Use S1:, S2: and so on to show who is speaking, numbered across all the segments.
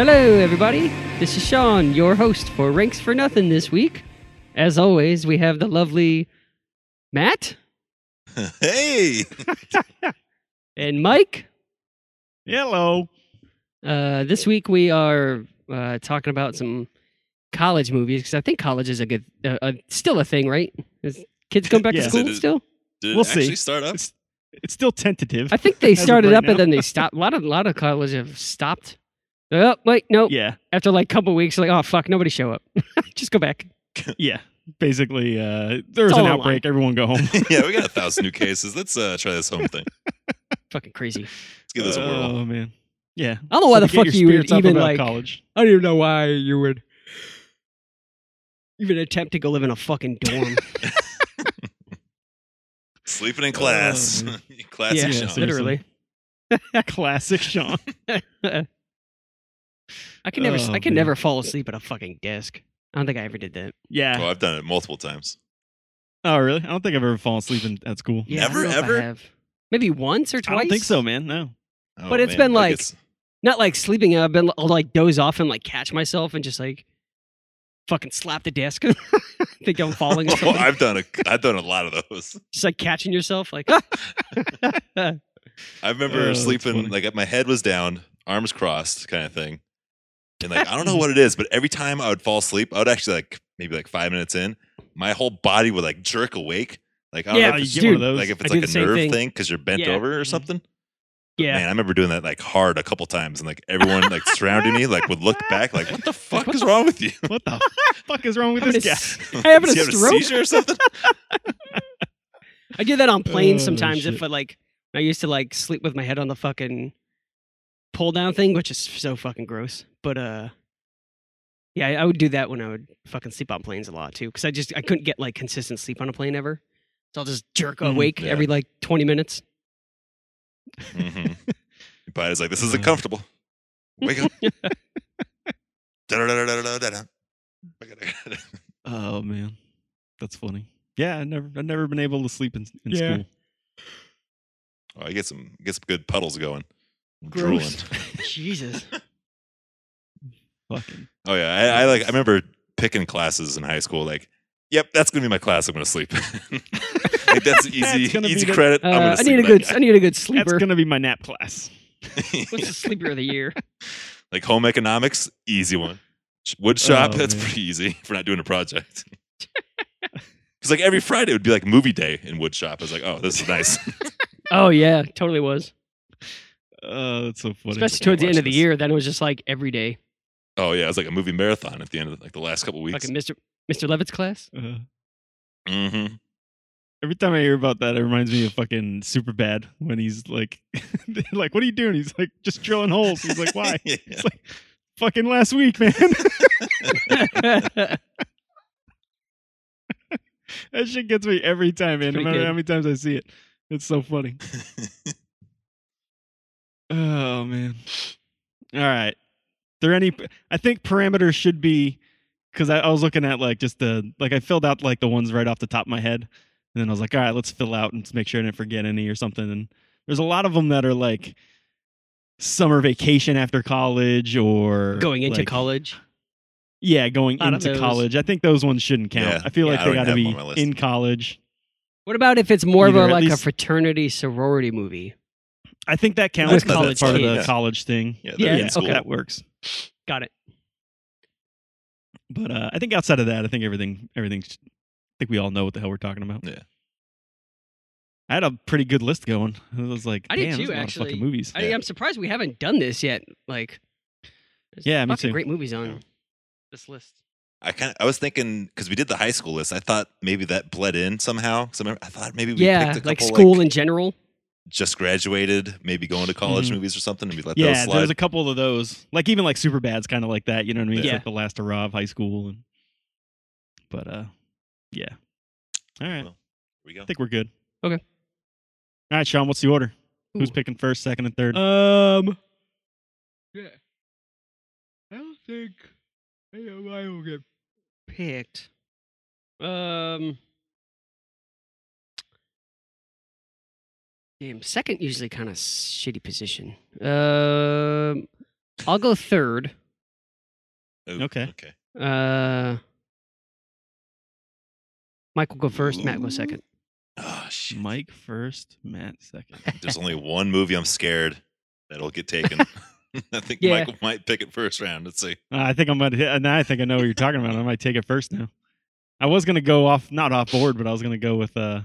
S1: Hello, everybody. This is Sean, your host for Ranks for Nothing this week. As always, we have the lovely Matt
S2: Hey,
S1: and Mike.
S3: Hello.
S1: Uh, this week we are uh, talking about some college movies because I think college is a good, uh, uh, still a thing, right? Is kids come back
S3: Yes,
S1: to
S3: it
S1: school
S2: is.
S1: still?
S2: did
S3: We'll
S2: it actually
S3: see.
S2: start up?
S3: It's, it's still tentative.
S1: I think they
S3: As of
S1: started
S3: right
S1: up
S3: now.
S1: and then they stopped. A lot of lot of colleges have stopped. Oh wait, no.
S3: yeah,
S1: After like a couple weeks, like oh fuck, nobody show up. Just go back.
S3: yeah. Basically, uh, there was
S1: all
S3: an
S1: online.
S3: outbreak. Everyone go home.
S2: yeah, we got a thousand new cases. Let's uh, try this home thing.
S1: Fucking crazy.
S2: Let's give this a whirl.
S3: oh man. Yeah.
S1: I don't know Oh, why the
S3: So to
S1: fuck
S3: get your
S1: you would
S3: spirits up
S1: even
S3: about
S1: like.
S3: college.
S1: I don't even know why you would even attempt to go live in a fucking dorm.
S2: Sleeping in class.
S3: Oh, man.
S2: Classic
S1: Um, Yeah,
S2: Sean.
S3: seriously.
S1: Literally,
S3: Classic Sean.
S1: I can never.
S3: Oh,
S1: I can
S3: man.
S1: never fall asleep at a fucking desk. I don't think I ever did that.
S3: Yeah.
S2: Oh, I've done it multiple times.
S3: Oh, really? I don't think I've ever fallen asleep in, at school.
S1: Yeah, I don't
S2: Never,
S1: know if I
S2: ever?
S1: have. Maybe once or
S3: I
S1: twice.
S3: don't think so, man. No.
S2: Oh,
S1: But it's
S2: man.
S1: been like-
S2: it's-
S1: Not like sleeping. I've been I'll like doze off and like catch myself and just like fucking slap the desk. think I'm falling. Or
S2: Oh,
S1: something.
S2: I've done a, I've done a lot of those.
S1: just like catching yourself. Like
S2: I
S3: Oh,
S2: remember
S3: that's funny.
S2: sleeping like my head was down, arms crossed, kind of thing. And like I don't know what it is, but every time I would fall asleep, I would actually like maybe like five minutes in, my whole body would like jerk awake. Like I don't
S1: Yeah,
S2: know
S3: you
S2: if it's,
S3: get one
S1: dude,
S3: of those.
S2: like if
S1: I
S2: it's
S1: do
S2: like
S1: the
S2: a
S1: same
S2: nerve
S1: thing.
S2: thing because you're bent
S1: Yeah. Mm-hmm.
S2: over or something.
S1: yeah.
S2: Man, I remember doing that like hard a couple times, and like everyone like surrounding me like would look back like, "What the fuck
S1: What
S2: is
S1: the
S2: wrong with you?
S3: what the fuck is wrong with
S1: Having
S3: this
S1: a
S3: guy?
S1: s- I having
S2: Is
S1: a
S2: he having
S1: stroke?
S2: seizure or something?"
S1: I do that on planes
S3: Oh,
S1: sometimes. If
S3: shit.
S1: I like, I used to like sleep with my head on the fucking pull down thing, which is so fucking gross. But uh, yeah, I, I would do that when I would fucking sleep on planes a lot too, because I just I couldn't get like consistent sleep on a plane ever. So I'll just jerk
S3: Mhm,
S1: awake
S2: yeah.
S1: every like twenty minutes.
S2: Mhm. But it's like
S1: Mm-hmm.
S2: this isn't
S3: Uh.
S2: comfortable. Wake up. Da-da-da-da-da-da-da.
S3: Oh man, that's funny. Yeah, I never, I've never been able to sleep in, in
S1: Yeah.
S3: school.
S2: Oh, I get some get some good puddles going.
S1: Gross.
S2: Drooling.
S1: Jesus,
S3: Fucking.
S2: Oh yeah, I, I like. I remember picking classes in high school. Like, yep, that's gonna be my class. I'm gonna sleep. like that's an easy
S3: That's gonna be
S2: easy
S3: the-
S2: credit. I'm
S1: uh,
S2: gonna
S1: I
S2: sleep
S1: need a
S2: that
S1: good I need a good
S3: That's
S1: sleeper.
S3: gonna be my nap class.
S2: guy.
S1: What's the sleeper of the year?
S2: like home economics, easy one. Sh- Wood shop,
S3: Oh,
S2: that's
S3: man.
S2: pretty easy for not doing a project. Because like every Friday would be like movie day in wood shop. I was like, oh, this is nice.
S1: Oh yeah, totally was.
S3: Oh, that's so funny.
S1: Especially
S2: can't
S1: towards the end
S2: watch
S1: of the
S2: this.
S1: year, then it was just like every day.
S2: oh yeah, it was like a movie marathon at the end of like the last couple weeks.
S1: Fucking Mr. Mr. Levitt's class.
S3: Uh,
S2: hmm
S3: Every time I hear about that, it reminds me of fucking super bad when he's like, they're like, what are you doing? He's like, just drilling holes. He's like, why?
S2: yeah.
S3: It's like, fucking last week, man. that shit gets me every time, man. No
S1: Pretty
S3: matter
S1: good.
S3: how many times I see it, it's so funny. oh man. All right. There any? I think parameters should be because I, I was looking at like just the like I filled out like the ones right off the top of my head, and then I was like, all right, let's fill out and s- make sure I didn't forget any or something. And there's a lot of them that are like summer vacation after college or
S1: Going into
S3: like-
S1: college.
S3: Yeah, going
S1: Lot of
S3: into
S1: those.
S3: college. I think those ones shouldn't count.
S2: Yeah.
S3: I feel
S2: Yeah,
S3: like
S2: I
S3: they
S2: don't
S3: got to
S2: have
S3: be
S2: them on my list.
S3: in college.
S1: What about if it's more
S3: Either,
S1: of a
S3: at
S1: like a
S3: least-
S1: fraternity sorority movie?
S3: I think that counts
S1: With
S3: 'cause
S1: college
S3: that's part of the
S1: kids.
S3: college thing.
S2: Yeah,
S1: Yeah,
S2: they're
S1: okay.
S2: in school.
S3: that works.
S1: Got it.
S3: But uh, I think outside of that, I think everything, everything's. I think we all know what the hell we're talking about.
S2: Yeah.
S3: I had a pretty good list going. It was like,
S1: I did
S3: damn,
S1: too,
S3: there's a lot
S1: actually.
S3: of fucking movies.
S1: I, I'm surprised we haven't done this yet. Like, there's
S3: Yeah, me
S1: fucking
S3: too.
S1: Great movies on
S2: Yeah.
S1: this list.
S2: I kind of I was thinking because we did the high school list. I thought maybe that bled in somehow. So I thought maybe we
S1: yeah,
S2: picked a couple
S1: like school in general.
S2: just graduated, maybe going to college
S3: Mhm.
S2: movies or something, and we let
S3: yeah,
S2: those slide.
S3: there's a couple of those. Like even like Super Bad's kind of like that. You know what I mean? It's
S1: Yeah.
S3: like the last hurrah of high school. And but uh, yeah. All right,
S2: Well, Here we go.
S3: I think we're good.
S1: Okay.
S3: All right, Sean. What's the order? Who's
S1: Ooh.
S3: picking first, second, and
S2: Uh,
S3: third?
S1: Um. Yeah. I don't think I know I will get picked. Um. Damn, second usually kind of shitty position. Um, I'll go third.
S2: Ooh,
S3: Okay.
S2: Oh, Okay.
S1: Uh, Mike will go first. Matt goes second.
S2: Oh shit.
S3: Mike first, Matt second.
S2: There's only one movie I'm scared that'll get taken. I think
S1: Yeah.
S2: Michael might pick it first round. Let's see.
S3: Uh, I think I'm gonna. hit- Now I think I know what you're talking about. I might take it first now. I was gonna go off, not off board, but I was gonna go with uh,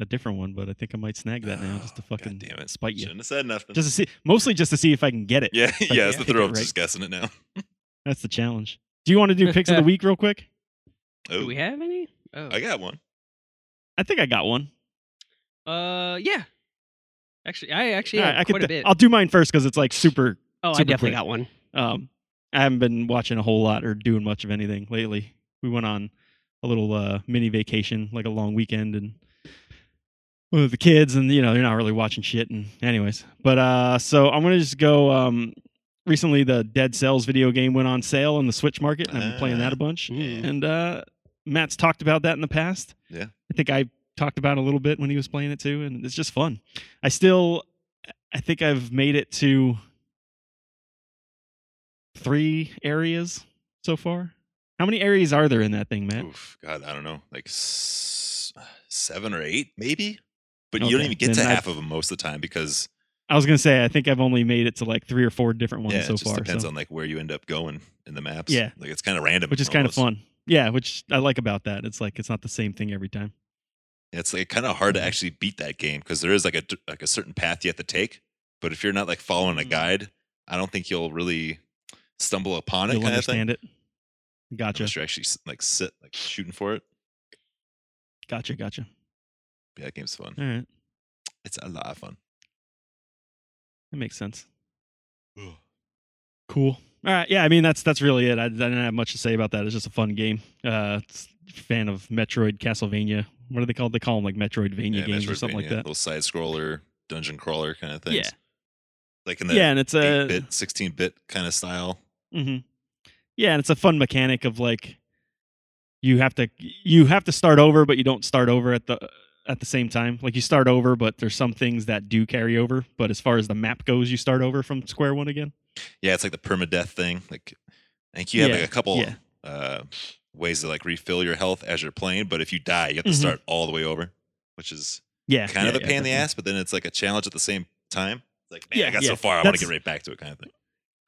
S3: a different one. But I think I might snag that now, just to
S2: Oh, God
S3: fucking
S2: damn it.
S3: spite you.
S2: Shouldn't have said nothing.
S3: Just to see, mostly just to see if I can get it.
S2: yeah, yeah, it's
S3: yeah.
S2: the
S3: Pick it
S2: throw. I'm
S3: right.
S2: just guessing it now.
S3: That's the challenge. Do you want to do picks of the week real quick?
S2: Oh,
S1: Do we have any? Oh,
S2: I got one.
S3: I think I got one.
S1: uh, yeah. Actually, I actually
S3: All
S1: had
S3: right, I could
S1: quite a
S3: th-
S1: bit.
S3: I'll do mine first because it's like super.
S1: oh, I
S3: super
S1: definitely
S3: quick.
S1: got one.
S3: Um, I haven't been watching a whole lot or doing much of anything lately. We went on a little uh, mini vacation, like a long weekend, and with the kids, and you know they're not really watching shit. And anyways, but uh, so I'm gonna just go. Um, recently the Dead Cells video game went on sale in the Switch market, and I've been playing that a bunch.
S1: Mm.
S3: And uh, Matt's talked about that in the past.
S2: Yeah.
S3: I think I talked about it a little bit when he was playing it too, and it's just fun. I still, I think I've made it to three areas so far. How many areas are there in that thing, Matt?
S2: Oof, God, I don't know, like s- seven or eight, maybe. But you don't
S3: Okay,
S2: even get to
S3: then I've-
S2: half of them most of the time because
S3: I was gonna say I think I've only made it to like three or four different ones
S2: yeah,
S3: so
S2: it just
S3: far.
S2: depends
S3: so-
S2: on like where you end up going in the maps.
S3: Yeah.
S2: like it's kind of random,
S3: which is kind of
S2: almost.
S3: fun. Yeah, which I like about that. It's like it's not the same thing every time.
S2: It's like kind of hard
S3: Mm-hmm.
S2: to actually beat that game because there is like a like a certain path you have to take. But if you're not like following a
S3: Mm.
S2: guide, I don't think you'll really stumble upon it.
S3: You'll
S2: kind of thing.
S3: understand it. Gotcha,
S2: Unless you're actually s- like sit like shooting for it.
S3: gotcha, gotcha.
S2: Yeah, that game's fun.
S3: All right,
S2: It's a lot of fun.
S3: that makes sense. Cool. All right. Yeah. I mean, that's that's really it. I, I didn't have much to say about that. It's just a fun game. Uh, it's fan of Metroid, Castlevania. What are they called? They call them like Metroidvania games or something
S2: Metroidvania,
S3: like that.
S2: Little side scroller, dungeon crawler kind of things.
S3: Yeah.
S2: Like in the
S3: Yeah, and it's a
S2: 8 bit, 16 bit kind of style.
S3: hmm Yeah, and it's a fun mechanic of like you have to you have to start over, but you don't start over at the at the same time. Like you start over, but there's some things that do carry over. But as far as the map goes, you start over from square one again.
S2: Yeah, it's like the permadeath thing. Like, I think you have
S3: Yeah,
S2: like a couple
S3: yeah.
S2: uh, ways to like refill your health as you're playing, but if you die, you have to
S3: Mhm.
S2: start all the way over, which is
S3: Yeah,
S2: kind of
S3: yeah,
S2: a
S3: yeah,
S2: pain in the
S3: definitely.
S2: ass, but then it's like a challenge at the same time. It's like, man, I
S3: Yeah,
S2: got
S3: yeah.
S2: so far, I want to
S3: That's-
S2: get right back to it kind of thing.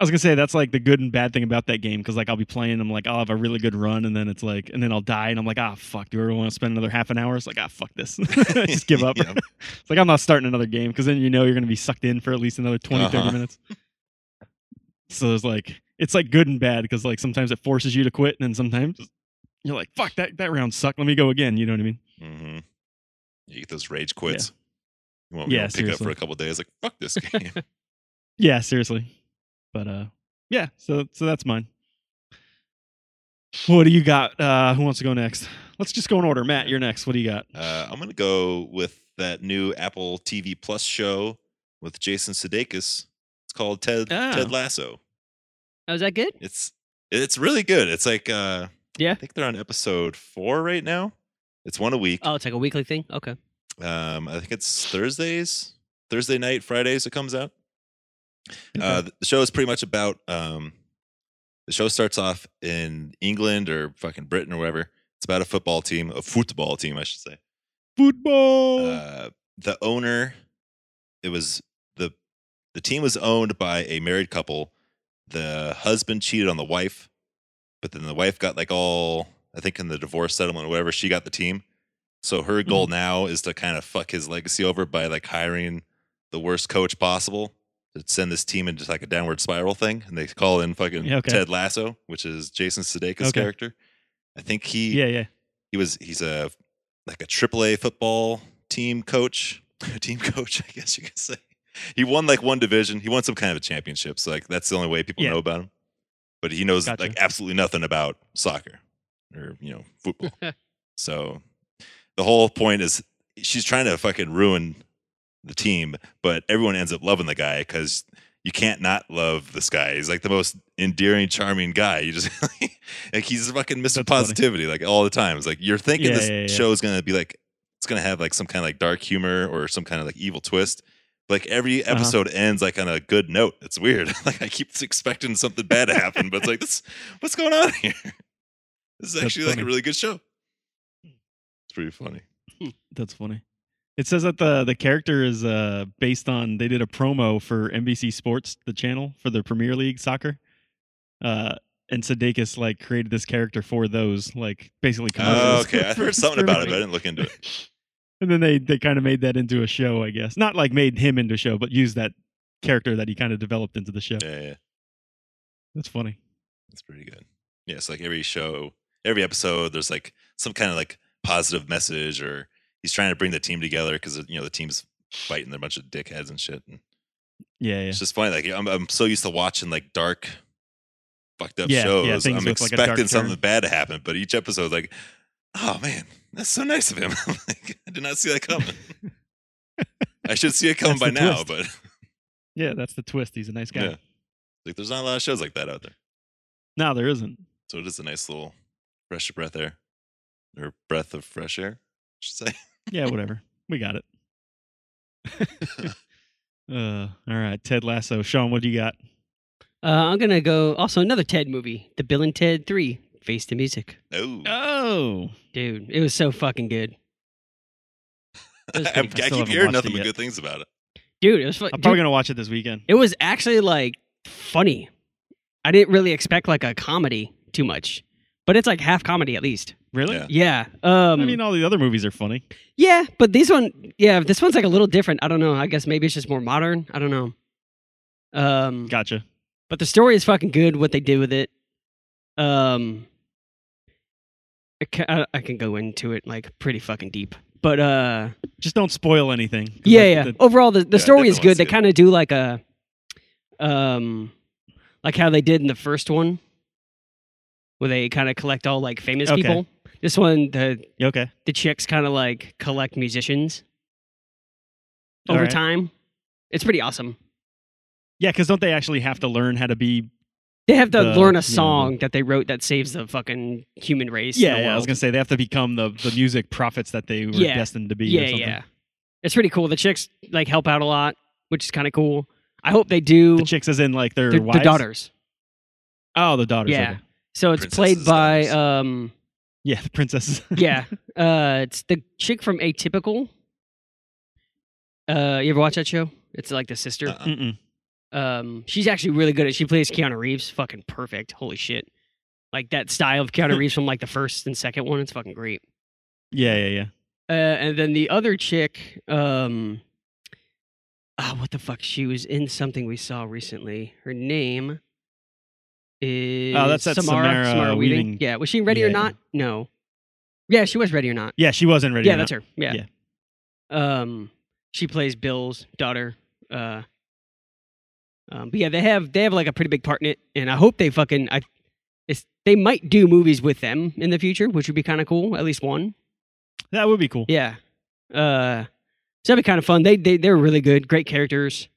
S3: I was gonna say that's like the good and bad thing about that game because like I'll be playing, I'm like I'll have a really good run, and then it's like, and then I'll die, and I'm like, ah, fuck, do I really want to spend another half an hour? It's like, ah, fuck this, I just give up.
S2: Yeah.
S3: It's like I'm not starting another game because then you know you're gonna be sucked in for at least another 20, 30
S2: Uh-huh.
S3: minutes. So there's like it's like good and bad because like sometimes it forces you to quit, and then sometimes you're like, fuck that that round sucked, let me go again. You know what I mean?
S2: Mm-hmm. You get those rage quits. You won't,
S3: Yeah,
S2: yeah, pick up for
S3: seriously.
S2: a couple days. Like, fuck this game.
S3: Yeah, seriously. But uh, yeah. So so that's mine. What do you got? Uh, who wants to go next? Let's just go in order. Matt, you're next. What do you got?
S2: Uh, I'm gonna go with that new Apple TV Plus show with Jason Sudeikis. It's called Ted
S1: Oh.
S2: Ted Lasso.
S1: Oh, is that good?
S2: It's it's really good. It's like uh,
S1: Yeah.
S2: I think they're on episode four right now. It's one a week.
S1: Oh, it's like a weekly thing. Okay.
S2: Um, I think it's Thursdays, Thursday night, Fridays. It comes out. Uh, th- the show is pretty much about um, the show starts off in England or fucking Britain or whatever. It's about a football team, a football team, I should say.
S3: Football.
S2: Uh, the owner it was the the team was owned by a married couple the husband cheated on the wife but then the wife got like all i think in the divorce settlement or whatever she got the team so her goal
S3: Mm-hmm.
S2: now is to kind of fuck his legacy over by like hiring the worst coach possible to send this team into like a downward spiral thing and they call in fucking
S3: Yeah, okay.
S2: ted lasso which is jason sudeikis
S3: Okay.
S2: character i think he
S3: yeah, yeah.
S2: he was he's a like a AAA football team coach, team coach, I guess you could say. He won like one division. He won some kind of a championship. So like that's the only way people
S3: Yeah.
S2: know about him. But he knows
S3: Gotcha.
S2: like absolutely nothing about soccer or you know football. so the whole point is she's trying to fucking ruin the team, but everyone ends up loving the guy because you can't not love this guy. He's like the most endearing, charming guy. You just like he's fucking Mr.
S3: That's funny.
S2: Positivity like all the time. It's like you're thinking
S3: Yeah,
S2: this
S3: yeah, yeah.
S2: show is gonna be like it's gonna have like some kind of like dark humor or some kind of like evil twist, Like every
S3: Uh-huh.
S2: episode ends like on a good note. It's weird. like I keep expecting something bad to happen, but it's like this. What's going on here? This is
S3: That's
S2: actually like a
S3: funny. Hmm.
S2: really good show. It's pretty funny.
S3: That's funny. It says that the the character is uh, based on they did a promo for NBC Sports, the channel for the Premier League soccer, uh, and Sudeikis like created this character for those like basically
S2: Oh,
S3: commercials.
S2: okay, I
S3: for-
S2: heard something
S3: for
S2: about it, but I
S3: like-
S2: didn't look into it.
S3: And then they they kind of made that into a show, I guess. Not like made him into a show, but used that character that he kind of developed into the show.
S2: Yeah, yeah,
S3: That's funny.
S2: it's pretty good. Yeah, it's like every show, every episode, there's like some kind of like positive message, or he's trying to bring the team together because you know the team's fighting a bunch of dickheads and shit. And
S3: Yeah, yeah.
S2: It's just funny. Like I'm, I'm so used to watching like dark, fucked up
S3: Yeah, yeah,
S2: shows.
S3: things
S2: I'm
S3: with, like, a
S2: expecting
S3: dark
S2: something
S3: turn.
S2: bad to happen, but each episode, like, oh man, that's so nice of him. like, I did not see that coming. I should see it coming by
S3: That's the
S2: now,
S3: twist.
S2: but
S3: Yeah, that's the twist. He's a nice guy.
S2: Yeah. like, there's not a lot of shows like that out there.
S3: No, there isn't.
S2: So it is a nice little fresh breath air, or breath of fresh air, I should say.
S3: Yeah, whatever. we got it. uh, all right, Ted Lasso. Sean, what do you got?
S1: Uh, I'm gonna go. Also, another Ted movie, The Bill and Ted Three: Face the Music.
S2: No,
S3: Oh,
S1: Dude, it was so fucking good. It was
S2: I,
S1: pretty fun.
S2: I
S3: still
S2: keep
S3: haven't
S2: hearing
S3: watched
S2: nothing
S3: it
S2: but
S3: yet.
S2: good things about it.
S1: Dude, it was. Fu-
S3: I'm
S1: dude,
S3: probably gonna watch it this weekend.
S1: It was actually like funny. I didn't really expect like a comedy too much, but it's like half comedy at least.
S3: Really?
S2: Yeah.
S1: Yeah. Um,
S3: I mean, all the other movies are funny.
S1: yeah, but this one, yeah, this one's like a little different. I don't know. I guess maybe it's just more modern. I don't know. Um,
S3: Gotcha.
S1: but the story is fucking good. What they did with it. Um, I can, I, I can go into it like pretty fucking deep, but uh.
S3: Just don't spoil anything. 'cause
S1: yeah
S3: I-
S1: yeah
S3: the-
S1: overall the, the
S2: Yeah,
S1: story is
S2: definitely
S1: good they
S2: see it.
S1: kind of do like a um like how they did in the first one where they kind of collect all like famous
S3: Okay.
S1: people this one the
S3: yeah, okay.
S1: the chicks kind of like collect musicians
S3: All
S1: over
S3: right.
S1: time it's pretty awesome
S3: Yeah, because don't they actually have to learn how to be?
S1: they have to
S3: The- you know,
S1: learn
S3: the-
S1: a song that they wrote that saves the fucking human race in
S3: Yeah,
S1: the
S3: yeah. I was
S1: world.
S3: gonna say they have to become the the music prophets that they were
S1: Yeah.
S3: destined to be. or
S1: yeah
S3: something.
S1: yeah it's pretty cool the chicks like help out a lot which is kind of cool i hope they do
S3: The chicks, as in like their
S1: their, their
S3: wives?
S1: daughters
S3: Oh, the daughters.
S1: Yeah.
S3: okay.
S1: so it's played
S2: Princesses'
S1: by
S2: daughters.
S1: um
S3: yeah. The princesses.
S1: yeah. Uh, it's the chick from Atypical. Uh, you ever watch that show? It's like the sister.
S2: Uh-uh.
S3: Mm-mm.
S1: Um, she's actually really good at. She plays Keanu Reeves, fucking perfect. Holy shit! Like that style of Keanu Reeves from like the first and second one. It's fucking great.
S3: Yeah, yeah, yeah.
S1: Uh, and then the other chick, um, ah, what the fuck? She was in something we saw recently. Her name is
S3: Oh, that's that
S1: Samara
S3: Samara
S1: Weaving.
S3: Weaving.
S1: Yeah, was she in Ready or
S3: Yeah.
S1: Not? No. Yeah, she was Ready or Not.
S3: Yeah, she wasn't ready.
S1: yeah,
S3: or
S1: that's
S3: not.
S1: her. Yeah. Um, she plays Bill's daughter. Uh, um, but yeah, they have they have like a pretty big part in it, and I hope they fucking I, it's, they might do movies with them in the future, which would be kind of cool. At least one.
S3: That would be cool.
S1: Yeah. Uh, so that'd be kind of fun. They they they're really good, great characters.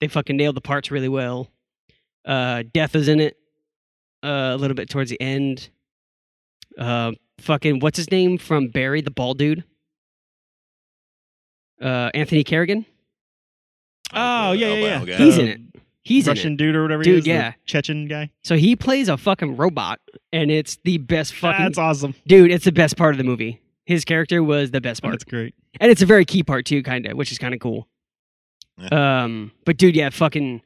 S1: They fucking nailed the parts really well. Uh, Death is in it uh, a little bit towards the end. Uh, fucking what's his name from Barry, the bald dude? Uh, Anthony Kerrigan.
S3: Oh,
S2: The
S3: yeah, yeah,
S2: albino
S3: yeah.
S2: guy.
S1: He's in it. He's in it.
S3: Russian dude or whatever.
S1: Dude,
S3: he is, the
S1: yeah.
S3: Chechen guy.
S1: So he plays a fucking robot, and it's the best fucking
S3: That's awesome.
S1: dude. It's the best part of the movie. His character was the best part.
S3: That's great.
S1: and it's a very key part too, kind of, which is kind of cool. Um, but dude, yeah, fucking,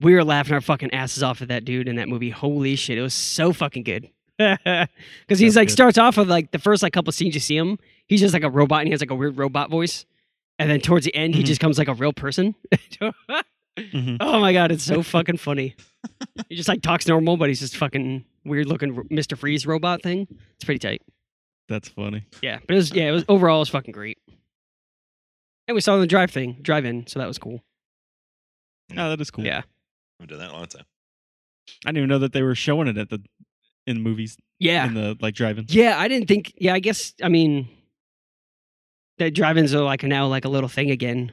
S1: we were laughing our fucking asses off at that dude in that movie. Holy shit, it was so fucking good. Because he's
S3: That's
S1: like
S3: good.
S1: starts off with like the first like couple scenes you see him, he's just like a robot and he has like a weird robot voice, and then towards the end he
S3: Mhm.
S1: just comes like a real person. oh
S3: Mhm.
S1: my god, it's so fucking funny. he just like talks normal, but he's just fucking weird looking Mister Freeze robot thing. It's pretty tight.
S3: That's funny.
S1: Yeah, but it was yeah, it was overall it was fucking great. And we saw the drive thing, drive in, so that was cool.
S3: Oh, that is cool.
S1: Yeah.
S2: I've done that in a long time.
S3: I didn't even know that they were showing it at the in movies
S1: Yeah.
S3: in the like driving.
S1: Yeah, I didn't think yeah, I guess I mean that drive ins are like now like a little thing again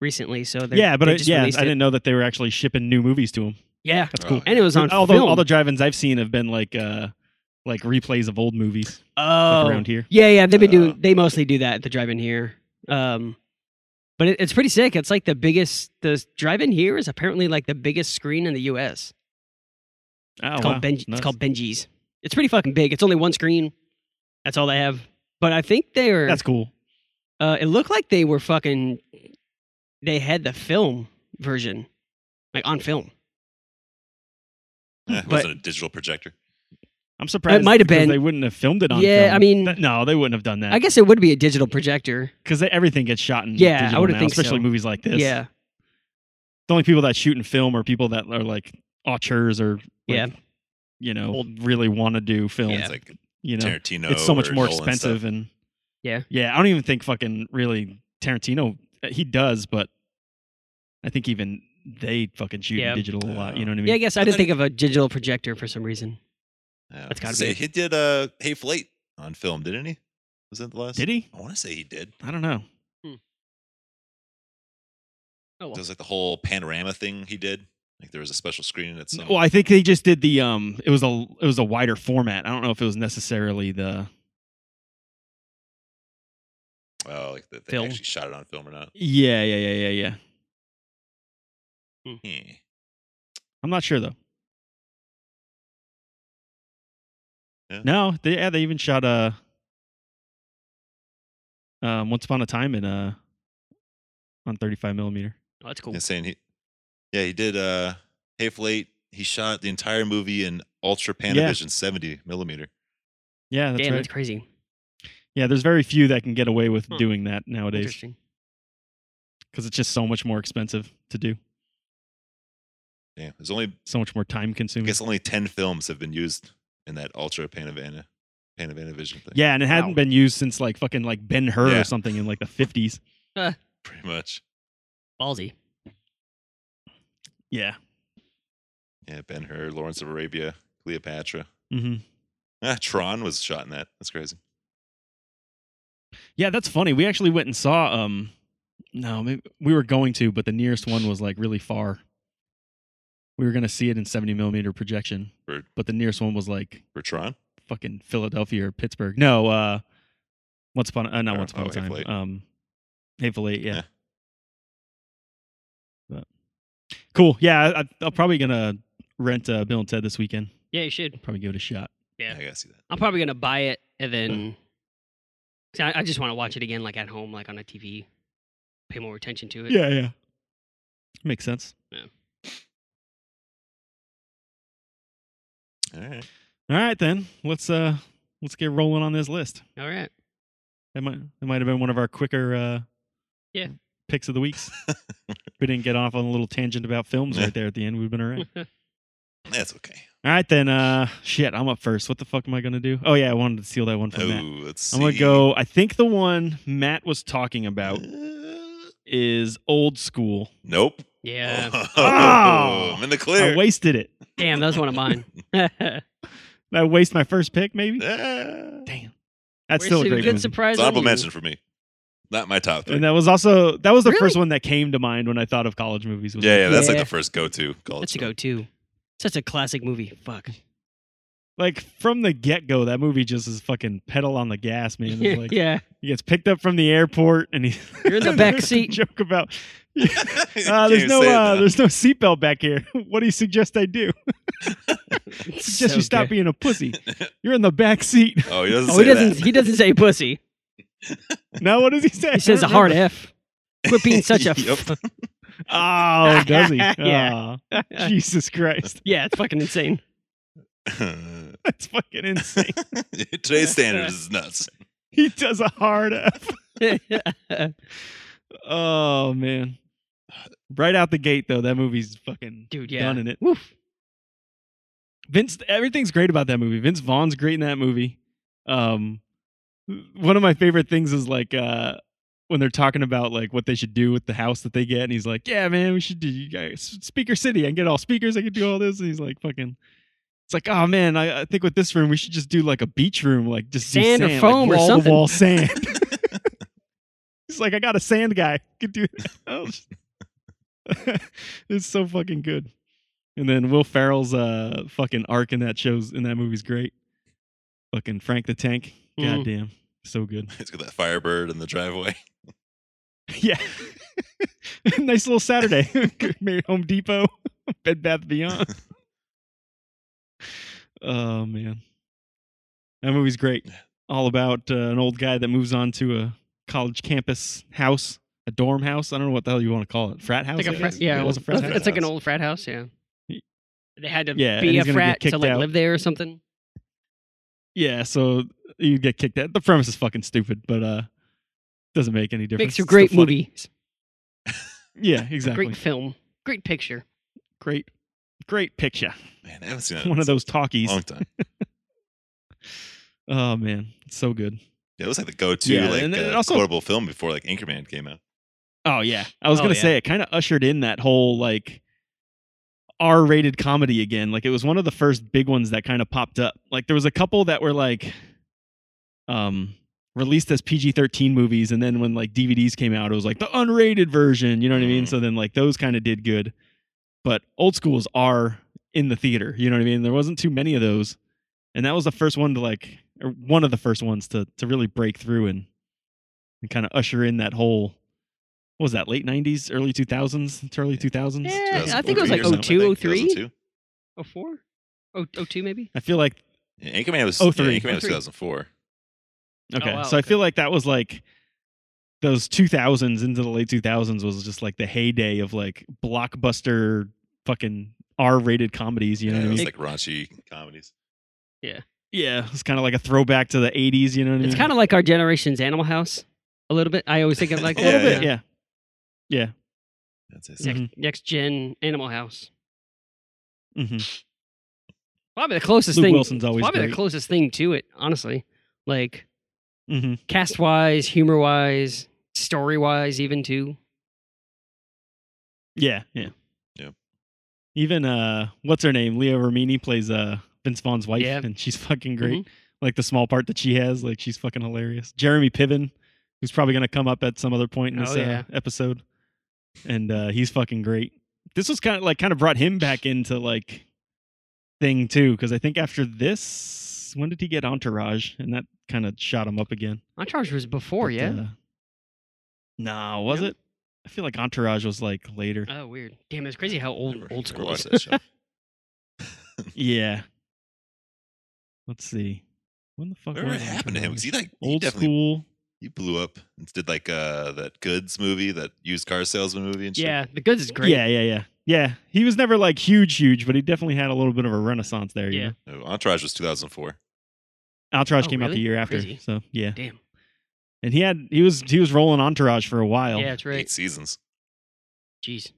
S1: recently. So they're-
S3: Yeah, but
S1: they
S3: I,
S1: just
S3: yeah, I
S1: released it.
S3: didn't know that they were actually shipping new movies to them.
S1: Yeah.
S3: That's
S2: Oh,
S3: cool.
S2: yeah.
S1: And it was on
S3: all the
S1: film.
S3: all the drive-ins I've seen have been like uh like replays of old movies
S1: oh.
S3: around here.
S1: Yeah, yeah, they've been doing
S2: Uh.
S1: they mostly do that at the drive in here. Um But it, it's pretty sick. It's like the biggest. The drive-in here is apparently like the biggest screen in the U.S.
S3: Oh,
S1: It's
S3: wow.
S1: called Benji.
S3: Nice.
S1: It's called Benji's. It's pretty fucking big. It's only one screen. That's all they have. But I think they are.
S3: That's cool.
S1: Uh, it looked like they were fucking. They had the film version, like on film.
S2: Eh, it
S3: Mm.
S1: But-
S2: wasn't a digital projector.
S3: I'm surprised
S1: might have
S3: because
S1: been.
S3: they wouldn't have filmed it on.
S1: Yeah,
S3: film.
S1: I mean-
S3: That- no, they wouldn't have done that.
S1: I guess it would be a digital projector.
S3: because everything gets shot in.
S1: Yeah, I
S3: digital
S1: would've
S3: now,
S1: think
S3: especially
S1: so.
S3: movies like this.
S1: Yeah,
S3: the only people that shoot in film are people that are like auteurs or like,
S1: Yeah.
S3: you know,
S1: Old-
S3: really want to do film.
S1: Yeah.
S2: It's like
S3: You know,
S2: Tarantino.
S3: it's so much
S2: or
S3: more
S2: Nolan
S3: expensive
S2: stuff.
S3: and
S1: Yeah.
S3: yeah. I don't even think fucking really Tarantino. uh, He does, but I think even they fucking shoot in
S1: Yeah.
S3: digital a lot. You know what I mean?
S1: yeah. I guess I didn't
S2: thought
S1: think of a digital projector for some reason.
S2: Yeah.
S1: That's gotta
S2: Say,
S1: be-
S2: He did uh, Hateful Eight on film, didn't he? Was that the last?
S3: Did he?
S2: I want to say he did.
S3: I don't know.
S1: Oh,
S2: It was like the whole panorama thing he did. Like there was a special screening at some.
S3: Well, Oh, I think they just did the um. It was a it was a wider format. I don't know if it was necessarily the
S2: oh, like that they
S1: Film.
S2: actually shot it on film or not?
S3: yeah yeah yeah yeah yeah.
S2: Hmm.
S3: I'm not sure though.
S2: Yeah.
S3: No, they yeah, they even shot uh um Once Upon a Time in uh on 35 millimeter.
S1: Oh, that's cool.
S2: Insane. He, yeah, he did uh, Hateful Eight. He shot the entire movie in Ultra Panavision 70 millimeter.
S3: Yeah, that's
S1: Damn,
S3: right.
S1: that's crazy.
S3: yeah, there's very few that can get away with
S2: Hmm.
S1: Huh.
S3: doing that nowadays
S1: Interesting.
S3: because it's just so much more expensive to do,
S2: Yeah, there's only
S3: so much more time
S2: I
S3: consuming.
S2: guess only 10 films have been used in that Ultra Panavana Panavana Vision thing.
S3: Yeah, and it hadn't
S1: Wow.
S3: been used since like fucking like Ben Hur
S2: Yeah.
S3: or something in like the 50s.
S2: pretty much.
S1: Ballsy.
S3: Yeah.
S2: Yeah, Ben Hur, Lawrence of Arabia, Cleopatra.
S3: hmm
S2: Ah, Tron was shot in that. That's crazy.
S3: Yeah, that's funny. We actually went and saw um no, maybe we were going to, but the nearest one was like really far. We were gonna see it in seventy millimeter projection.
S2: Right.
S3: But the nearest one was like
S2: For Tron,
S3: fucking Philadelphia or Pittsburgh. No, uh once upon uh, not
S2: Or-
S3: once upon
S2: oh,
S3: a time.
S2: Hateful Eight.
S3: Um Hateful Eight, yeah.
S2: Yeah.
S3: But cool. Yeah, I, I'm probably gonna rent uh, Bill and Ted this weekend.
S1: Yeah, you should.
S3: Probably give it a shot.
S1: Yeah.
S2: I gotta see that.
S1: I'm probably gonna buy it and then. 'Cause I, I just want to watch it again, like at home, like on a TV. Pay more attention to it.
S3: Yeah, yeah. Makes sense.
S2: All right.
S3: All right then. Let's uh let's get rolling on this list.
S1: All right.
S3: That might that might have been one of our quicker uh
S1: Yeah.
S3: picks of the weeks. we didn't get off on a little tangent about films
S2: Yeah.
S3: right there at the end. We've been all right.
S2: That's okay.
S3: All right then uh shit, I'm up first. What the fuck am I gonna do? Oh yeah, I wanted to steal that one from Matt.
S2: Oh, let's see.
S3: I'm gonna go I think the one Matt was talking about
S2: Uh,
S3: is old school.
S2: nope.
S1: yeah.
S3: Oh.
S2: I'm in the
S3: I
S2: clear.
S3: wasted it.
S1: Damn, that was one of mine. That's
S3: Did I waste my first pick, maybe?
S2: Ah.
S3: Damn. That's still a great
S1: good
S3: movie.
S1: surprise.
S2: It's honorable
S1: on you.
S2: mention for me. Not my top three.
S3: And that was also that was the
S1: Really?
S3: first one that came to mind when I thought of college movies. was
S2: yeah, yeah, that's like
S1: Yeah.
S2: the first go-to college.
S1: That's a
S2: film.
S1: go-to. Such a classic movie. Fuck.
S3: like from the get go, that movie just is fucking pedal on the gas, man. It's like,
S1: yeah.
S3: He gets picked up from the airport, and he
S1: You're in the back seat.
S3: Joke about uh,
S1: Ah,
S2: Can't
S3: there's
S2: even
S3: no
S2: say it now.
S3: uh, there's no seatbelt back here. what do you suggest I do? Suggest
S1: So
S3: you stop
S1: good.
S3: being a pussy. You're in the back seat.
S2: Oh, he doesn't
S1: Oh,
S2: say
S1: he doesn't.
S2: that.
S1: He doesn't say pussy.
S3: now what does he say?
S1: He says a hard F. Quit being such a.
S2: Yep.
S1: f-
S3: Oh, does he?
S1: Yeah.
S3: Aw, Jesus Christ,
S1: yeah, it's fucking insane.
S3: that's fucking insane.
S2: Today's standards is nuts.
S3: he does a hard F.
S1: Dude,
S3: Oh man. Right out the gate though, that movie's fucking
S1: yeah.
S3: done in it.
S1: Woof.
S3: Vince, everything's great about that movie. Vince Vaughn's great in that movie. Um, one of my favorite things is like uh, when they're talking about like what they should do with the house that they get, and he's like, "Yeah, man, we should do you guys, Speaker City. I can get all speakers. I can do all this." And he's like, "Fucking." It's like, oh man, I, I think with this room we should just do like a beach room, like just do
S1: Sand or
S3: sand,
S1: foam or
S3: like, wall to
S1: something."
S3: wall sand. He's like, I got a sand guy. Could do that. it's so fucking good. And then Will Farrell's uh fucking arc in that shows in that movie's great. Fucking Frank the Tank.
S1: Mhm.
S3: Goddamn. So good.
S2: He's got that Firebird in the driveway.
S3: Yeah. nice little Saturday. Made Home Depot, Bed Bath Beyond. oh man. That movie's great. All about uh, an old guy that moves on to a college campus house, a dorm house. I don't know what the hell you want to call it. Frat house?
S1: Like a
S2: it?
S1: frat,
S2: It's-
S1: yeah,
S3: it was a
S2: frat
S1: it's-
S2: house.
S1: It's like an old frat house. Yeah, they had to
S3: Yeah, and
S1: be
S3: he's
S1: a
S3: gonna get
S1: frat to
S3: kicked
S1: like
S3: out.
S1: live there or something.
S3: Yeah, so you get kicked out. The premise is fucking stupid, but uh doesn't make any difference.
S1: Makes for
S3: It's
S1: great
S3: still funny.
S1: movie,
S3: Yeah, exactly.
S1: great film, great picture.
S3: great great picture.
S2: Man, I haven't seen that
S3: One of
S2: in
S3: those talkies.
S2: a long time.
S3: Oh man, it's so good.
S2: Yeah, it was like the go-to
S3: Yeah,
S2: like
S3: and then
S2: uh,
S3: also-
S2: quotable film before like Anchorman came out.
S3: Oh yeah, I was
S1: Oh,
S3: gonna
S1: yeah.
S3: say it kind of ushered in that whole like R-rated comedy again. Like it was one of the first big ones that kind of popped up. Like there was a couple that were like, um, released as PG-13 movies, and then when like DVDs came out, it was like the unrated version. You know what I
S1: Mm-hmm.
S3: mean?
S2: Mhm.
S3: So then like those kind of did good, but old schools are in the theater. You know what I mean? There wasn't too many of those, and that was the first one to like, or one of the first ones to to really break through and and kind of usher in that whole what was that late 90s early 2000s to early 2000s
S1: Yeah, I think it
S2: 2004
S1: was like
S2: or something, I
S1: 02,
S2: think,
S1: 03.
S2: 2002.
S1: Oh four, oh oh two maybe.
S3: i feel like
S2: Yeah, Anchorman was
S3: 03.
S2: Yeah, Anchorman
S1: 03.
S2: was 2004.
S3: okay
S1: Oh, wow,
S3: so i
S1: okay.
S3: feel like that was like those 2000s into the late 2000s was just like the heyday of like blockbuster fucking r-rated comedies you know
S2: yeah,
S3: what
S2: it
S3: i
S2: was
S3: mean
S2: like raunchy comedies.
S3: yeah it's kind of like a throwback to the 80s you know what i mean
S1: It's kind of like our generation's Animal House, a little bit. I always think of it like
S2: A
S1: that,
S2: little bit,
S1: uh,
S3: yeah Mm-hmm. yeah
S2: That's it.
S1: Next, next gen Animal House.
S3: hmm
S1: Probably the closest
S3: Luke
S1: thing.
S3: Wilson's always
S1: probably
S3: great.
S1: the closest thing to it, honestly. Like
S3: hmm
S1: cast wise, humor wise, story wise, even too.
S3: yeah yeah
S2: Yeah.
S3: even uh what's her name leah romini plays uh vince vaughn's wife
S1: Yeah. Mm-hmm.
S3: and she's fucking great like the small part that she has. Like she's fucking hilarious. Jeremy Piven, who's probably gonna come up at some other point in this
S1: Oh, yeah.
S3: uh, episode, and uh, he's fucking great. This was kind of like kind of brought him back into like thing too, because I think after this, when did he get Entourage, and that kind of shot him up again.
S1: Entourage Mm-hmm. was before,
S3: But,
S1: yeah.
S3: uh, no, was
S1: Yeah.
S3: it? I feel like Entourage was like later.
S1: Oh, weird. Damn, it's crazy how old
S2: Never-
S1: old
S2: never
S1: school
S2: watched
S1: is.
S2: that show.
S3: yeah. Let's see. When the fuck?
S2: Whatever
S3: was
S2: happened to him? 'Cause he
S3: Entourage?
S2: like he
S3: Old
S2: definitely
S3: school.
S2: he blew up and did like uh that goods movie, that used car salesman movie and shit.
S1: Yeah, the goods is great.
S3: Yeah, yeah, yeah. Yeah. He was never like huge, huge, but he definitely had a little bit of a renaissance there. You
S1: Yeah.
S2: No, Entourage was 2004.
S3: know? Entourage
S1: Oh,
S3: came out the
S1: really?
S3: year after.
S1: Crazy.
S3: So yeah.
S1: Damn.
S3: And he had he was he was rolling Entourage for a while.
S1: Yeah, that's
S2: Eight
S1: right.
S2: seasons.
S1: Jeez.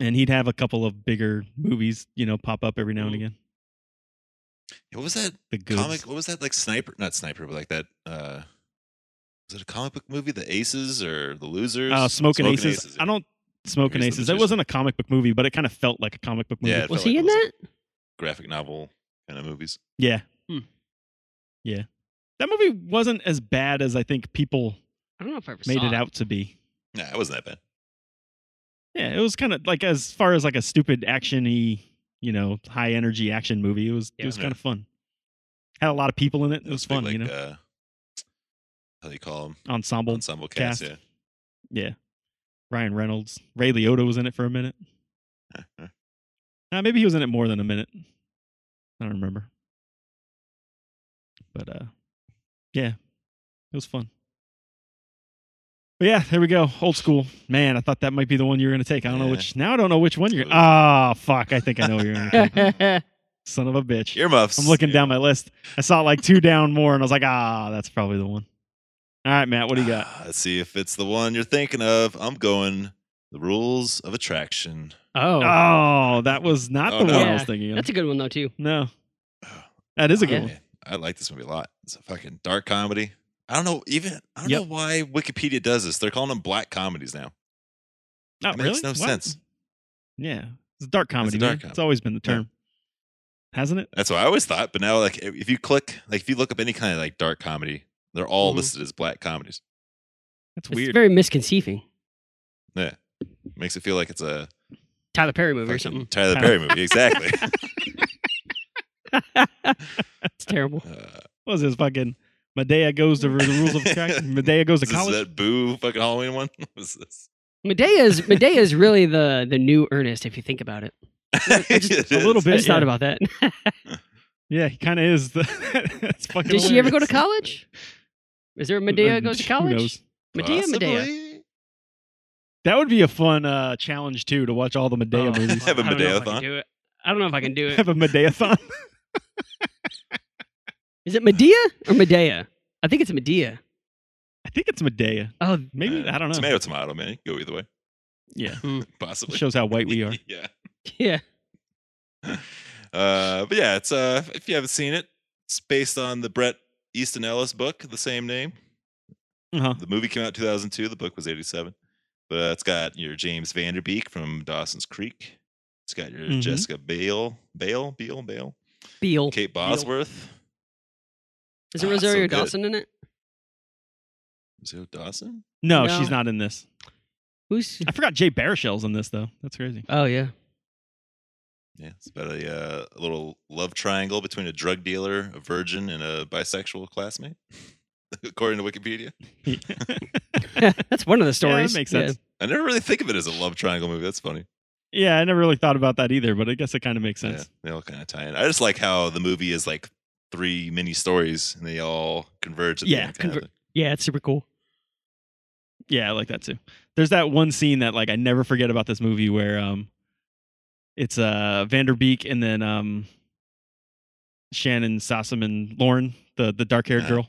S3: And he'd have a couple of bigger movies, you know, pop up every now and
S1: Mhm.
S3: again.
S2: What was that
S3: The goods.
S2: comic? What was that like sniper? Not sniper, but like that. uh Was it a comic book movie? The Aces or the Losers?
S3: uh Smoking
S2: Smokin'
S3: Aces. I don't Smoking
S2: Here's the
S3: Aces. That
S2: magician.
S3: wasn't a comic book movie, but it kind of felt like a comic book movie.
S2: Yeah, it
S1: Was
S2: felt
S1: he
S2: like
S1: in
S2: it was
S1: that?
S2: graphic novel kind of movies.
S3: Yeah.
S1: Hmm.
S3: Yeah. That movie wasn't as bad as I think people
S1: I don't know if I ever
S3: made
S1: saw
S3: it out to be.
S2: Nah, it wasn't that bad.
S3: Yeah, it was kind of like as far as like a stupid actiony, you know, high energy action movie. It was it
S1: Yeah.
S3: was kind of fun. Had a lot of people in it. It was
S2: big,
S3: fun, you know,
S2: like, Uh, how do you call them?
S3: ensemble.
S2: Ensemble cast.
S3: cast. Yeah, Ryan Reynolds, Ray Liotta was in it for a minute.
S2: Yeah.
S3: Nah, maybe he was in it more than a minute. I don't remember. But uh, yeah, it was fun. But yeah, there we go. Old school, man. I thought that might be the one you were gonna take. I don't know
S2: Yeah.
S3: which. Now I don't know which one you're.
S2: Totally.
S3: Ah, fuck. I think I know what you're gonna take.
S1: that.
S3: Son of a bitch.
S2: Earmuffs.
S3: I'm looking
S2: Yeah.
S3: down my list. I saw like two down more, and I was like, ah, that's probably the one. All right, Matt, what do you got?
S2: Ah, Let's see if it's the one you're thinking of. I'm going the rules of attraction.
S1: oh.
S3: Oh, that was not
S2: Oh,
S3: the
S2: no. Oh.
S3: one I
S1: Yeah.
S3: was thinking of.
S1: That's a good one though too.
S3: no, that is a good
S1: Yeah.
S3: one.
S2: Man, I like this movie a lot. It's a fucking dark comedy. I don't know even I don't
S3: Yep.
S2: know why Wikipedia does this. They're calling them black comedies now.
S3: Oh,
S2: It makes
S3: really?
S2: no
S3: What?
S2: sense.
S3: Yeah, it's a dark comedy.
S2: dark
S3: man.
S2: comedy.
S3: It's always been the
S2: Yeah.
S3: term, hasn't it?
S2: That's what I always thought, but now like if you click like if you look up any kind of like dark comedy, they're all
S3: Mm-hmm.
S1: Mhm.
S2: listed as black comedies.
S3: That's
S1: It's
S3: weird.
S1: very misconceiving.
S2: Yeah. Makes it feel like it's a
S1: Tyler Perry movie or
S2: fucking
S1: something.
S2: Tyler Perry movie. Exactly.
S1: It's terrible.
S2: uh,
S3: What was his fucking Medea goes to the rules of attraction. Medea goes to
S2: Is this
S3: college.
S2: that boo fucking Halloween one? Is this?
S1: Medea's Medea's really the the new Ernest if you think about it.
S2: It
S3: a little
S2: is.
S1: I
S3: bit.
S1: just thought
S3: yeah.
S1: about that.
S3: Yeah, he kind of is. The, that's fucking.
S1: Did she ever go to
S3: hilarious.
S1: college? Is there a Medea goes to
S3: Who
S1: college?
S3: knows?
S1: Medea, Medea.
S2: Possibly.
S3: That would be a fun uh, challenge too to watch all the Medea
S1: Oh,
S3: movies.
S2: Have a
S1: I don't know if I can
S2: Medea-a-thon.
S1: do it. I don't know if I can do it.
S3: Have a Medeathon.
S1: Is it Medea or Medea? I think it's Medea.
S3: I think it's Medea.
S1: Oh,
S3: Maybe
S2: Uh,
S3: I don't know.
S2: Tomato, tomato, man. Go either way.
S3: Yeah,
S2: Possibly.
S3: it shows how white we are.
S2: yeah.
S1: yeah.
S2: Uh, but yeah, it's uh, if you haven't seen it, it's based on the Brett Easton Ellis book, the same name.
S3: Uh-huh.
S2: The movie came out in 2002. The book was 87. But uh, it's got your James Vanderbeek from Dawson's Creek. It's got your
S3: Mhm.
S2: Jessica Bale, Bale, Bale, Bale,
S1: Beale.
S2: Kate Bosworth,
S1: Is it
S2: Ah, so
S1: Rosario
S2: good.
S1: Dawson in it?
S2: Is it Dawson.
S3: No,
S1: No.
S3: she's not in this.
S1: Who's?
S3: I forgot Jay Baruchel's in this though. That's crazy.
S2: Uh,
S1: Oh yeah.
S2: Yeah, it's about a, uh, a little love triangle between a drug dealer, a virgin, and a bisexual classmate, according to Wikipedia.
S1: That's one of the
S3: Yeah,
S1: stories.
S3: that makes sense.
S2: I never really think of it as a love triangle movie. That's funny.
S3: Yeah. I never really thought about that either, but I guess it kind of makes sense.
S2: Yeah, they all kind of tie in. I just like how the movie is like three mini stories and they all converge. At
S3: Yeah,
S2: the end, kind of
S1: conver- Yeah. yeah, it's super cool.
S3: Yeah, I like that too. There's that one scene that like I never forget about this movie where um it's uh Vanderbeek and then um Shannon Sossum and Lauren, the the dark haired
S2: Uh-huh.
S3: girl,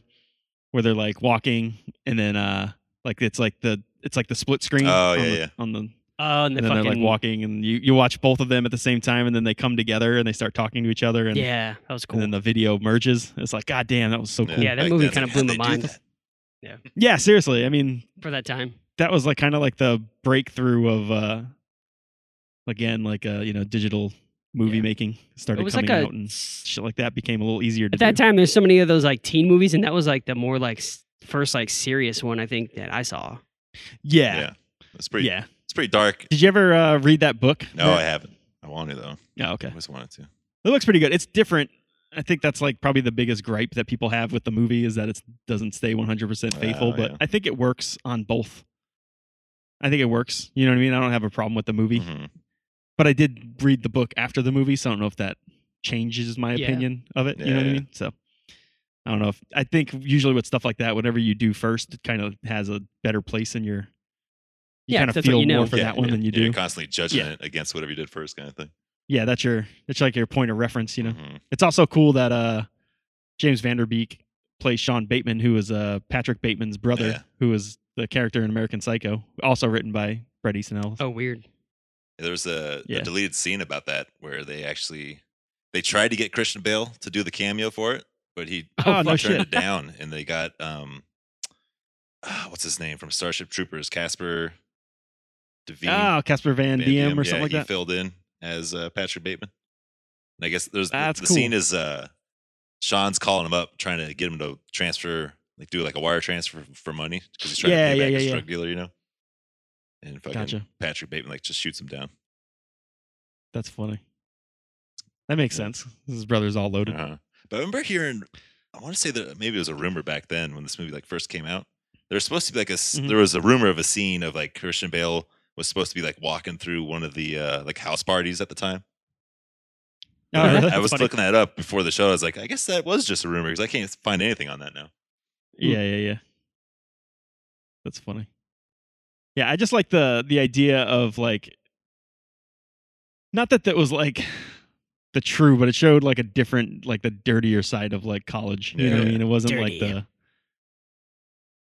S3: where they're like walking and then uh like it's like the it's like the split screen
S2: Oh,
S3: on,
S2: yeah,
S3: the,
S2: yeah.
S3: on the
S1: Oh, and,
S3: and
S1: the
S3: then
S1: fucking
S3: they're like walking and you, you watch both of them at the same time and then they come together and they start talking to each other and,
S1: Yeah, that was
S3: and
S1: cool.
S3: then the video merges. It's like, God damn, that was so cool.
S1: Yeah, that
S2: back
S1: movie
S2: then,
S1: kinda
S2: like,
S1: blew
S2: how'd
S1: my
S2: they do
S1: mind.
S2: that?
S3: yeah, seriously. I mean,
S1: For that time.
S3: that was like kind of like the breakthrough of uh again like uh you know digital movie
S1: Yeah.
S3: making
S1: It
S3: started
S1: was
S3: coming
S1: like a.
S3: out and shit like that became a little easier to
S1: At that
S3: do.
S1: time, there's so many of those like teen movies, and that was like the more like s- first like serious one I think that I saw.
S3: yeah yeah,
S2: Yeah. It's pretty, it's pretty dark.
S3: did you ever uh read that book
S2: No, I haven't. I want to though.
S3: yeah
S2: I
S3: okay
S2: always wanted to.
S3: it looks pretty good it's different i think that's like probably the biggest gripe that people have with the movie is that it doesn't stay 100% faithful
S2: Oh,
S3: but
S2: yeah.
S3: i think it works on both i think it works you know what i mean i don't have a problem with the movie
S2: Mhm.
S3: but I did read the book after the movie, so I don't know if that changes my
S1: Yeah.
S3: opinion of it. you know what I
S2: Yeah.
S3: mean? So I don't know if I think usually with stuff like that, whatever you do first, it kind of has a better place in your. You
S1: Yeah,
S3: kind
S1: 'cause
S3: of
S1: that's what
S3: feel
S1: you know.
S3: more for
S2: Yeah,
S3: that one
S2: yeah,
S3: than you
S2: yeah,
S3: do.
S2: You're constantly judging
S3: Yeah.
S2: it against whatever you did first, kind of thing.
S3: Yeah, that's your. That's like your point of reference. You know,
S2: Mhm.
S3: it's also cool that uh, James Vanderbeek plays Sean Bateman, who is uh Patrick Bateman's brother,
S2: Yeah.
S3: who is the character in American Psycho, also written by Brett Easton Ellis.
S1: Oh, weird.
S2: There was a,
S3: Yeah.
S2: a deleted scene about that where they actually they tried to get Christian Bale to do the cameo for it, but he
S3: Oh, no
S2: I
S1: fuck.
S3: shit.
S2: turned it down, and they got um, ah, what's his name from Starship Troopers, Casper Devine.
S1: Oh.
S3: Ah, Casper Van,
S2: Van
S3: Diem,
S2: Diem.
S3: or
S2: Yeah,
S3: something like
S2: he
S3: that.
S2: filled in as uh, Patrick Bateman. And I guess there's the-
S3: That's
S2: the, scene is uh, Sean's calling him up, trying to get him to transfer, like do like a wire transfer f- for money because he's trying
S3: Yeah,
S2: to pay
S3: yeah,
S2: back
S3: yeah,
S2: his
S3: yeah.
S2: drug dealer, you know. And fucking
S3: Gotcha.
S2: Patrick Bateman like just shoots him down.
S3: That's funny. That makes
S2: Yeah.
S3: sense. His brother's all loaded.
S2: Uh-huh. But I remember hearing, I want to say that maybe it was a rumor back then when this movie like first came out. There was supposed to be like a s-
S3: Mhm.
S2: there was a rumor of a scene of like Christian Bale was supposed to be like walking through one of the uh, like house parties at the time.
S3: Oh, really?
S2: I
S3: That's
S2: was
S3: funny.
S2: looking that up before the show. I was like, I guess that was just a rumor because I can't find anything on that now.
S3: Yeah, yeah, yeah. That's funny. Yeah, I just like the the idea of like not that that was like the true, but it showed like a different like the dirtier side of like college. You know what I
S2: Yeah.
S3: mean? It wasn't like
S1: Dirty.
S3: the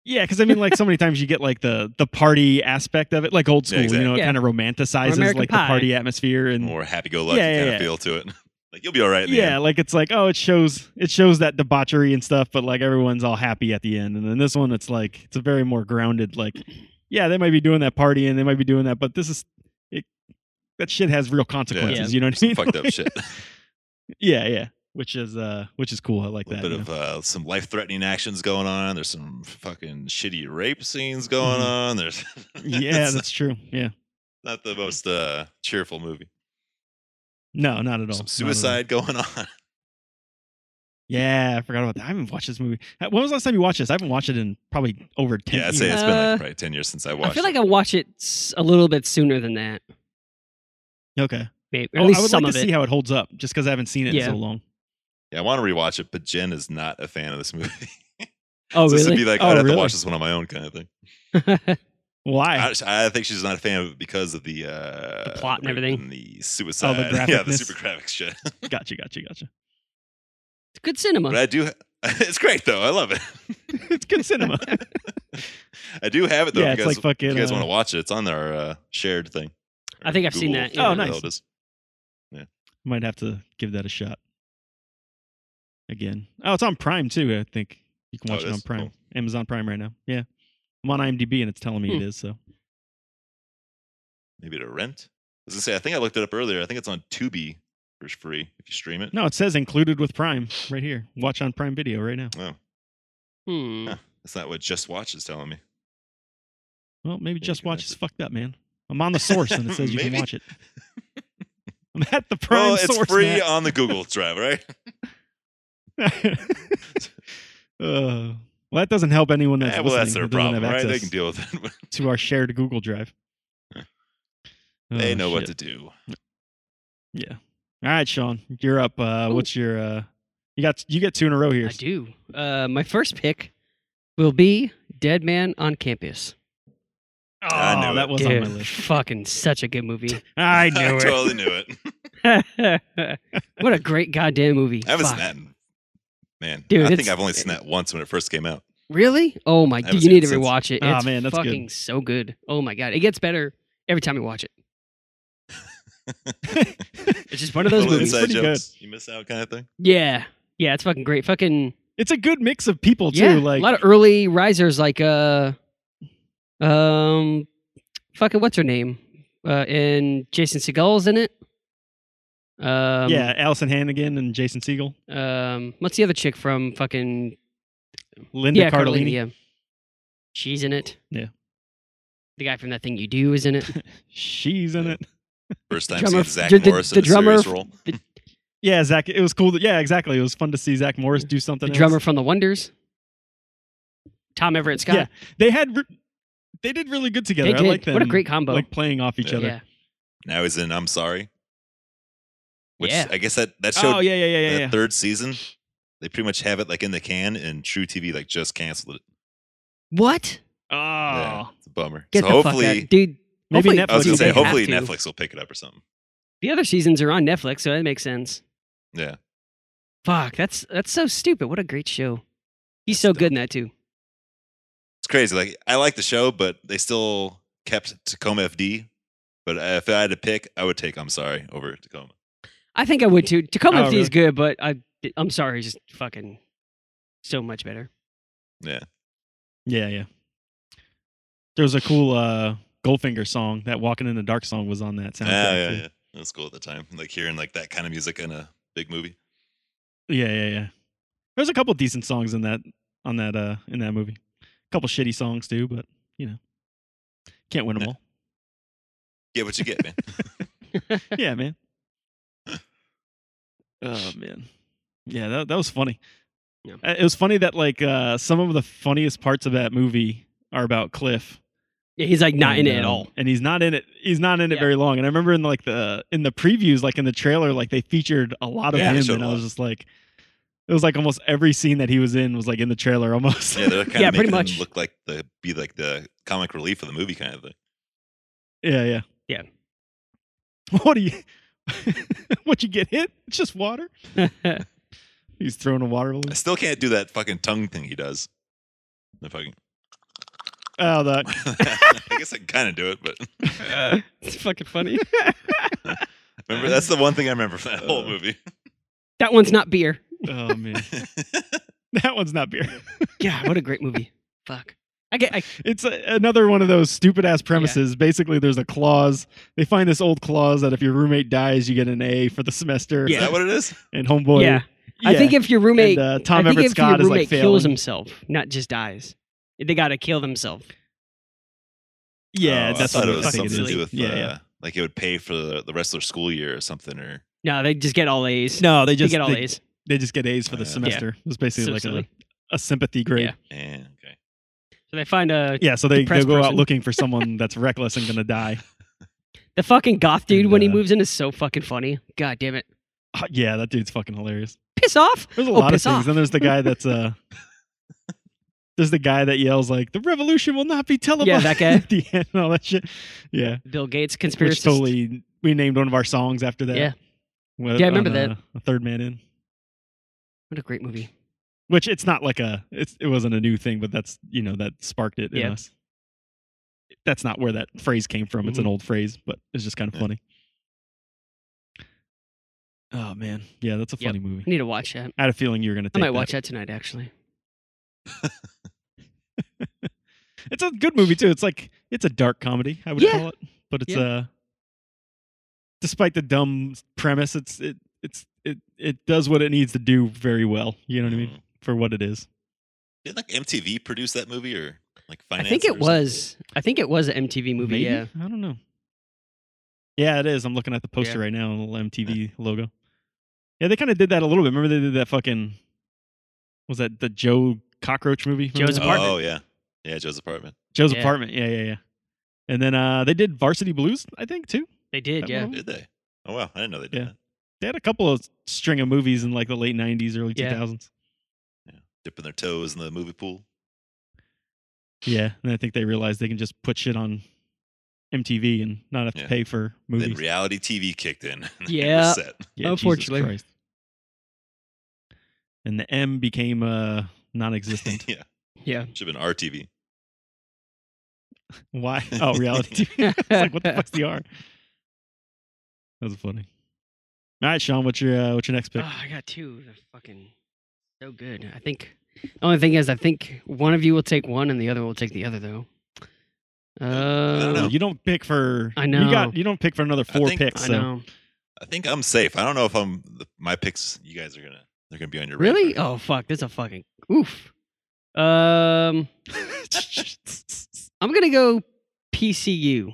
S3: yeah, because I mean, like so many times you get like the the party aspect of it, like old
S2: Yeah,
S3: school. You
S1: exactly.
S3: know, it
S1: Yeah.
S3: kind of romanticizes
S1: American
S3: like
S1: Pie.
S3: the party atmosphere and
S2: More happy-go-lucky
S3: Yeah, yeah,
S2: kind
S3: yeah.
S2: of feel to it. like you'll be all right. At the
S3: yeah
S2: end.
S3: like it's like oh it shows it shows that debauchery and stuff but like everyone's all happy at the end and then this one it's like it's a very more grounded like yeah they might be doing that party and they might be doing that but this is it, that shit has real consequences
S1: Yeah.
S3: you know what i mean
S2: fucked up shit.
S3: yeah yeah which is uh which is cool i like
S2: A
S3: that
S2: little bit
S3: you
S2: of
S3: know?
S2: uh, some life-threatening actions going on. There's some fucking shitty rape scenes going
S3: Mhm.
S2: on. There's
S3: yeah
S2: it's
S3: that's true yeah
S2: not the most uh, cheerful movie.
S3: no not at all Not at all.
S2: Some suicide going on.
S3: Yeah, I forgot about that. I haven't watched this movie. Uh, When was the last time you watched this? I haven't watched it in probably over ten.
S2: Yeah, I'd
S3: years.
S2: say it's been
S1: Uh,
S2: like probably ten years since I watched.
S1: I feel
S2: it.
S1: like I watch it s- a little bit sooner than that.
S3: okay.
S1: Maybe or
S3: Oh,
S1: at
S3: I
S1: least
S3: would
S1: some
S3: like
S1: of
S3: to
S1: it.
S3: see how it holds up, just because I haven't seen it
S1: Yeah.
S3: in so long.
S2: yeah, I want to rewatch it, but Jen is not a fan of this movie.
S1: oh,
S2: so this would
S1: really?
S2: be like
S3: Oh,
S2: I'd have
S3: really?
S2: to watch this one on my own kind of thing.
S3: Why?
S2: I, I think she's not a fan of it because of the uh,
S1: The plot and
S2: rape
S1: everything.
S2: the suicide. yeah, the
S3: Oh, graphicness.
S2: super graphic shit.
S3: gotcha, gotcha, gotcha.
S1: It's good cinema.
S2: but I do. It's great though. I love it.
S3: it's good cinema.
S2: I do have it though.
S3: yeah,
S2: if
S3: it's
S2: you
S3: like
S2: guys,
S3: fucking.
S2: if you guys
S3: uh,
S2: want to watch it, it's on our uh, shared thing.
S1: I think I've seen
S2: Google,
S1: that,
S3: yeah. Oh,
S2: whatever the hell
S3: nice.
S2: it is.
S3: might have to give that a shot again. Oh, it's on Prime too. I think you can
S2: Oh,
S3: watch
S2: it
S3: it on
S2: is?
S3: Prime,
S2: Cool.
S3: Amazon Prime right now. Yeah, I'm on IMDb and it's telling me
S2: Hmm.
S3: it is. So
S2: Maybe to rent. I was gonna say. I think I looked it up earlier. I think it's on Tubi for free if you stream it.
S3: no, it says included with Prime right here. Watch on Prime Video right now.
S1: Hmm.
S2: Huh. That's not what Just Watch is telling me.
S3: Well,
S2: Yeah,
S3: maybe
S2: you
S3: just
S2: can
S3: watch
S2: have
S3: is
S2: it.
S3: fucked up, man. I'm on the source and it says you can
S2: Maybe.
S3: watch it. I'm at the Prime
S2: well, it's
S3: source.
S2: free
S3: Matt.
S2: on the Google Drive, right?
S3: Uh, well, that doesn't help anyone that's
S2: Yeah, Eh, well, that's
S3: listening
S2: their
S3: who
S2: problem,
S3: doesn't have
S2: right? They
S3: access
S2: can deal with it.
S3: to our shared Google Drive.
S2: they
S3: Oh,
S2: know what
S3: shit.
S2: to do.
S3: Yeah. All right, Sean, you're up. Uh,
S1: Ooh.
S3: what's your? Uh, you got you get two in a row here.
S1: I do. Uh, my first pick will be Dead Man on Campus.
S3: Oh,
S2: I knew it.
S3: that was on
S1: Dude,
S3: my list.
S1: fucking such a good movie.
S3: I knew it.
S2: totally knew it.
S1: what a great goddamn movie.
S2: I haven't
S1: Fuck.
S2: seen that. in- Man,
S1: Dude,
S2: I think
S1: it's- eh,
S2: I've only seen that once when it first came out.
S1: Really? Oh my!
S2: haven't
S1: You
S2: seen
S1: need to
S2: it since.
S1: rewatch it.
S3: Ah,
S1: It's
S3: man, that's good.
S1: fucking so good. Oh my god, it gets better every time you watch it. It's just one of those
S2: Little
S1: movies.
S2: inside
S3: Oh, Pretty good.
S2: jokes, you miss out, kind of thing.
S1: Yeah, yeah, it's fucking great. Fucking
S3: It's a good mix of people too.
S1: yeah,
S3: like
S1: a lot of early risers like uh, um, fucking what's her name? Uh, and Jason Segel's in it. Um,
S3: yeah, Allison Hannigan and Jason Siegel,
S1: Um, what's the other chick from fucking
S3: Linda
S1: yeah,
S3: Cardellini.
S1: yeah, she's in it.
S3: Yeah.
S1: The guy from that thing you do is in it.
S3: She's in it.
S2: First time
S1: Drummer-
S2: seeing Zach
S1: the- the-
S2: Morris
S1: the
S2: in a serious
S1: drummer-
S2: role.
S3: Yeah, Zach. It was cool. That, yeah, exactly. It was fun to see Zach Morris do
S1: the
S3: something. else.
S1: drummer from the Wonders. Tom Everett Scott.
S3: Yeah, they had re- they did really good together.
S1: they did.
S3: I like them.
S1: what a great combo.
S3: like playing off each
S2: Yeah.
S3: other.
S1: yeah.
S2: Now he's in I'm Sorry, which
S1: Yeah.
S2: I guess that that showed
S3: Oh yeah, yeah, yeah, yeah,
S2: that
S3: yeah.
S2: third season. They pretty much have it like in the can, and True TV like just canceled it.
S1: What?
S3: Oh,
S2: Yeah, it's a bummer.
S1: Get
S2: so
S1: the
S2: hopefully,
S1: fuck out, dude.
S3: maybe
S1: Hopefully-
S3: Netflix.
S2: I was
S1: Well,
S2: gonna
S3: will
S2: say
S1: they
S3: pick it up.
S2: hopefully
S1: have to.
S2: Netflix will pick it up or something.
S1: The other seasons are on Netflix, so that makes sense.
S2: Yeah.
S1: Fuck, that's that's so stupid. What a great show. He's so good in that too.
S2: It's crazy. Like I like the show, but they still kept Tacoma FD. But if I had to pick, I would take I'm Sorry over Tacoma.
S1: I think I would too. Tacoma
S3: Oh,
S1: FD is good, but I I'm sorry, it's just fucking so much better.
S3: Yeah, yeah. There was a cool uh Goldfinger song. That "Walking in the Dark" song was on that soundtrack.
S2: Yeah, yeah,
S3: too.
S2: yeah. That was cool at the time. Like hearing like that kind of music in a big movie.
S3: Yeah, yeah, yeah. There's a couple decent songs in that on that uh in that movie. A couple shitty songs too, but you know, can't win them all.
S2: Get what you get, man.
S3: yeah, man. Oh man, yeah, that that was funny.
S1: Yeah.
S3: Uh, It was funny that like uh some of the funniest parts of that movie are about Cliff.
S1: Yeah, he's like not in
S3: And,
S1: it at
S3: um,
S1: all.
S3: and he's not in it. He's not in it
S1: Yeah.
S3: very long. And I remember in like the in the previews, like in the trailer, like they featured a lot of
S2: Yeah, they
S3: him,
S2: showed
S3: and
S2: a
S3: I
S2: lot.
S3: was just like, it was like almost every scene that he was in was like in the trailer almost.
S2: Yeah, they're kind
S1: Yeah,
S2: of
S1: pretty
S2: making
S1: much.
S2: him look like the be like the comic relief of the movie kind of thing.
S3: Yeah, yeah,
S1: Yeah.
S3: What do you? what you get hit? It's just water. He's throwing a water balloon.
S2: I still can't do that fucking tongue thing he does. The fucking.
S3: Oh, that
S2: I guess I can kind of do it, but
S1: it's fucking funny.
S2: remember that's the one thing I remember from that whole
S3: Uh.
S2: movie.
S1: that one's not beer.
S3: oh man, that one's not beer.
S1: Yeah, what a great movie. Fuck. I get. I,
S3: It's a, another one of those stupid ass premises. Basically, there's a clause. They find this old clause that if your roommate dies, you get an A for the semester.
S1: Yeah.
S2: Is that what it is?
S3: And homeboy.
S1: yeah. I think if your roommate,
S3: and, uh, Tom
S1: I think
S3: Everett
S1: if
S3: Scott
S1: your
S3: is like
S1: roommate
S3: failing.
S1: kills himself, not just dies, they gotta kill themselves.
S3: Yeah,
S2: Oh,
S3: that's
S2: I thought
S3: what
S2: it was
S3: I think
S2: something
S3: it
S2: to
S3: is.
S2: do with
S3: yeah,
S2: uh,
S3: yeah.
S2: like it would pay for the, the rest of their school year or something, or
S1: No, they just get all A's.
S3: No, they
S1: they
S3: just
S1: get all
S3: they,
S1: A's.
S3: They just get A's for
S2: Yeah.
S3: the semester. It's basically
S1: So
S3: like a,
S1: silly.
S3: a sympathy grade.
S1: Yeah.
S3: Yeah,
S2: Yeah, okay.
S1: So they find a
S3: so they, they
S1: Depressed
S3: go out
S1: person.
S3: looking for someone that's reckless and gonna die.
S1: the fucking goth dude
S3: And,
S1: when he
S3: uh,
S1: moves in is so fucking funny. God damn it.
S3: Ah, yeah, that dude's fucking hilarious.
S1: Piss off.
S3: There's a
S1: Oh,
S3: lot of
S1: piss
S3: things.
S1: off.
S3: Then there's the guy that's uh there's the guy that yells like the revolution will not be televised
S1: that guy.
S3: at the end and all that shit. Yeah.
S1: Bill Gates conspiracy.
S3: Which totally we named one of our songs after that.
S1: Yeah.
S3: Wa-
S1: Yeah, I remember
S3: on,
S1: that.
S3: uh, A third man in.
S1: What a great movie.
S3: Which it's not like a it's it wasn't a new thing, but that's you know, that sparked it
S1: Yeah.
S3: in us. That's not where that phrase came from. It's an
S1: Mhm.
S3: old phrase, but it's just kind of
S2: Yeah.
S3: funny. Oh man. Yeah, that's a
S1: Yep.
S3: funny movie.
S1: I need to watch that.
S3: I had a feeling you were gonna
S1: I
S3: take
S1: might
S3: that.
S1: watch that tonight actually.
S3: It's a good movie too. It's like it's a dark comedy, I would
S1: Yeah.
S3: call it, but it's
S1: Yeah.
S3: uh despite the dumb premise, it's it it's it it does what it needs to do very well. You know what I mean
S2: Mm.
S3: for what it is.
S2: Did like MTV produce that movie or like
S1: I
S2: finance?
S1: think it
S2: or something?
S1: was. I think it was an MTV movie.
S3: Maybe?
S1: Yeah.
S3: I don't know. Yeah, it is. I'm looking at the poster
S1: Yeah. Uh.
S3: right now, the little MTV logo. Yeah, they kind of did that a little bit. Remember they did that fucking was that the Joe Cockroach movie? Remember
S1: Joe's
S3: that?
S1: Apartment.
S2: Oh yeah, yeah, Joe's apartment.
S3: Joe's
S1: Yeah.
S3: apartment. Yeah, yeah, yeah. And then uh they did Varsity Blues, I think, too.
S1: They did.
S3: That
S1: Yeah.
S3: one.
S2: Did they? Oh wow, I didn't know they did
S3: Yeah.
S2: that.
S3: They had a couple of string of movies in like the late '90s, early
S1: Yeah.
S3: 2000s.
S2: Dipping their toes in the movie pool.
S3: Yeah, and I think they realized they can just put shit on MTV and not have to
S2: Yeah.
S3: pay for
S2: Then
S3: movies.
S2: reality TV kicked in. and they were
S1: Yeah.
S2: set.
S3: yeah, Jesus
S1: Unfortunately.
S3: Christ. and the M became uh, non-existent.
S2: yeah,
S1: Yeah.
S2: should have been RTV.
S3: Why? Oh, reality. TV. it's like what the fuck's the R? That's funny. All right, Sean, what's your uh, what's your next pick?
S1: Oh, I got two. They're fucking so good. I think the only thing is, I think one of you will take one and the other will take the other, though.
S2: don't
S1: Uh,
S2: know.
S3: you don't pick for.
S1: I
S3: You
S1: know.
S3: got. You don't pick for another
S2: I
S3: four
S2: think-
S3: picks.
S1: I
S3: So
S1: know.
S2: I think I'm safe. I don't know if I'm the, my picks. You guys are gonna they're gonna be on your
S1: Really?
S2: radar.
S1: Oh fuck! That's a fucking oof. Um, I'm gonna go PCU,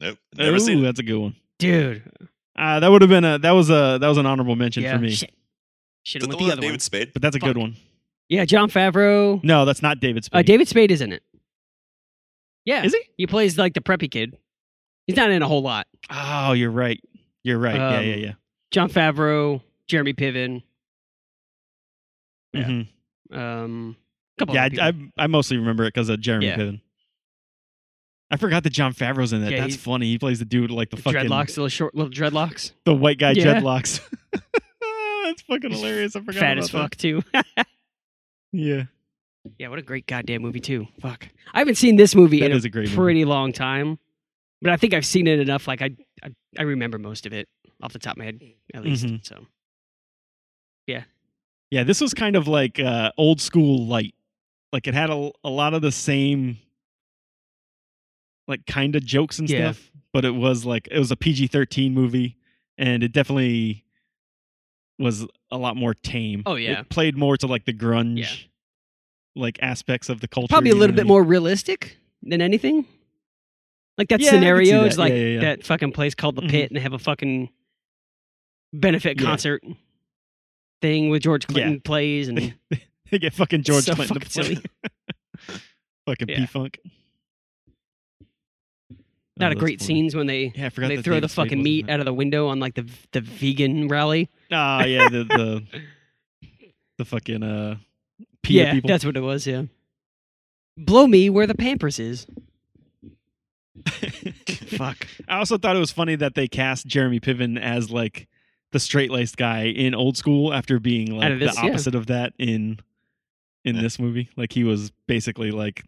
S2: nope. Never seen
S3: Ooh,
S2: it.
S3: that's a good one.
S1: dude.
S3: Uh, that would have been a that was a that was an honorable mention
S1: yeah.
S3: for me.
S1: Shit. Should
S2: Is that
S1: have went
S2: the
S1: the
S2: one with
S1: other one.
S2: David Spade?
S3: But that's a
S1: Fuck.
S3: good one.
S1: Yeah, John Favreau.
S3: No, that's not David Spade.
S1: Uh, David Spade is in it. Yeah,
S3: Is he?
S1: He plays like the preppy kid. He's not in a whole lot.
S3: Oh, you're right. You're right. yeah,
S1: Um,
S3: yeah, yeah.
S1: John Favreau, Jeremy Piven, yeah.
S3: Mhm.
S1: um, couple.
S3: Yeah,
S1: other people.
S3: I, I I mostly remember it because of Jeremy
S1: Yeah.
S3: Piven. I forgot that John Favreau's in that.
S1: Yeah,
S3: That's
S1: he-
S3: funny. He plays the dude with, like the fucking
S1: dreadlocks, little short, little dreadlocks,
S3: the white guy
S1: Yeah.
S3: dreadlocks. That's fucking
S1: He's
S3: hilarious. I forgot.
S1: fat
S3: about
S1: as
S3: that.
S1: fuck too.
S3: Yeah,
S1: yeah, what a great goddamn movie too. Fuck, I haven't seen this movie
S3: that
S1: in
S3: is a great
S1: a
S3: movie.
S1: pretty long time, but I think I've seen it enough. Like I, I, I remember most of it off the top of my head, at least.
S3: Mhm.
S1: So
S3: Yeah, this was kind of like uh, old school light. Like it had a, a lot of the same, like kind of jokes and
S1: Yeah.
S3: stuff, but it was like it was a PG thirteen movie, and it definitely was a lot more tame.
S1: Oh, yeah.
S3: it played more to like the grunge, like aspects of the culture.
S1: probably a
S3: you know
S1: little
S3: what I
S1: bit
S3: mean?
S1: more realistic than anything. Like that
S3: Yeah, I could see
S1: scenario
S3: that.
S1: is like
S3: Yeah, yeah, yeah.
S1: that fucking place called the
S3: Mhm.
S1: Pit, and they have a fucking benefit
S3: Yeah.
S1: concert thing with George
S3: Yeah. Oh,
S1: Clinton plays and
S3: They get fucking George
S1: So
S3: Clinton to
S1: fucking
S3: play.
S1: silly.
S3: fucking
S1: Yeah.
S3: P Funk.
S1: not a great scenes when they.
S3: Yeah, I forgot
S1: They
S3: that
S1: throw
S3: David
S1: the
S3: Spade
S1: fucking
S3: was in
S1: meat
S3: that.
S1: out of the window on like the the vegan rally.
S3: Ah, yeah, the the the fucking uh, Pia
S1: yeah,
S3: people.
S1: that's what it was. Yeah, blow me where the Pampers is. Fuck.
S3: I also thought it was funny that they cast Jeremy Piven as like the straight laced guy in Old School after being like
S1: of this,
S3: the
S1: yeah.
S3: opposite of that in in
S2: Yeah.
S3: this movie. Like he was basically like,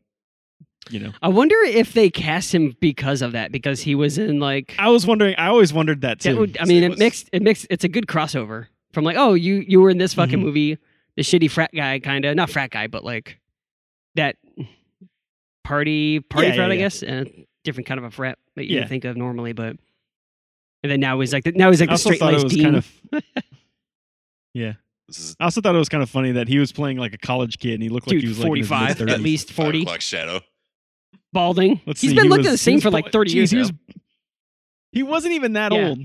S3: you know.
S1: I wonder if they cast him because of that, because he was in like.
S3: I was wondering. I always wondered that too.
S1: That would- I
S2: so
S1: mean,
S2: it
S1: it
S2: was-
S1: mixed. It mixed. It's a good crossover from like, oh, you you were in this fucking
S3: Mhm.
S1: movie, the shitty frat guy, kind of not frat guy, but like that party party
S3: Yeah,
S1: frat,
S3: yeah,
S1: I
S3: yeah.
S1: guess, and a different kind of a frat that you
S3: Yeah.
S1: would think of normally, but. And then now he's like the, now he's like
S3: I
S1: the
S3: also
S1: straight
S3: thought it
S1: laced
S3: was
S1: dean.
S3: kind of. yeah,
S2: This is
S3: I also thought it was kind of funny that he was playing like a college kid and he looked like he
S1: Dude,
S3: was like in
S1: forty
S3: his
S1: five
S3: mid-thirties.
S1: at least
S2: five
S1: forty,
S2: o'clock shadow.
S1: balding.
S3: Let's
S1: He's
S3: see,
S1: been
S3: he
S1: looking
S3: was-
S1: the
S3: he
S1: same
S3: was
S1: for like
S3: probably-
S1: thirty
S3: Jeez,
S1: years.
S3: He
S1: though.
S3: was. He wasn't even that
S1: Yeah.
S3: old.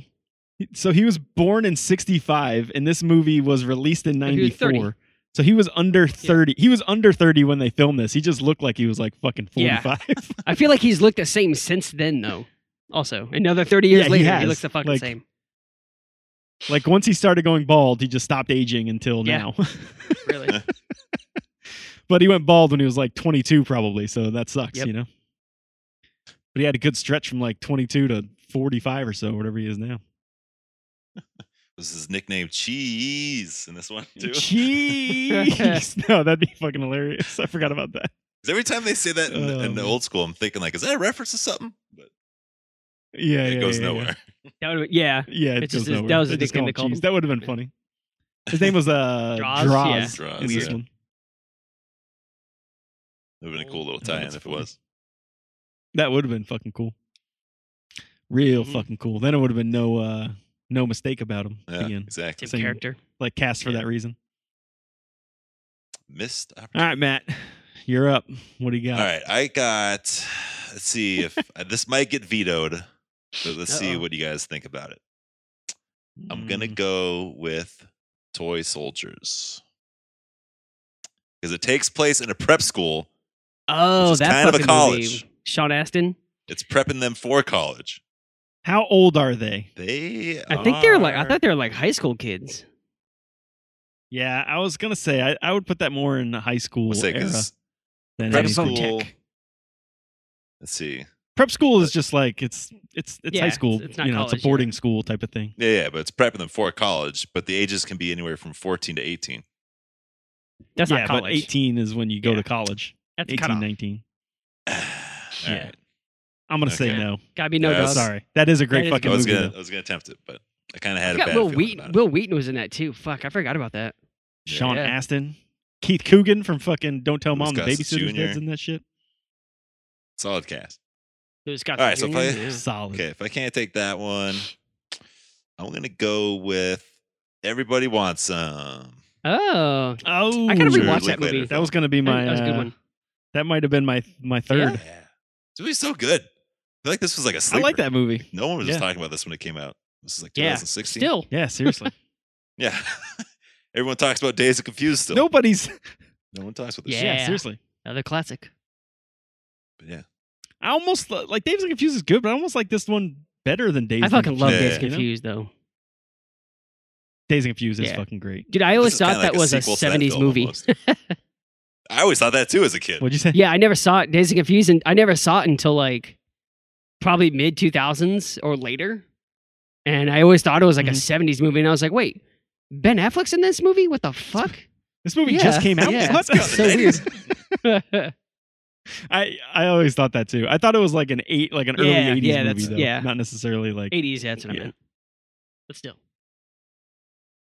S3: So he was born in 65 and this movie was released in
S1: he was 30.
S3: 94. So he was under 30. He was under 30 when they filmed this. He just looked like he was like fucking
S1: Yeah.
S3: 45.
S1: I feel like he's looked the same since then, though. Also, another thirty years
S3: Yeah, he
S1: later, he
S3: has.
S1: looks the fucking
S3: Like,
S1: same.
S3: like once he started going bald, he just stopped aging until
S1: Yeah.
S3: now.
S1: Really,
S3: but he went bald when he was like 22 probably, so that sucks,
S1: Yep.
S3: you know. But he had a good stretch from like 22 to 45 or so, whatever he is now.
S2: was his nickname Cheese in this one too.
S3: Jeez. no, that'd be fucking hilarious. I forgot about that.
S2: 'Cause every time they say that in,
S3: Oh,
S2: in the
S3: man.
S2: old school, I'm thinking like, is that a reference to something? But
S3: Yeah,
S2: it
S3: yeah,
S2: goes
S3: yeah, yeah.
S2: nowhere.
S1: that would've- yeah.
S3: Yeah, it
S1: It's
S3: goes
S1: just his-
S3: nowhere.
S1: that was
S3: They
S1: his
S3: just
S1: nickname
S3: call
S1: they
S3: him
S1: called
S3: Cheese.
S1: him.
S3: That would have been funny. His name was uh
S1: Draws,
S3: Draws.
S2: Draws,
S3: in this
S2: yeah.
S3: one.
S2: It would have been a cool little
S3: Oh,
S2: tie-in
S3: that's
S2: if it
S3: funny.
S2: was.
S3: That would have been fucking cool. Real
S2: Mhm.
S3: fucking cool. Then it would have been no uh no mistake about him
S2: Yeah,
S3: again.
S2: exactly.
S1: Same
S3: Same.
S1: character.
S3: Like cast for
S2: Yeah.
S3: that reason.
S2: Missed opportunity.
S3: All right, Matt. You're up. What do you got?
S2: All right, I got. Let's see if uh, this might get vetoed, but let's see
S1: Uh-oh. Mm.
S2: what you guys think about it. I'm gonna
S3: Mm.
S2: go with Toy Soldiers because it takes place in a prep school.
S1: Oh,
S2: Which is
S1: that
S2: kind of a
S1: fucking
S2: college.
S1: movie. Sean Astin.
S2: It's prepping them for college.
S3: How old are they?
S2: They,
S1: I think they're like I
S2: are-
S1: thought they were like high school kids.
S3: Yeah, I was gonna say I, I would put that more in the high school
S2: Let's say,
S3: era
S2: 'cause
S3: than
S2: prep
S3: anything.
S1: Some
S2: school.
S1: tech.
S2: Let's see.
S3: Prep school is just like it's it's it's
S1: Yeah,
S3: high
S1: it's-
S3: school.
S1: it's not
S3: you know,
S1: college,
S3: it's a
S1: yeah.
S3: boarding school type of thing.
S2: Yeah, yeah, but it's prepping them for college. But the ages can be anywhere from 14 to 18.
S1: That's
S3: yeah,
S1: not
S3: but
S1: college.
S3: 18 is when you go
S1: Yeah.
S3: to college.
S1: That's
S3: 18,
S1: cut off.
S3: 19.
S2: All
S3: Yeah.
S2: right.
S3: I'm gonna say
S2: Okay.
S3: no.
S1: Gotta be no
S2: Yeah,
S1: dog.
S2: that's-
S3: Sorry, that is a great
S1: That is a
S3: fucking
S2: I was
S3: movie.
S2: gonna,
S3: though.
S2: I was gonna attempt it, but I kind of
S1: I
S2: had a
S1: forgot
S2: bad
S1: Will
S2: feeling about
S1: Wheaton.
S2: it.
S1: Will Wheaton was in that too. Fuck, I forgot about that.
S3: Sean
S1: Yeah.
S3: Astin, Keith Coogan from fucking Don't Tell
S2: Louis
S3: Mom the
S2: Gossett
S3: Babysitter's
S2: Jr..
S3: Kids and that shit.
S2: Solid cast.
S1: It was Scott.
S2: All right, so if
S1: Junior,
S2: I-
S1: yeah.
S3: Solid.
S2: Okay, if I can't take that one, I'm gonna go with Everybody Wants Some.
S1: Oh,
S3: Oh,
S1: I gotta
S2: Sure,
S1: rewatch
S2: look
S1: that
S2: later.
S1: movie.
S3: That was gonna be my.
S1: that was a good
S3: uh,
S1: one.
S3: That might have been my my third.
S2: Yeah. This movie's so good. I feel like this was like a
S3: I
S2: sleeper.
S3: like that movie.
S2: No one was
S3: Yeah.
S2: just talking about this when it came out. This is like
S1: Yeah,
S2: 2016.
S1: Still,
S3: Yeah, seriously.
S2: Yeah. Everyone talks about Days of Confused still.
S3: Nobody's.
S2: No one talks about this
S3: Yeah.
S2: shit.
S1: Yeah.
S3: seriously.
S1: another classic.
S2: But yeah.
S3: I almost li- like Dave's and Confused is good, but I almost like this one better than Days.
S1: I fucking love
S2: Yeah.
S1: Days
S3: You know?
S1: Confused though.
S3: Days and Confused is
S1: Yeah.
S3: fucking great.
S1: Dude, I
S2: This
S1: always
S2: is
S1: thought
S2: kinda
S1: that
S2: like a
S1: was a
S2: sequel to that
S1: '70s
S2: film
S1: movie.
S2: almost. I always thought that too as a kid.
S3: What'd you say?
S1: yeah, I never saw it. Days of Confused, and I never saw it until like probably mid 2000s or later. And I always thought it was like
S3: Mhm.
S1: a '70s movie, and I was like, wait, Ben Affleck's in this movie? What the fuck?
S3: This movie
S1: Yeah.
S3: just came out.
S1: Yeah.
S3: What?
S1: It's so weird. yeah,
S3: I I always thought that too. I thought it was like an eight, like an early
S1: Yeah,
S3: '80s
S1: yeah,
S3: movie,
S1: that's-
S3: though.
S1: yeah.
S3: Not necessarily like.
S1: 80s. That's what I
S3: Yeah.
S1: meant. But still,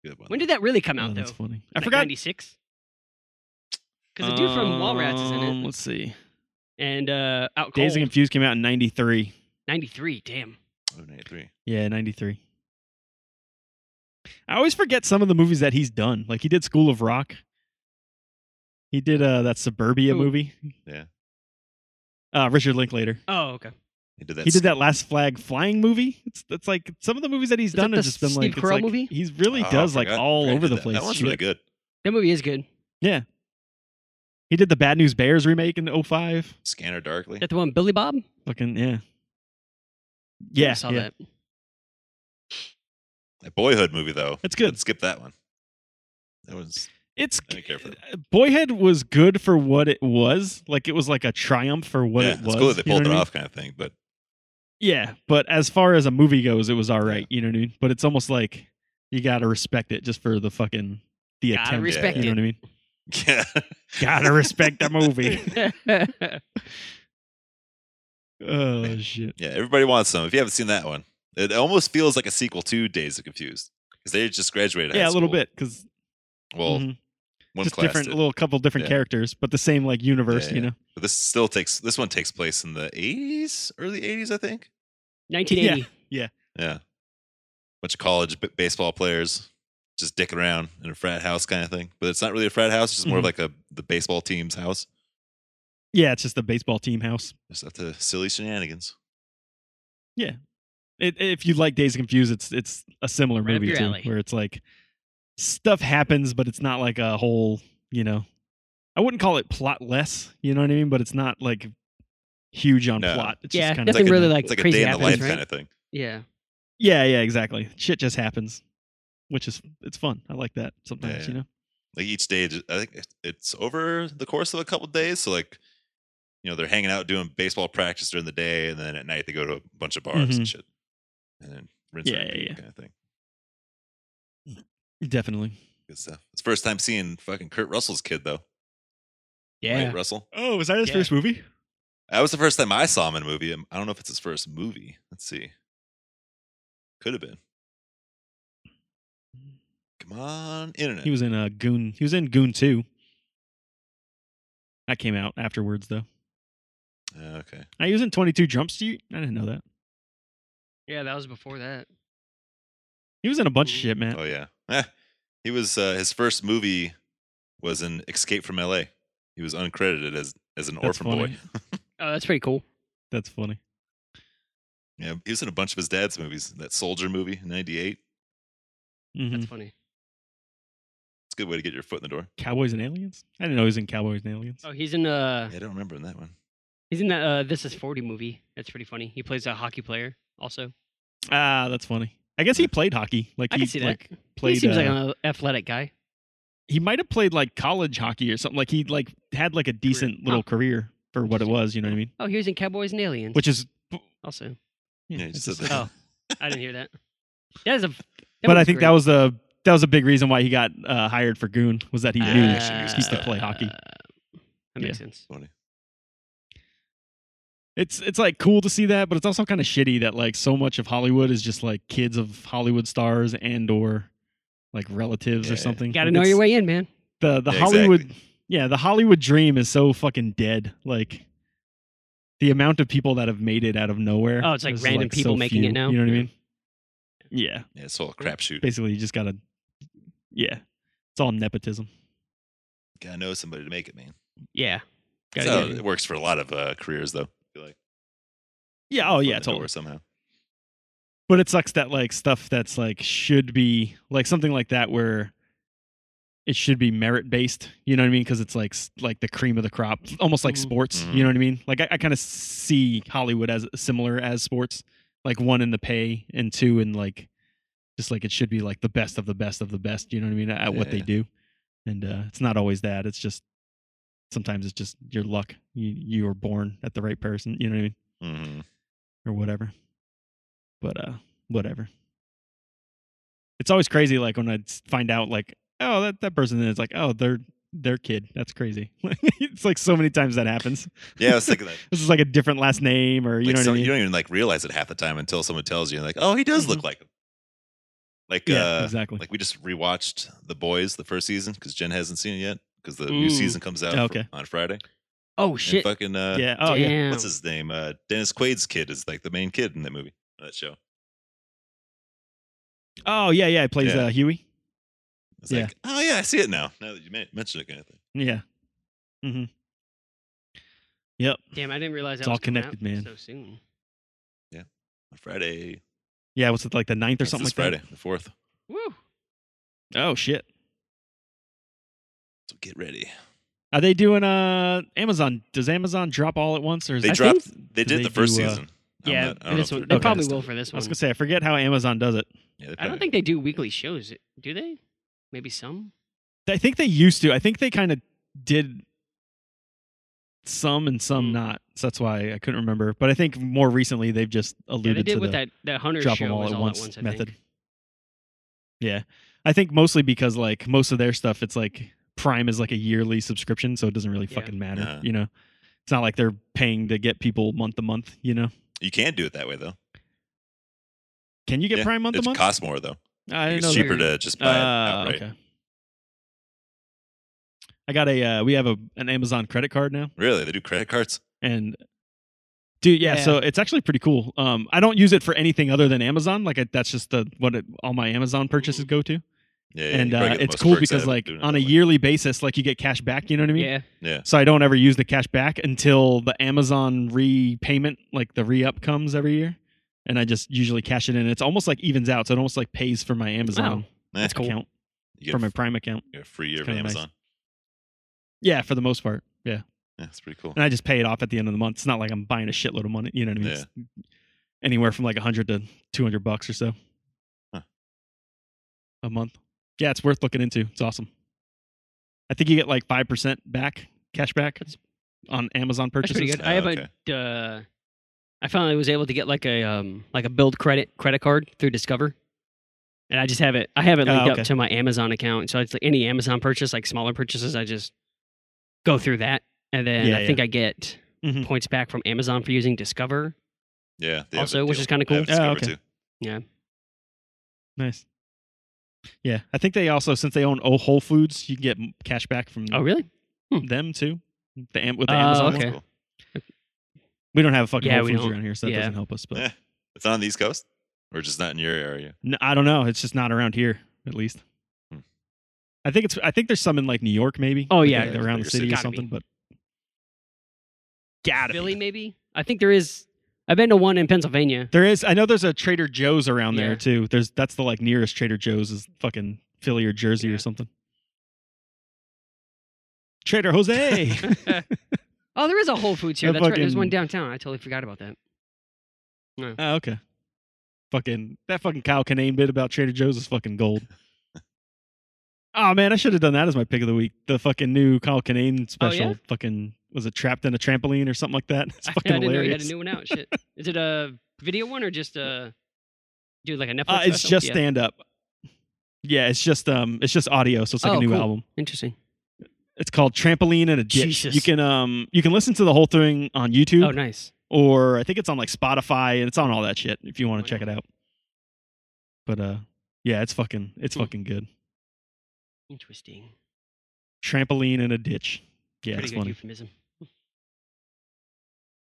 S2: Good one.
S1: when did that really come
S3: Oh,
S1: out though?
S3: that's funny. I
S1: Like
S3: forgot.
S1: 96. Because the dude from Wallrats is in
S3: Um,
S1: it,
S3: Let's see.
S1: and uh, out
S3: Days and
S1: cold.
S3: Confused came out in '93.
S1: '93. Damn.
S2: Oh, 93.
S3: Yeah, '93. I always forget some of the movies that he's done. Like he did School of Rock. He did uh, that Suburbia
S1: Who?
S3: movie.
S2: Yeah.
S3: Uh, Richard Linklater.
S1: Oh, okay.
S2: He did that.
S3: he did that last flag flying movie. It's that's like some of the movies that he's
S1: Is
S3: done
S1: that
S3: have
S1: the
S3: just been
S1: Steve
S3: like, it's
S1: Carell
S3: like
S1: movie?
S3: he really
S2: Oh, I
S3: does like
S2: forgot-
S3: all
S2: forgot he
S3: over
S2: did
S3: the
S2: that.
S3: place.
S2: That one's
S3: Shit.
S2: really good.
S1: That movie is good. Is
S3: He did the Bad News Bears remake in 05.
S2: Scanner Darkly.
S1: that the one Billy Bob?
S3: Fucking yeah.
S1: I
S3: Yeah,
S1: saw
S3: yeah.
S1: that.
S2: That Boyhood movie though.
S3: That's good.
S2: Let's skip that one. That was
S3: It's
S2: I didn't care for that.
S3: Boyhead was good for what it was. Like it was like a triumph for what
S2: yeah,
S3: it was.
S2: it's cool that they
S3: you know
S2: pulled
S3: what I
S2: it
S3: mean?
S2: off kind of thing, but
S3: Yeah, but as far as a movie goes, it was all right. You know what I mean? But it's almost like you gotta respect it just for the fucking the
S1: Gotta
S3: attempt.
S1: respect
S3: you know
S1: it.
S3: what I mean?
S2: yeah.
S3: Gotta respect the movie.
S1: yeah,
S3: oh shit.
S2: Yeah, everybody wants some. If you haven't seen that one, it almost feels like a sequel to Days of Confused because they just graduated.
S3: Yeah,
S2: high
S3: a little
S2: school.
S3: bit because
S2: Well, one
S3: just
S2: class.
S3: different,
S2: did.
S3: a little couple different
S2: Yeah.
S3: characters, but the same like universe.
S2: Yeah,
S3: You
S2: yeah.
S3: know?
S2: But this still takes. This one takes place in the eighties, early eighties, I think.
S1: 1980.
S2: Yeah, bunch of college b- baseball players just dicking around in a frat house kind of thing. But it's not really a frat house; it's just more of
S3: Mhm.
S2: like a the baseball team's house.
S3: Yeah, it's just the baseball team house.
S2: Just up to silly shenanigans.
S3: It, if you like Days Confused, it's it's a similar
S1: Right up
S3: movie
S1: your
S3: too,
S1: alley.
S3: where it's like stuff happens, but it's not like a whole. You know, I wouldn't call it plotless. You know what I mean? But it's not like huge on
S2: No.
S3: plot. It's
S1: Yeah,
S3: just kind
S2: It's
S3: of
S1: nothing really like
S2: it's like a
S1: crazy
S2: day in the
S1: happens,
S2: life
S1: right?
S2: kind of thing.
S1: Yeah.
S3: yeah, yeah, exactly. Shit just happens, which is it's fun. I like that sometimes.
S2: yeah.
S3: You know,
S2: Like each day, just- I think it- it's over the course of a couple days. So like, you know, they're hanging out doing baseball practice during the day, and then at night they go to a bunch of bars and shit, and then rinse and
S3: Mm-hmm. Yeah,
S2: repeat
S3: yeah.
S2: kind of thing.
S3: definitely.
S2: Good stuff. It's the first time seeing fucking Kurt Russell's kid though.
S1: Yeah.
S2: Right, Russell.
S3: Oh, was that his
S1: Yeah.
S3: first movie?
S2: That was the first time I saw him in a movie. um, I don't know if it's his first movie. Let's see. Could have been. Come on, internet.
S3: Mm. He was in uh, Goon. He was in Goon Two. That came out afterwards, though.
S2: Uh, okay.
S3: I was in Twenty Two Jump Street. I didn't know that.
S1: Yeah, that was before that.
S3: He was in a bunch of
S1: Ooh.
S3: shit, man.
S2: Oh yeah. Eh, he was uh, his first movie was in Escape from LA. He was uncredited as as an
S3: That's
S2: orphan boy.
S3: funny.
S1: Oh, that's pretty cool.
S3: Mm-hmm. That's funny.
S2: Yeah, he was in a bunch of his dad's movies. That soldier movie in '98.
S3: Mhm.
S1: That's funny.
S2: It's a good way to get your foot in the door.
S3: Cowboys and Aliens. I didn't know he was in Cowboys and Aliens.
S1: Oh, he's in uh
S2: Yeah, I don't remember in that one.
S1: he's in that uh This Is 40 movie. That's pretty funny. He plays a hockey player also.
S3: Ah, that's funny. I guess he played hockey. Like
S1: I
S3: he
S1: can see that.
S3: like played.
S1: he seems like
S3: uh,
S1: an athletic guy.
S3: he might have played like college hockey or something. Like he like had like a decent little
S1: Huh.
S3: career for what it was. You know what I mean?
S1: Oh, he was in Cowboys and Aliens.
S3: Which is.
S1: also,
S2: Yeah,
S3: yeah,
S2: he
S3: it's
S2: said
S3: just-
S2: that.
S1: oh, I didn't hear that. That is a. That
S3: but I
S1: one's
S3: think
S1: great.
S3: that was a that was a big reason why he got uh, hired for Goon was that he
S2: Yeah,
S3: knew
S1: Uh,
S2: they
S1: Ah.
S2: should use
S3: he used to play hockey.
S1: That makes sense.
S2: Funny.
S3: It's it's like cool to see that, but it's also kind of shitty that like so much of Hollywood is just like kids of Hollywood stars and or like relatives
S2: Yeah.
S3: or something.
S1: Got to
S3: Like,
S1: know
S3: it's-
S1: your way in, man.
S3: The the
S2: Yeah,
S3: Hollywood
S2: exactly.
S3: yeah the Hollywood dream is so fucking dead. Like the amount of people that have made it out of nowhere.
S1: Oh, it's like
S3: is,
S1: random
S3: so
S1: people making
S3: few,
S1: it now.
S3: You know what I
S1: Yeah.
S3: mean? Yeah,
S2: Yeah, it's all a crapshoot.
S3: basically you just gotta yeah, it's all nepotism.
S2: Gotta know somebody to make it, man.
S1: Yeah.
S2: That's
S1: Gotta
S2: how
S1: get it.
S2: it works for a lot of uh, careers, though. I feel like.
S3: Yeah. Oh
S2: Foot
S3: yeah,
S2: in the door
S3: totally.
S2: Somehow.
S3: But it sucks that like stuff that's like should be like something like that where it should be merit based. You know what I mean? Because it's like s- like the cream of the crop, almost like
S1: Mhm.
S3: sports.
S2: Mhm.
S3: You know what I mean? Like I, I kind of see Hollywood as similar as sports, like one in the pay and two in like just like it should be like the best of the best of the best. You know what I mean? At what they
S2: Yeah.
S3: do, and uh, it's not always that. It's just sometimes it's just your luck. You you were born at the right person. You know what I mean?
S2: hmm
S3: or whatever. But uh whatever. It's always crazy like when I s- find out like oh that that person is like oh they're their kid. That's crazy. it's like so many times that happens.
S2: Yeah, I was thinking that.
S3: This is like a different last name or you
S2: Like,
S3: know what
S2: some-
S3: I mean? Mm-hmm.
S2: you don't even like realize it half the time until someone tells you, like, "Oh, he does look like him." Like,
S3: yeah,
S2: uh,
S3: exactly.
S2: like we just rewatched The Boys the first season because Jen hasn't seen it yet because the
S1: Ooh.
S2: new season comes out
S3: Oh,
S2: fr-
S3: okay.
S2: on Friday.
S1: Oh
S2: And
S1: shit!
S2: fucking uh,
S3: yeah. Oh yeah.
S1: Damn.
S2: what's his name? Uh, Dennis Quaid's kid is like the main kid in that movie, that show.
S3: Oh yeah, yeah, it plays
S2: Yeah.
S3: uh Huey.
S2: It's
S3: Yeah.
S2: like, oh yeah, I see it now. Now that you men- mention it, kind of thing.
S3: Yeah. Mhm. Yep.
S1: Damn, I didn't realize
S3: It's
S1: that
S3: all
S1: was coming out
S3: connected, man.
S1: So soon.
S2: On Friday,
S3: Yeah, what's it like the ninth or
S2: That's
S3: something
S2: this
S3: like
S2: Friday, the fourth.
S1: Woo!
S3: that? Oh shit.
S2: So get ready.
S3: Are they doing uh Amazon? Does Amazon drop all at once or is
S2: They
S3: I think-
S2: dropped. They
S3: do
S2: did
S3: they
S2: the first
S3: do, uh,
S2: season. I'm
S1: Yeah,
S2: not- I don't
S1: and
S2: know
S1: this
S2: if
S1: one,
S2: they're
S1: they
S3: okay.
S2: doing
S1: probably
S2: this
S1: will
S2: time.
S1: for this
S3: I
S1: one.
S3: was gonna say I forget how Amazon does it.
S2: Yeah, they
S1: I don't
S2: probably-
S1: think they do weekly shows. Do they? Maybe some.
S3: I think they used to. I think they kind of did some and some
S1: Mm.
S3: not. So that's why I couldn't remember. But I think more recently they've just
S1: Yeah,
S3: alluded
S1: they did
S3: to
S1: with
S3: the
S1: that that hunter
S3: drop
S1: show
S3: them all
S1: was
S3: at once,
S1: I think.
S3: method. Yeah, I think mostly because like most of their stuff, it's like Prime is like a yearly subscription, so it doesn't really
S1: Yeah.
S3: fucking matter.
S2: Uh-huh.
S3: You know, it's not like they're paying to get people month to month. You know,
S2: you can do it that way though.
S3: can you get
S2: Yeah,
S3: Prime month to
S2: It
S3: month?
S2: costs more though.
S3: I didn't
S2: It's
S3: know that.
S2: cheaper to just buy it
S3: Ah,
S2: outright.
S3: okay. I got a. Uh, we have a an Amazon credit card now.
S2: Really, they do credit cards.
S3: and dude yeah,
S1: Yeah.
S3: so it's actually pretty cool um i don't use it for anything other than amazon like I, that's just the what it, all my amazon purchases go to
S2: Yeah, yeah,
S3: and
S2: you probably
S3: uh,
S2: get the
S3: it's
S2: most
S3: cool
S2: perks out
S3: because
S2: of
S3: like
S2: doing it
S3: on a
S2: that way.
S3: yearly basis like you get cash back you know what i mean
S1: Yeah,
S2: Yeah,
S3: so i don't ever use the cash back until the amazon repayment like the re-up comes every year and I just usually cash it in. It's almost like evens out, so it almost like pays for my Amazon
S1: That's cool.
S3: account
S2: You get
S3: for
S2: a,
S3: my Prime account.
S2: you get a free year of
S3: kinda nice.
S2: Amazon.
S3: Yeah, for the most part. Yeah,
S2: Yeah, that's pretty cool.
S3: and I just pay it off at the end of the month. It's not like I'm buying a shitload of money. You know what I mean?
S2: Yeah.
S3: It's anywhere from like hundred to two hundred bucks or so
S2: Huh.
S3: a month. Yeah, it's worth looking into. It's awesome. I think you get like five percent back cash back on Amazon
S1: That's pretty
S3: purchases.
S1: good. I have
S2: okay.
S1: a. Uh, I finally was able to get like a um like a build credit credit card through Discover, and I just have it. I have it
S3: Oh,
S1: linked
S3: okay.
S1: up to my Amazon account, so it's like any Amazon purchase, like smaller purchases, I just go through that, and then
S3: Yeah,
S1: I
S3: yeah.
S1: think I get
S3: Mhm.
S1: points back from Amazon for using Discover.
S2: Yeah. they have
S1: also,
S2: a
S1: which
S2: deal.
S1: is kinda
S2: I have
S3: cool. Oh,
S2: Discover,
S3: okay.
S2: too.
S3: Nice. Yeah, I think they also since they own O Whole Foods, you can get m- cash back from
S1: Oh, really?
S3: them too. The Am- with the
S1: Oh,
S3: Amazon. one.
S1: okay.
S2: Cool.
S3: We don't have fucking
S1: Yeah,
S3: Whole
S1: we
S3: Foods
S1: don't.
S3: around here, so that
S1: Yeah.
S3: doesn't help us. But
S2: Eh, It's not on the East Coast, or just not in your area.
S3: No, I don't know. It's just not around here, at least.
S2: Hmm.
S3: I think it's. I think there's some in like New York, maybe.
S1: Oh,
S3: like,
S1: yeah,
S3: like,
S2: yeah,
S3: around
S2: bigger
S3: the city or
S1: cities.
S3: something. But
S1: Gotta
S3: be.
S1: Philly, maybe. I think there is. I've been to one in Pennsylvania.
S3: there is. I know there's a Trader Joe's around
S1: Yeah.
S3: there too. There's that's the like nearest Trader Joe's is fucking Philly or Jersey
S1: Yeah.
S3: or something. Trader Jose.
S1: Oh, there is a Whole Foods
S3: A
S1: here. That's right. There's
S3: fucking-
S1: one downtown. I totally forgot about that.
S3: oh, okay. Fucking that fucking Kyle Kinane bit about Trader Joe's is fucking gold. Oh man, I should have done that as my pick of the week. The fucking new Kyle Kinane special.
S1: Oh, yeah?
S3: Fucking was it trapped in a trampoline or something like that? It's
S1: I
S3: fucking
S1: didn't know
S3: hilarious.
S1: you had a new one out. Shit. Is it a video one or just a dude like a Netflix?
S3: Uh, it's
S1: special?
S3: just
S1: Yeah.
S3: stand up. Yeah, it's just um, it's just audio, so it's like
S1: Oh,
S3: a new
S1: cool.
S3: album.
S1: interesting.
S3: It's called Trampoline and a Ditch.
S1: Jesus.
S3: You can um, you can listen to the whole thing on YouTube,
S1: Oh, nice.
S3: or I think it's on like Spotify, and it's on all that shit if you want
S1: Why
S3: to check it
S1: not?
S3: out. But uh, yeah, it's fucking, it's
S1: Hmm.
S3: fucking good.
S1: Interesting.
S3: Trampoline and a ditch. Yeah,
S1: Pretty
S3: it's
S1: good
S3: funny.
S1: euphemism.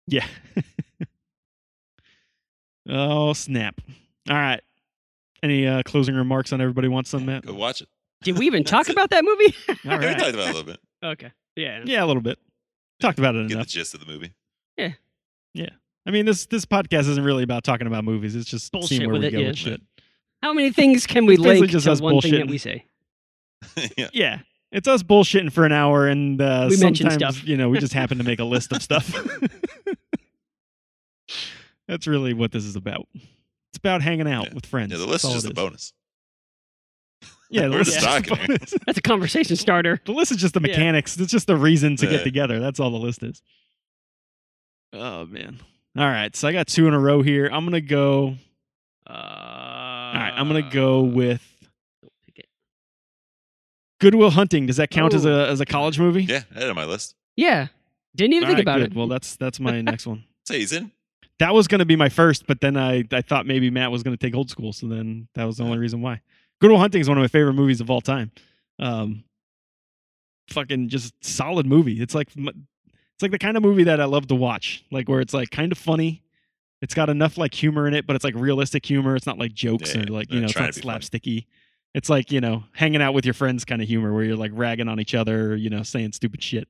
S3: Yeah. oh snap! All right. Any uh, closing remarks on everybody wants some, Matt?
S2: Go watch it.
S1: Did we even
S2: That's
S1: talk
S2: it.
S1: about that movie?
S3: Oh, All
S2: We
S3: right.
S2: talked about it a little bit.
S1: okay. Yeah.
S3: Yeah, a little bit. Talked about it
S2: Get
S3: enough.
S2: the gist of the movie.
S3: I mean, this this podcast isn't really about talking about movies. It's just
S1: Bullshit
S3: seeing where
S1: with
S3: we
S1: it,
S3: go
S1: yeah.
S3: with shit.
S1: How many things can we
S3: It's basically
S1: link
S3: just
S1: to
S3: us
S1: one thing that
S3: bullshitting.
S1: we say?
S2: yeah.
S3: Yeah, it's us bullshitting for an hour, and uh,
S1: We mention
S3: sometimes
S1: stuff.
S3: you know we just happen to make a list of stuff. That's really what this is about. It's about hanging out
S2: Yeah.
S3: with friends.
S2: Yeah, the list
S3: That's
S2: is
S3: all
S2: just
S3: it
S2: a bonus.
S3: Yeah, the
S2: We're
S3: list
S2: just
S3: is just
S2: talking
S3: a
S2: here.
S3: bonus.
S1: That's a conversation starter.
S3: The list is just the
S1: Yeah.
S3: mechanics. It's just the reason to
S2: Yeah.
S3: get together. That's all the list is. Oh man. All right, so I got two in a row here. I'm gonna go.
S1: Uh,
S3: All right, I'm gonna go with
S1: pick it.
S3: Goodwill Hunting. Does that count as
S1: Oh.
S3: a as a college movie?
S2: Yeah, I had it on my list.
S1: Yeah. Didn't even
S3: All
S1: think
S3: right,
S1: about
S3: good.
S1: it.
S3: Well, that's that's my next one.
S2: Say he's in.
S3: That was going to be my first, but then I, I thought maybe Matt was going to take old school, so then that was the only reason why. Good Will Hunting is one of my favorite movies of all time. Um, fucking just solid movie. It's like m- it's like the kind of movie that I love to watch, like where it's like kind of funny. It's got enough like humor in it, but it's like realistic humor. It's not like jokes
S2: Yeah,
S3: or like
S2: they're
S3: you know, it's
S2: trying
S3: not
S2: to be funny.
S3: slapsticky. It's like you know, hanging out with your friends kind of humor, where you're like ragging on each other, or, you know, saying stupid shit.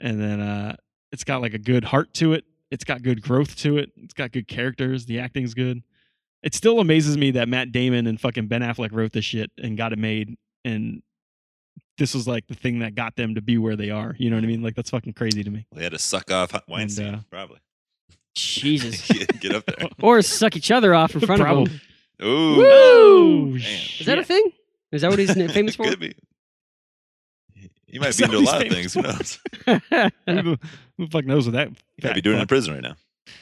S3: And then uh, it's got like a good heart to it. It's got good growth to it. It's got good characters. The acting's good. It still amazes me that Matt Damon and fucking Ben Affleck wrote this shit and got it made. And this was like the thing that got them to be where they are. You know what I mean? Like that's fucking crazy to me.
S2: They had to suck off Hu- Weinstein,
S3: uh,
S2: probably.
S1: Jesus.
S2: Get get up there.
S1: or suck each other off in front of
S3: Probably.
S1: him.
S2: Ooh.
S1: Woo!
S3: Oh,
S2: Man.
S3: shit.
S1: Is that a thing? Is that what he's famous for?
S2: Could be. He- He might
S3: Is
S2: be
S3: that
S2: into a
S3: what
S2: lot of
S3: he's famous
S2: things. Who knows?
S3: Who the- who the fuck knows what that?
S2: He might be
S3: fat
S2: doing it in
S3: fuck-
S2: prison right now.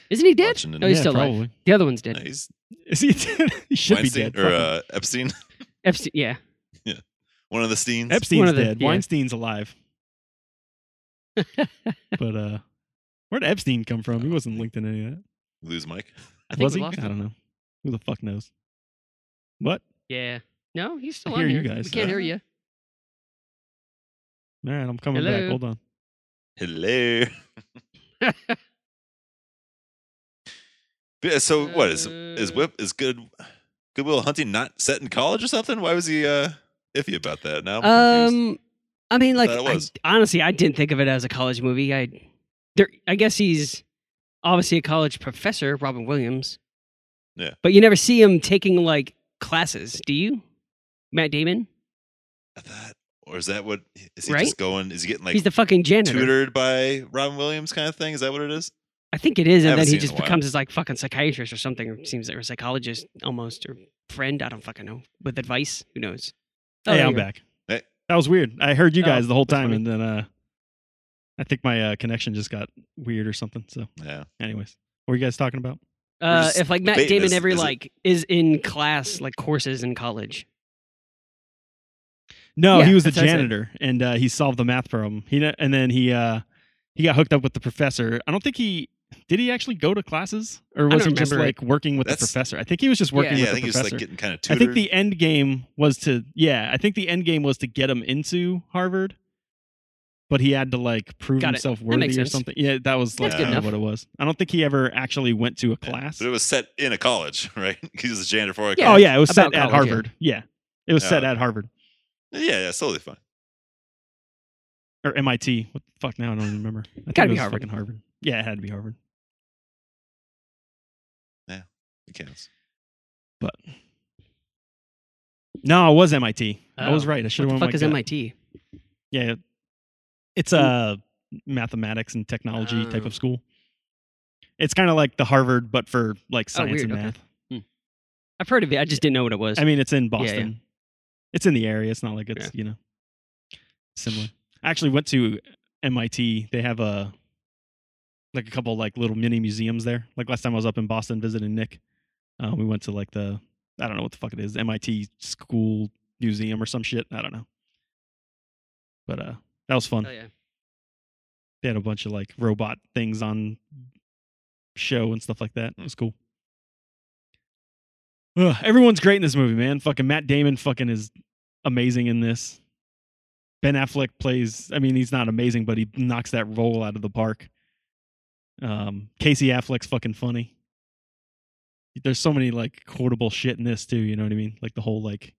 S1: Isn't he dead?
S2: Watching it.
S1: No, Oh, he's
S3: Yeah,
S1: still alive.
S3: probably.
S1: The other one's dead.
S2: No, he's
S3: Is he dead? he should
S2: Weinstein
S3: be dead.
S2: or
S3: Fuck him.
S2: uh, Epstein.
S1: Epstein, yeah.
S2: One of the Steens.
S1: one
S3: Epstein's
S1: of the-
S3: dead.
S1: yeah.
S3: Weinstein's alive. but uh where'd Epstein come from? He wasn't linked in any of that.
S2: Lose Mike.
S1: I think
S3: Was
S1: we
S3: he? I
S1: lost him.
S3: don't know. Who the fuck knows? What?
S1: Yeah. No, he's still
S3: I
S1: on
S3: hear you
S1: here.
S3: guys.
S1: We can't hear you.
S3: All right, I'm coming back.
S1: Hello?
S3: Hold on.
S2: Hello. Yeah, so what is is
S1: Uh,
S2: Whip is good? Goodwill Hunting not set in college or something? Why was he uh, iffy about that? Now I'm
S1: Um,
S2: confused.
S1: I mean, like,
S2: Thought it
S1: I-
S2: was.
S1: honestly, I didn't think of it as a college movie. I, there, I guess he's obviously a college professor, Robin Williams,
S2: Yeah.
S1: But you never see him taking like classes, do you? Matt Damon?
S2: I thought, or is that what? Is he
S1: Right?
S2: just going? Is he getting like
S1: He's the fucking janitor.
S2: tutored by Robin Williams kind of thing? Is that what it is?
S1: I think it is,
S2: I
S1: and
S2: haven't
S1: then he
S2: seen it in
S1: just
S2: a while.
S1: becomes his like fucking psychiatrist or something. Or seems like or psychologist almost or friend. I don't fucking know with advice. Who knows? Oh,
S3: hey,
S1: there
S3: I'm
S1: you go.
S3: back.
S2: Hey.
S3: That was weird. I heard you
S1: Oh,
S3: guys the whole
S1: that's
S3: time,
S1: funny.
S3: and then uh, I think my uh, connection just got weird or something. So,
S2: Yeah.
S3: anyways, what were you guys talking about?
S1: Uh,
S2: just
S1: if like Matt
S2: debating
S1: Damon
S2: this.
S1: every
S2: Is it-
S1: like is in class like courses in college.
S3: No,
S1: Yeah,
S3: he was the
S1: that's what I said.
S3: janitor, and uh, he solved the math problem. He ne- and then he uh, he got hooked up with the professor. I don't think he did. He actually go to classes, or
S1: I
S3: was he
S1: don't
S3: just
S1: remember
S3: like working with the
S2: That's-
S3: professor? I think he was just working
S1: Yeah,
S2: Yeah,
S3: with
S2: I
S3: the
S2: think he was
S3: professor.
S2: like getting kind of
S3: I
S2: tutored.
S3: think the end game was to yeah. I think the end game was to get him into Harvard, but he had to like prove
S1: Got it.
S3: himself
S1: That
S3: worthy
S1: makes
S3: or
S1: sense.
S3: something. Yeah, that was like
S1: That's
S2: good
S3: kinda
S1: enough.
S3: what it was. I don't think he ever actually went to a
S2: Yeah.
S3: class.
S2: But it was set in a college, right? He was a janitor for a
S1: Yeah.
S3: oh
S2: college.
S3: yeah, it was set
S1: about
S3: at
S1: college, yeah.
S3: Harvard. Yeah, it was
S2: Oh,
S3: set
S2: okay.
S3: at Harvard
S2: Yeah, yeah, it's totally fine.
S3: or MIT. What the fuck? Now I don't even remember. I think
S1: Gotta
S3: it
S1: be
S3: was
S1: Harvard.
S3: fucking Harvard. Yeah, it had to be Harvard.
S2: It counts.
S3: But no, it was MIT. I was
S1: Oh.
S3: right. I should
S1: What
S3: have
S1: the
S3: went.
S1: fuck
S3: my
S1: is
S3: gut.
S1: MIT?
S3: Yeah, it's a mathematics and technology type
S1: Oh.
S3: of school. It's kind of like the Harvard, but for like science
S1: Oh, weird,
S3: and
S1: okay.
S3: math.
S1: I've heard of it. I just didn't know what it was.
S3: I mean, it's in
S1: Yeah, yeah.
S3: Boston. It's in the area. It's not like it's you know similar. I actually went to MIT. They have a like a couple like little mini museums there. Like last time I was up in Boston visiting Nick, uh, we went to like the I don't know what the fuck it is MIT school museum or some shit. I don't know. But uh, that was fun.
S1: oh, yeah.
S3: They had a bunch of like robot things on show and stuff like that.
S1: Hmm.
S3: It was cool. Ugh, everyone's great in this movie, man. Fucking Matt Damon fucking is amazing in this. Ben Affleck plays, I mean, he's not amazing, but he knocks that role out of the park. Um, Casey Affleck's fucking funny. There's so many like quotable shit in this too, you know what I mean? Like the whole like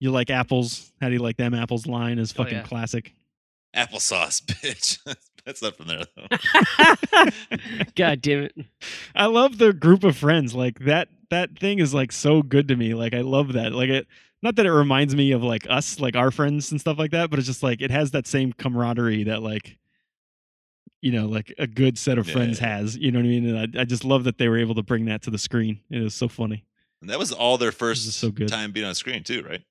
S3: you like apples, how do you like them apples line is
S1: Oh,
S3: fucking
S1: yeah.
S3: classic.
S2: Applesauce, bitch. That's not from there though.
S1: God damn it!
S3: I love the group of friends. Like that that thing is like so good to me. Like I love that. Like it not that it reminds me of like us, like our friends and stuff like that, but it's just like it has that same camaraderie that like you know, like a good set of friends
S2: Yeah.
S3: has. You know what I mean? And I, I just love that they were able to bring that to the screen. It was so funny.
S2: And that was all their
S3: This
S2: first
S3: is so good.
S2: time being on screen too, right?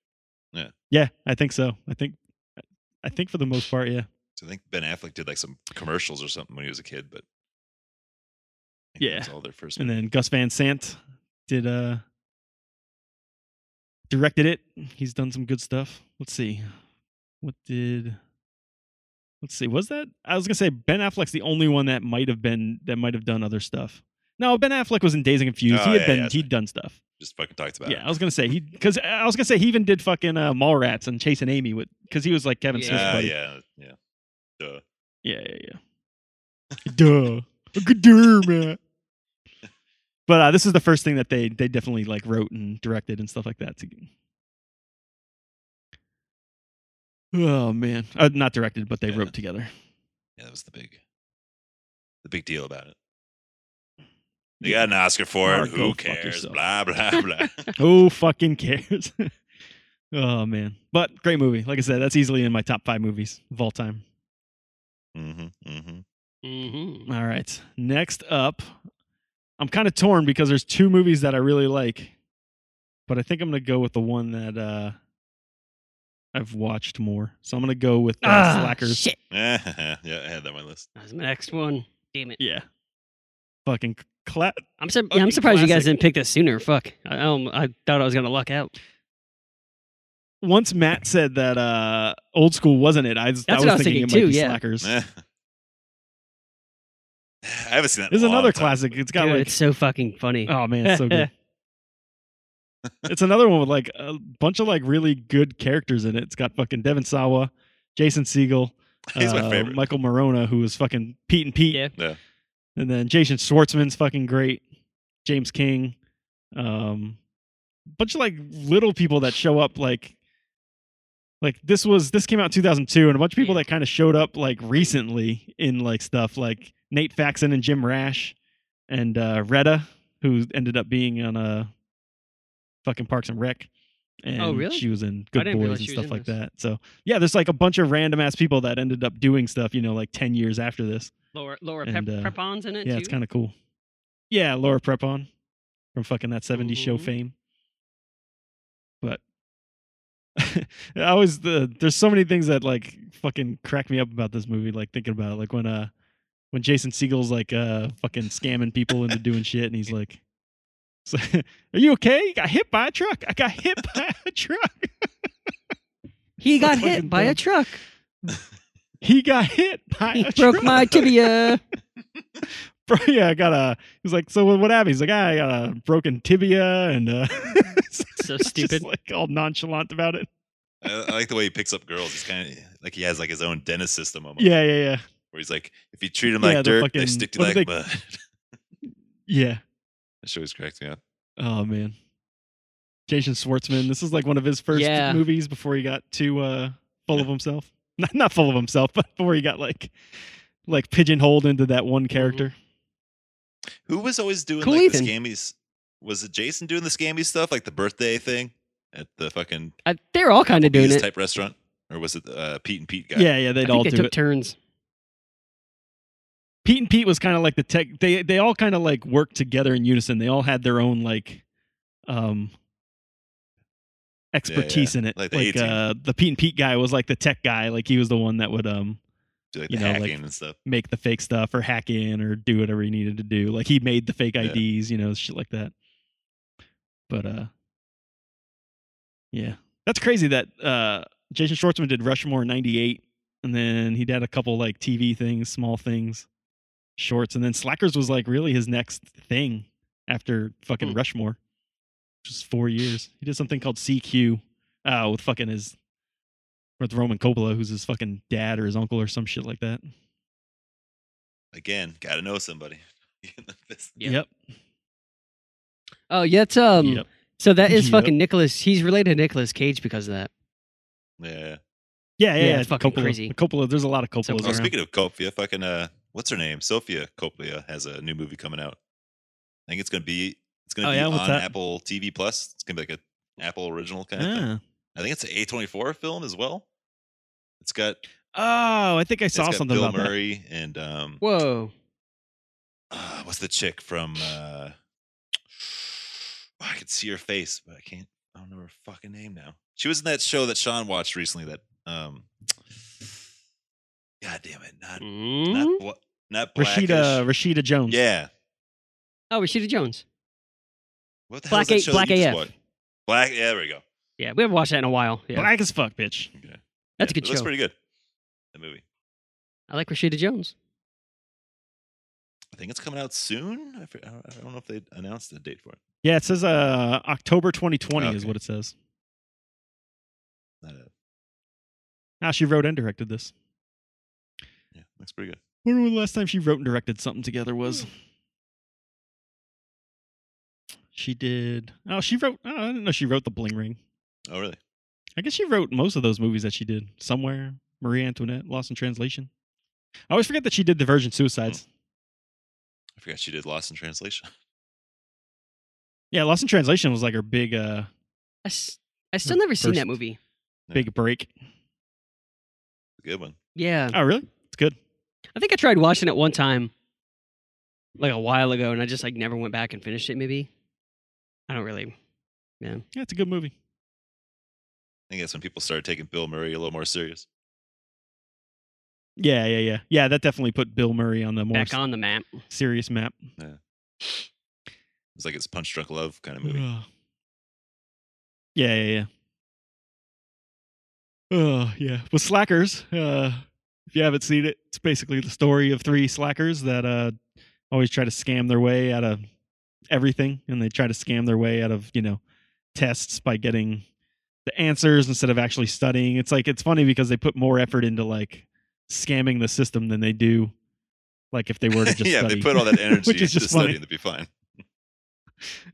S3: Yeah, I think so. I think I think for the most part, yeah.
S2: So I think Ben Affleck did like some commercials or something when he was a kid, but I think
S3: Yeah.
S2: it was all their first.
S3: And then Gus Van Sant did uh directed it. He's done some good stuff. Let's see. What did Let's see. Was that I was going to say Ben Affleck's the only one that might have been that might have done other stuff. No, Ben Affleck was in Days and Confused.
S2: Oh,
S3: he had
S2: yeah,
S3: been
S2: yeah, that's
S3: he'd
S2: right.
S3: done stuff.
S2: just fucking talked about.
S3: Yeah, I was going to say he cuz I was going to say he even did fucking uh, Mallrats and Chasing Amy with cuz he was like Kevin
S1: Yeah.
S2: it.
S3: Smith's
S2: Uh,
S3: buddy.
S2: yeah, yeah. Duh.
S3: Yeah, yeah, yeah. Duh. Good duh, man. But uh, this is the first thing that they they definitely like wrote and directed and stuff like that. To... Oh man, uh, not directed, but they
S2: Yeah.
S3: wrote together.
S2: Yeah, that was the big, the big deal about it. They got an Oscar for
S3: Mark,
S2: it.
S3: go
S2: Who
S3: fuck
S2: cares?
S3: yourself.
S2: Blah blah blah.
S3: Who fucking cares? oh man, but great movie. Like I said, that's easily in my top five movies of all time.
S2: mm-hmm, mm-hmm.
S1: hmm
S3: All right. Next up, I'm kind of torn because there's two movies that I really like, but I think I'm going to go with the one that uh, I've watched more. So I'm going to go with uh,
S1: Ah,
S3: Slackers.
S1: shit.
S2: yeah, I had that on my list.
S1: That was my next one. Damn it!
S3: Yeah. Fucking clap.
S1: I'm sur- yeah,
S3: Fucking
S1: I'm surprised you guys
S3: classic.
S1: didn't pick this sooner. Fuck. I, um, I thought I was gonna luck out.
S3: Once Matt said that uh, old school wasn't it, I, was- I
S1: That's
S3: was
S1: what I was
S3: thinking,
S1: thinking
S3: it might be
S1: too, yeah.
S3: Slackers.
S2: Eh. I haven't seen that. in
S3: This is
S2: a long
S3: another
S2: time.
S3: classic. It's got
S1: Dude,
S3: like
S1: it's so fucking funny.
S3: Oh man, it's so good. it's another one with like a bunch of like really good characters in it. It's got fucking Devin Sawa, Jason Segel,
S2: He's my
S3: uh,
S2: favorite.
S3: Michael Morona, who was fucking Pete and Pete,
S1: Yeah.
S2: Yeah.
S3: and then Jason Schwartzman's fucking great, James King, um, bunch of like little people that show up like. Like this was this came out in 2002, and a bunch of people
S1: Yeah.
S3: that kind of showed up like recently in like stuff like Nate Faxon and Jim Rash and uh, Retta, who ended up being on a fucking Parks and Rec. And
S1: Oh, really?
S3: She was in
S1: I
S3: Good
S1: didn't realize
S3: Boys and
S1: she was
S3: stuff
S1: in
S3: like
S1: this.
S3: that. So yeah, there's like a bunch of random ass people that ended up doing stuff. You know, like ten years after this.
S1: Laura Laura
S3: And,
S1: Pep-
S3: uh,
S1: Prepon's in it
S3: Yeah,
S1: too.
S3: it's kind of cool. Yeah, Laura Prepon from fucking that 70s show
S1: Mhm.
S3: fame. But I always the there's so many things that like fucking crack me up about this movie like thinking about it like when uh when Jason Siegel's like uh fucking scamming people into doing shit and he's like so, are you okay? You got hit by a truck. I got hit by a truck.
S1: he got
S3: fucking
S1: hit by
S3: dumb.
S1: a truck.
S3: He got hit by
S1: He
S3: a
S1: broke
S3: truck.
S1: my tibia.
S3: bro, yeah, I got a. He's like, so what happened? He's like, ah, I got a broken tibia and uh, it's
S1: So
S3: just,
S1: stupid.
S3: like all nonchalant about it.
S2: I, I like the way he picks up girls. He's kind of like he has like his own dentist system almost.
S3: Yeah, yeah, yeah,
S2: Where he's like, if you treat them
S3: Yeah,
S2: like
S3: the
S2: dirt, they
S3: fucking-
S2: stick to
S3: what do
S2: like
S3: they-
S2: mud.
S3: yeah.
S2: That always cracks me up.
S3: Oh man, Jason Schwartzman. This is like one of his first
S1: Yeah.
S3: movies before he got too uh, full of himself. Not not full of himself, but before he got like like pigeonholed into that one character.
S2: Who was always doing
S1: Cool
S2: like
S1: Ethan.
S2: the scammies? Was it Jason doing the scammy stuff, like the birthday thing at the fucking
S1: I, they're all kind of doing
S2: Applebee's
S1: it.
S2: type restaurant, or was it uh, Pete and Pete guy?
S3: Yeah, yeah,
S1: I
S3: they'd all
S1: think they
S3: do
S1: took
S3: it.
S1: turns.
S3: Pete and Pete was kind of like the tech. They they all kind of like worked together in unison. They all had their own like, um, expertise in it.
S2: Like the A team.
S3: uh, the Pete and Pete guy was like the tech guy. Like he was the one that would um
S2: Do like the
S3: you know, like-
S2: hacking and stuff.
S3: make the fake stuff or hack in or do whatever he needed to do. Like he made the fake
S2: Yeah.
S3: IDs, you know, shit like that. But uh, yeah, that's crazy that uh Jason Schwartzman did Rushmore in '98, and then he did a couple like TV things, small things, shorts, and then Slackers was like really his next thing after fucking
S1: Hmm.
S3: Rushmore, which was four years. He did something called CQ uh, with fucking his with Roman Coppola, who's his fucking dad or his uncle or some shit like that.
S2: Again, gotta know somebody. This-
S1: Yeah. Oh, yeah, it's
S3: Yep.
S1: um.
S3: yep.
S1: So that is
S3: Yep.
S1: fucking Nicholas. He's related to Nicholas Cage because of that.
S2: yeah.
S3: Yeah, yeah,
S1: Yeah,
S3: yeah.
S1: it's fucking
S3: Coppola.
S1: crazy.
S3: Coppola, there's a lot of Coppolas
S1: Goes
S2: Oh,
S3: around.
S2: speaking of Copia, fucking uh, what's her name? Sophia Copia has a new movie coming out. I think it's gonna be it's gonna
S3: Oh,
S2: be
S3: yeah? What's
S2: on
S3: that?
S2: Apple TV Plus. It's gonna be like a Apple original kind Oh, of thing.
S3: Ah.
S2: I think it's an A twenty four film as well. It's got
S3: Oh, I think I
S2: it's
S3: saw
S2: got
S3: something
S2: Bill
S3: about that.
S2: Murray and um,
S1: Whoa.
S2: uh, what's the chick from? uh I could see her face, but I can't. I don't know her fucking name now. She was in that show that Sean watched recently. That um, god damn it, not
S1: Mm?
S3: Hmm?
S2: not bla- not blackish.
S3: Mm-hmm. Rashida Rashida Jones.
S2: Yeah,
S1: Oh, Rashida Jones.
S2: what the
S1: Black
S2: hell
S1: A-
S2: is that show
S1: Black
S2: that you just
S1: AF.
S2: watched? Black. Yeah, there we go.
S1: Yeah, we haven't watched that in a while. Yeah,
S3: Black as fuck, bitch.
S1: that's a
S2: Okay. Yeah,
S1: good
S2: That's
S1: show.
S2: pretty good. The movie.
S1: I like Rashida Jones.
S2: I think it's coming out soon. I, for- I don't- I don't know if they announced a date for it.
S3: Yeah, it says uh October 2020 is
S2: Okay.
S3: what it says.
S2: Not a-
S3: Ah, she wrote and directed this.
S2: yeah, looks pretty good.
S3: Wonder when the last time she wrote and directed something together
S1: Hmm.
S3: was. She did. Oh, she wrote. Oh, I didn't know she wrote the Bling Ring.
S2: Oh, really?
S3: I guess she wrote most of those movies that she did. Somewhere, Marie Antoinette, Lost in Translation. I always forget that she did The Virgin Suicides.
S2: I forgot she did Lost in Translation.
S3: Yeah, Lost in Translation was like her big, uh,
S1: I, s- I still never seen
S3: First-
S1: that movie.
S2: Yeah.
S3: big break.
S2: Good one.
S1: Yeah,
S3: Oh, really? It's good.
S1: I think I tried watching it one time, like a while ago, and I just like never went back and finished it. Maybe I don't really.
S3: Yeah, it's a good movie.
S2: I think that's when people started taking Bill Murray a little more serious.
S3: Yeah, yeah, yeah, yeah. That definitely put Bill Murray on the more
S1: Back on the map.
S3: serious map.
S2: It's like it's Punch Drunk Love kind of movie.
S3: Ugh. yeah, yeah, yeah. Oh, yeah. With Slackers, uh, if you haven't seen it, it's basically the story of three slackers that uh, always try to scam their way out of everything, and they try to scam their way out of you know tests by getting the answers instead of actually studying. It's like it's funny because they put more effort into like scamming the system than they do like if they were to just
S2: yeah, if
S3: study.
S2: they put all that energy
S3: which is
S2: into
S3: just
S2: studying,
S3: funny
S2: that'd be fine.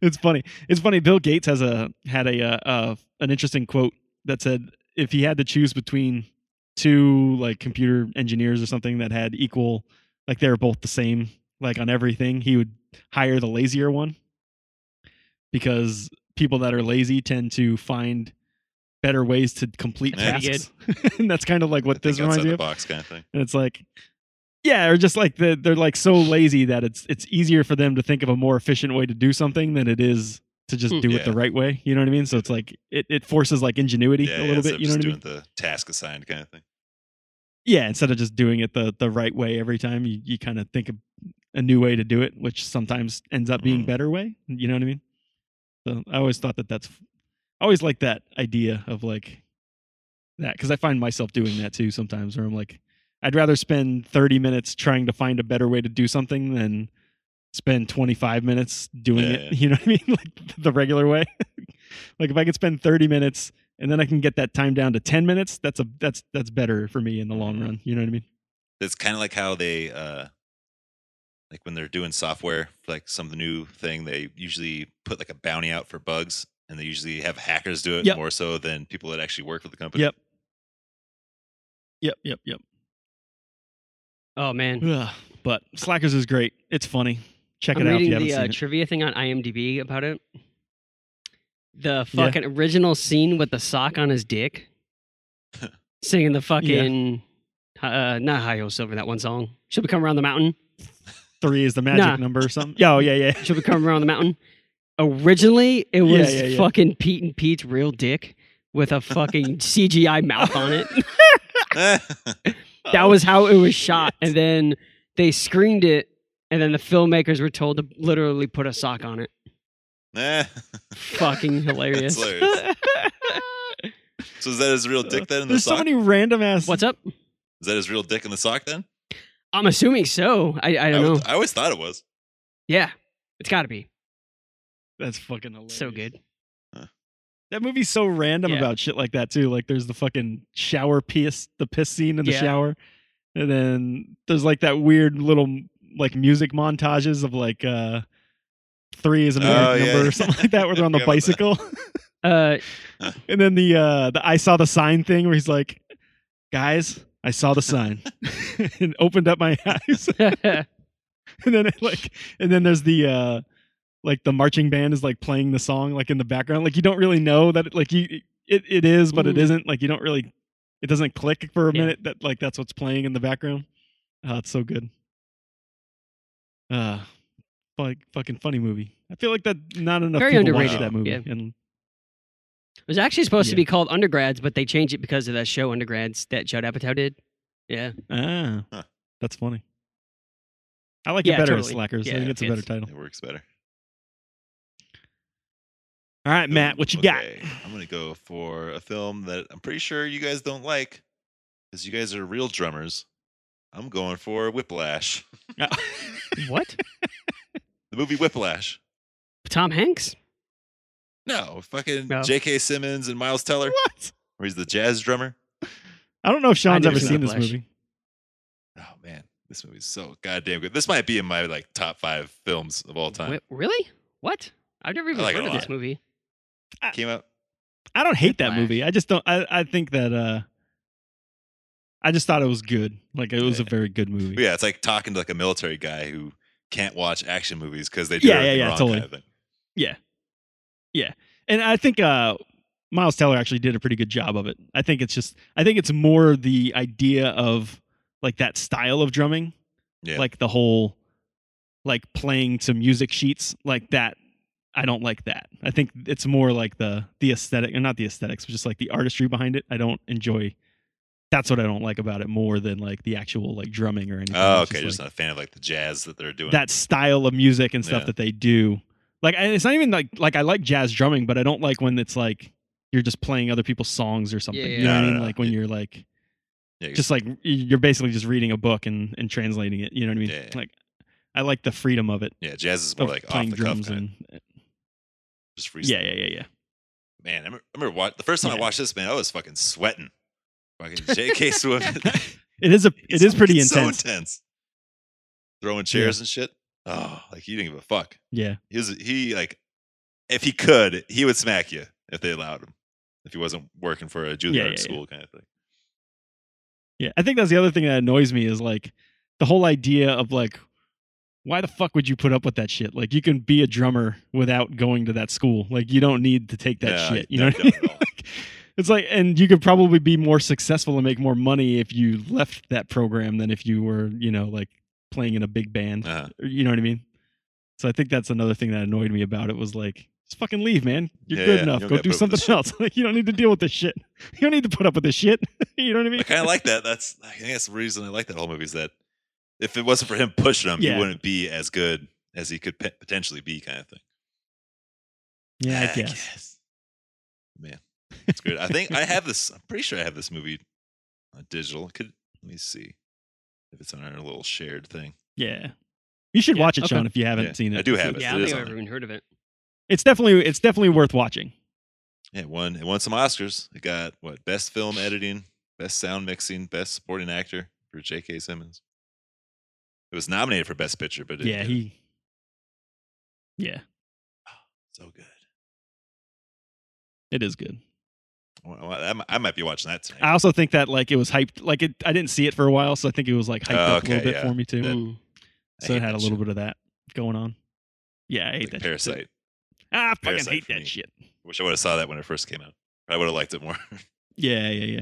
S3: it's funny. It's funny. Bill Gates has a had a uh, uh, an interesting quote that said if he had to choose between two like computer engineers or something that had equal like they were both the same like on everything, he would hire the lazier one because people that are lazy tend to find better ways to complete
S2: Yeah.
S3: tasks. and that's kind of like what
S2: Think
S3: this reminds
S2: outside
S3: me
S2: the
S3: of.
S2: box kind of thing.
S3: And it's like, yeah, or just like the, they're like so lazy that it's it's easier for them to think of a more efficient way to do something than it is to just
S1: Hmm.
S3: do it the
S2: Yeah.
S3: right way. You know what I mean? So it's like it, it forces like ingenuity
S2: Yeah,
S3: a
S2: yeah,
S3: little
S2: instead
S3: bit.
S2: of
S3: You know
S2: just
S3: what I mean?
S2: doing the task assigned kind of thing.
S3: yeah instead of just doing it the the right way every time you, you kind of think of a new way to do it which sometimes ends up being
S2: Mhm.
S3: better way you know what i mean so i always thought that that's i always like that idea of like that because i find myself doing that too sometimes where i'm like i'd rather spend 30 minutes trying to find a better way to do something than spend 25 minutes doing
S2: Yeah,
S3: it
S2: yeah.
S3: you know what i mean like the regular way like if i could spend 30 minutes and then I can get that time down to 10 minutes. That's a that's that's better for me in the long run. You know what I mean?
S2: It's kind of like how they, uh, like when they're doing software, like some new thing, they usually put like a bounty out for bugs, and they usually have hackers do it
S3: Yep.
S2: more so than people that actually work for the company.
S3: Yep. Yep, yep, yep.
S1: Oh man,
S3: Ugh, but Slackers is great. It's funny. Check
S1: I'm
S3: it out if
S1: reading
S3: you haven't
S1: the uh,
S3: seen it.
S1: trivia thing on IMDb about it. The
S3: Yeah.
S1: fucking original scene with the sock on his dick, singing the fucking uh, not High Ho Silver that one song. She'll be coming around the mountain.
S3: Three is the magic
S1: Nah.
S3: number or something. Yeah, oh, yeah, yeah.
S1: She'll be coming around the mountain. Originally, it
S3: Yeah,
S1: was
S3: yeah, yeah.
S1: fucking Pete and Pete's real dick with a fucking CGI mouth on it.
S2: Eh,
S1: that was how it was shot. And then they screened it, and then the filmmakers were told to literally put a sock on it.
S2: Eh.
S1: Fucking hilarious.
S2: That's hilarious. So is that his real dick then in the
S3: There's so
S2: sock?
S3: many random ass.
S1: What's up?
S2: Is that his real dick in the sock then?
S1: I'm assuming so. I, I don't know.
S2: was- I always thought it was.
S1: Yeah, it's got to be.
S3: That's fucking hilarious.
S1: So good.
S3: That movie's so random
S1: Yeah.
S3: about shit like that too. Like there's the fucking shower piss, the piss scene in the
S1: Yeah.
S3: shower, and then there's like that weird little like music montages of like uh three is a magic
S2: Oh, yeah,
S3: number
S2: yeah.
S3: or something like that where they're on the
S2: Forgot about that.
S3: bicycle,
S1: Uh,
S3: and then the uh the I saw the sign thing where he's like, guys, I saw the sign and opened up my eyes and then it, like and then there's the uh like the marching band is like playing the song like in the background like you don't really know that it, like you it, it is but it
S1: Mhm.
S3: isn't like you don't really it doesn't click for a
S1: Yeah.
S3: minute that like that's what's playing in the background oh it's so good uh like fucking funny movie i feel like that not enough
S1: Very
S3: people watch
S2: underrated,
S3: that movie
S1: yeah.
S3: and
S1: it was actually supposed
S3: Yeah.
S1: to be called Undergrads, but they changed it because of that show Undergrads that Judd Apatow did. Yeah,
S3: ah
S2: Huh.
S3: that's funny i like
S1: Yeah,
S3: it better as
S1: totally.
S3: slackers i
S1: Yeah,
S3: think it's a better
S1: it's-
S3: title
S2: It works better.
S3: all right matt what you
S2: Um, Okay,
S3: got
S2: I'm gonna go for a film that I'm pretty sure you guys don't like, because you guys are real drummers. I'm going for Whiplash,
S1: what?
S2: the movie Whiplash.
S1: Tom Hanks?
S2: No, fucking
S1: No.
S2: J.K. Simmons and Miles Teller,
S3: what
S2: where he's the jazz drummer.
S3: i don't know if sean's
S1: never
S3: ever
S1: seen
S3: seen this
S1: Whiplash.
S3: movie
S2: Oh man, this movie's so goddamn good. This might be in my like top five films of all time.
S1: Wh- really? What? I've never even
S2: like it
S1: heard
S2: a
S1: of this
S2: lot.
S1: movie.
S2: Came out.
S3: I don't hate that
S1: Whiplash.
S3: movie. I just don't. I, I think that. uh I just thought it was good. Like it was a
S2: Yeah.
S3: very good movie.
S2: Yeah, it's like talking to like a military guy who can't watch action movies because they do
S3: Yeah, yeah,
S2: everything
S3: yeah,
S2: wrong
S3: totally.
S2: kind of thing.
S3: And I think uh Miles Teller actually did a pretty good job of it. I think it's just. I think it's more the idea of like that style of drumming,
S2: Yeah.
S3: like the whole like playing to music sheets like that. I don't like that. I think it's more like the the aesthetic, and not the aesthetics, but just like the artistry behind it. I don't enjoy. That's what I don't like about it more than like the actual like drumming or anything.
S2: Oh,
S3: It's
S2: okay.
S3: like-
S2: Just not a fan of like the jazz that they're doing.
S3: that style of music and stuff
S2: Yeah.
S3: that they do. Like, and it's not even like like I like jazz drumming, but I don't like when it's like you're just playing other people's songs or something.
S1: Yeah,
S3: You know
S1: yeah.
S3: what
S2: No,
S3: I
S2: no,
S3: mean?
S2: no.
S3: Like when
S2: Yeah.
S3: you're like
S2: yeah,
S3: just like you're basically just reading a book and and translating it. You know what I mean?
S2: Yeah, yeah.
S3: Like I like the freedom of it
S2: yeah, jazz is more
S3: of
S2: like off
S3: playing
S2: the cuff,
S3: drums
S2: kind
S3: and
S2: just free.
S3: yeah, yeah, yeah, yeah.
S2: Man, I remember, I remember wa- the first time
S3: Yeah.
S2: I watched this. Man, I was fucking sweating. Fucking J.K. Swimming.
S3: It is a it is pretty
S2: So
S3: intense.
S2: intense. Throwing chairs and shit. Oh, like he didn't give a fuck.
S3: yeah,
S2: He was he like if he could, he would smack you if they allowed him. If he wasn't working for a junior
S3: yeah, yeah.
S2: school kind of thing.
S3: yeah. I think that's the other thing that annoys me is like the whole idea of like why the fuck would you put up with that shit? Like you can be a drummer without going to that school. Like you don't need to take that
S2: Yeah,
S3: shit. You
S2: no,
S3: know what I mean?
S2: not at all.
S3: Like, it's like and you could probably be more successful and make more money if you left that program than if you were, you know, like playing in a big band.
S2: Uh-huh.
S3: Or- You know what I mean? So I think that's another thing that annoyed me about it was like just fucking leave, man. You're
S2: Yeah,
S3: good
S2: yeah,
S3: enough.
S2: you don't
S3: Go
S2: gotta
S3: do
S2: put up with
S3: something
S2: this
S3: else. Like you don't need to deal with this shit. You don't need to put up with this shit. you know what I mean?
S2: I kind of like that. That's I think that's the reason I like that whole movie is that if it wasn't for him pushing him,
S3: Yeah.
S2: he wouldn't be as good as he could pe- potentially be, kind of thing.
S3: yeah, I
S2: Heck
S3: guess.
S2: yes. Man, it's good. I think I have this. I'm pretty sure I have this movie on digital. Could let me see if it's on our little shared thing.
S3: Yeah. You should
S1: Yeah,
S3: watch it,
S1: okay.
S3: Sean, if you haven't
S2: Yeah,
S3: seen
S2: I
S3: it.
S2: do have it.
S1: yeah, I
S2: it
S1: don't
S2: is
S1: think
S2: on
S1: I've
S2: there.
S1: ever even heard of it.
S3: It's definitely it's definitely worth watching.
S2: Yeah, it won. It won some Oscars. It got what best film editing, best sound mixing, best supporting actor for J.K. Simmons. It was nominated for best picture, but it
S3: Yeah,
S2: didn't.
S3: he Yeah,
S2: so good.
S3: it is good.
S2: Well, well, I, might- I might be watching that tonight.
S3: I also think that like it was hyped like it I didn't see it for a while, so I think it was like hyped
S2: Oh,
S3: up a little
S2: okay,
S3: bit
S2: yeah.
S3: for me too.
S2: That-
S1: Mm.
S2: I
S3: so
S2: hate
S3: it had a
S2: that
S3: little
S2: shit.
S3: bit of that going on. Yeah, I hate
S2: Like
S3: that
S2: Parasite.
S3: shit. too. Ah, I fucking
S2: Parasite
S3: hate
S2: for
S3: that
S2: me.
S3: shit.
S2: Wish I would have saw that when it first came out. I would have liked it more.
S3: Yeah, yeah,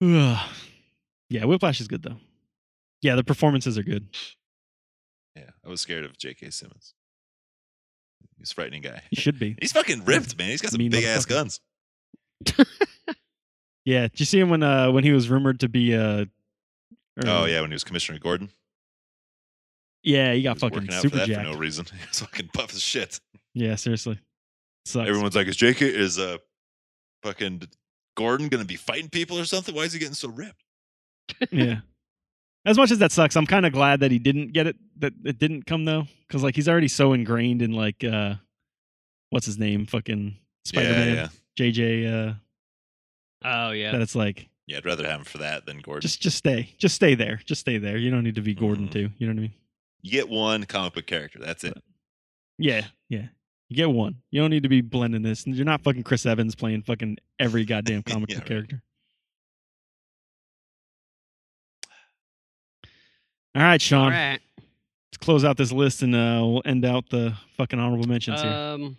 S3: yeah. Ugh. yeah, Whiplash is good though. Yeah, the performances are good.
S2: yeah, I was scared of J.K. Simmons. He's a frightening guy.
S3: You should be.
S2: He's fucking ripped, man. He's got some
S3: Mean
S2: big ass
S3: motherfucker.
S2: guns.
S3: Yeah, did you see him when uh when he was rumored to be uh or-
S2: Oh yeah, when he was Commissioner Gordon,
S3: Yeah, he
S2: he
S3: got
S2: was
S3: fucking
S2: working out
S3: super
S2: for that
S3: jacked.
S2: for no reason. He was fucking buff as shit.
S3: Yeah, seriously. Sucks.
S2: Everyone's like, "Is J.K. is uh, fucking Gordon gonna be fighting people or something? Why is he getting so ripped?"
S3: yeah. As much as that sucks, I'm kind of glad that he didn't get it. That it didn't come though, because like he's already so ingrained in like uh, what's his name, fucking Spider
S2: Yeah,
S3: Man,
S2: yeah,
S3: JJ. Uh,
S1: Oh yeah.
S3: That it's like
S2: yeah. I'd rather have him for that than Gordon.
S3: just just stay, just stay there, just stay there. You don't need to be Gordon
S2: Mhm.
S3: too. You know what I mean?
S2: you get one comic book character. That's it.
S3: Yeah, yeah. You get one. You don't need to be blending this. You're not fucking Chris Evans playing fucking every goddamn comic
S2: Yeah,
S3: book
S2: right.
S3: character. All right, Sean.
S1: All right.
S3: Let's close out this list and uh, we'll end out the fucking honorable mentions here.
S1: Um,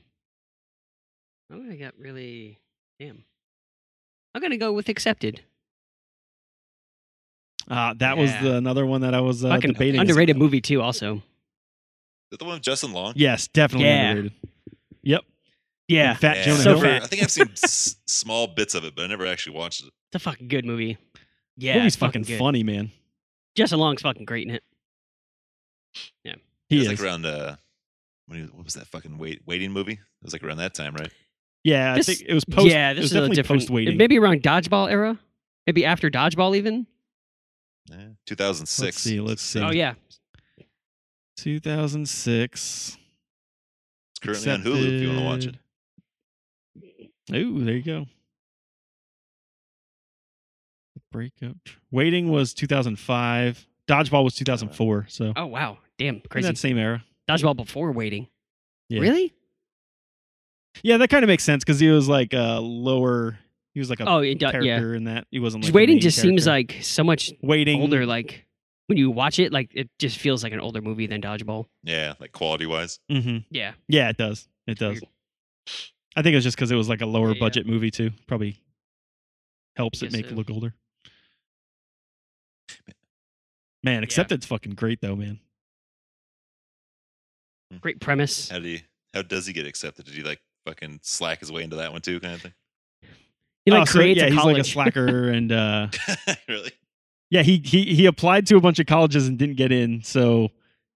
S1: I'm gonna get really damn. I'm gonna go with accepted.
S3: Uh, that was
S1: yeah.
S3: the, another one that I was uh,
S1: Fucking
S3: debating.
S1: underrated movie too. Also,
S2: Is that the one with Justin Long?
S3: Yes, definitely
S1: Yeah.
S3: underrated. Yep.
S1: yeah,
S3: And Fat Jonah
S1: So
S3: Hill.
S1: fat.
S2: I think I've seen s- small bits of it, but I never actually watched it.
S1: it's a fucking good movie. Yeah,
S3: Movie's
S1: it's fucking,
S3: fucking
S1: good.
S3: funny, man.
S1: Justin Long's fucking great in it.
S3: He
S2: it
S3: is.
S2: was like around uh, when he, what was that fucking wait waiting movie? It was like around that time, right?
S3: yeah, I
S1: This-
S3: think it was post.
S1: yeah, this
S3: it was
S1: is a
S3: definitely
S1: different.
S3: post waiting.
S1: Maybe around dodgeball era. Maybe after dodgeball even.
S2: Yeah, 2006.
S3: Let's see, let's see.
S1: Oh yeah,
S3: 2006.
S2: It's currently on Hulu if you want to watch it.
S3: Ooh, there you go. The breakup. Waiting was 2005. Dodgeball was 2004. So
S1: Uh, Oh wow, damn,
S3: in
S1: crazy.
S3: that same era.
S1: Dodgeball before waiting.
S3: Yeah.
S1: Really?
S3: Yeah, that kind of makes sense because he was like a lower. He was like a
S1: Oh, it, do- yeah.
S3: character in that. He wasn't. Like
S1: Just
S3: the
S1: waiting
S3: main
S1: just seems
S3: character.
S1: like so much
S3: waiting.
S1: older. Like when you watch it, like it just feels like an older movie than dodgeball.
S2: Yeah, like quality wise.
S3: hmm
S1: Yeah.
S3: Yeah, it does. It does.
S1: Weird.
S3: I think it was just because it was like a lower
S1: Yeah, yeah.
S3: budget movie too. Probably helps it
S1: Guess
S3: make
S1: so.
S3: it look older. Man, except it's fucking great though, man.
S1: Great premise.
S2: How do you, how does he get accepted? Did he like fucking slack his way into that one too, kind of thing?
S1: He like
S3: Oh, so,
S1: creates
S3: yeah,
S1: a
S3: he's
S1: college.
S3: like a slacker, and uh,
S2: really?
S3: yeah, he he he applied to a bunch of colleges and didn't get in, so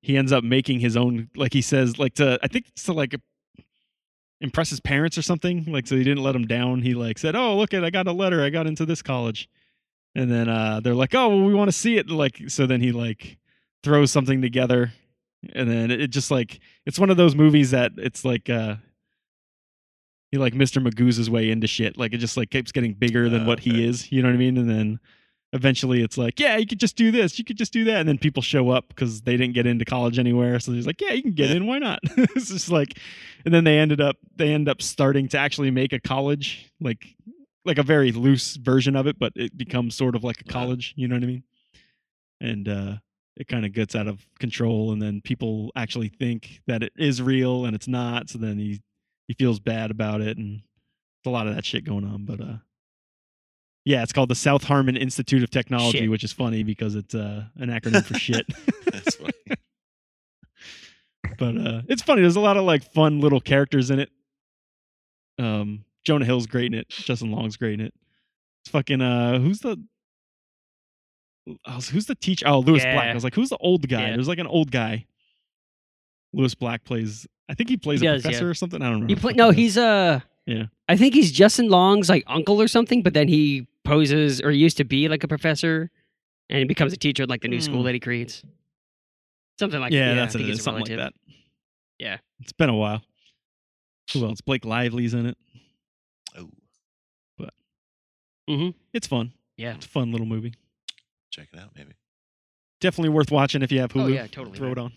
S3: he ends up making his own. Like he says, like to I think it's to like impress his parents or something. Like so he didn't let him down. He like said, "Oh look, it, I got a letter. I got into this college," and then uh, they're like, "Oh well, we want to see it." Like so, then he like throws something together, and then it, it just like it's one of those movies that it's like. uh he like Mr. Magoo's his way into shit. Like it just like keeps getting bigger than
S2: Ah,
S3: what
S2: okay.
S3: he is. You know what I mean? And then eventually it's like, yeah, you could just do this, you could just do that, and then people show up because they didn't get into college anywhere. So he's like, yeah, you can get
S2: Yeah.
S3: in, why not? it's just like, and then they ended up they end up starting to actually make a college like like a very loose version of it, but it becomes sort of like a
S2: Wow.
S3: college. You know what I mean? And uh it kind of gets out of control and then people actually think that it is real and it's not so then he he feels bad about it and there's a lot of that shit going on but uh yeah it's called the south harmon institute of technology
S1: Shit.
S3: which is funny because it's uh an acronym for shit
S2: That's funny.
S3: but uh it's funny there's a lot of like fun little characters in it um jonah hill's great in it justin long's great in it it's fucking uh who's the I was- who's the teacher oh lewis black
S1: Yeah.
S3: i was like who's the old guy
S1: Yeah.
S3: there's like an old guy lewis black plays i think he plays
S1: He
S3: a
S1: does, yeah.
S3: professor or something i don't remember
S1: You play, no, he's uh
S3: Yeah.
S1: I think he's Justin Long's like uncle or something, but then he poses or he used to be like a professor and he becomes a teacher at like the new school
S3: Hmm.
S1: that he creates. Something like
S3: yeah,
S1: I
S3: that's
S1: think
S3: it
S1: he's
S3: is,
S1: a
S3: something like
S1: relative.
S3: that
S1: Yeah.
S3: it's been a while who else blake lively's in it
S2: Oh,
S1: Mm-hmm.
S3: it's fun
S1: Yeah.
S3: it's a fun little movie
S2: check it out, maybe.
S3: definitely worth watching if you have hulu
S1: Oh, yeah, totally,
S3: throw
S1: man.
S3: it on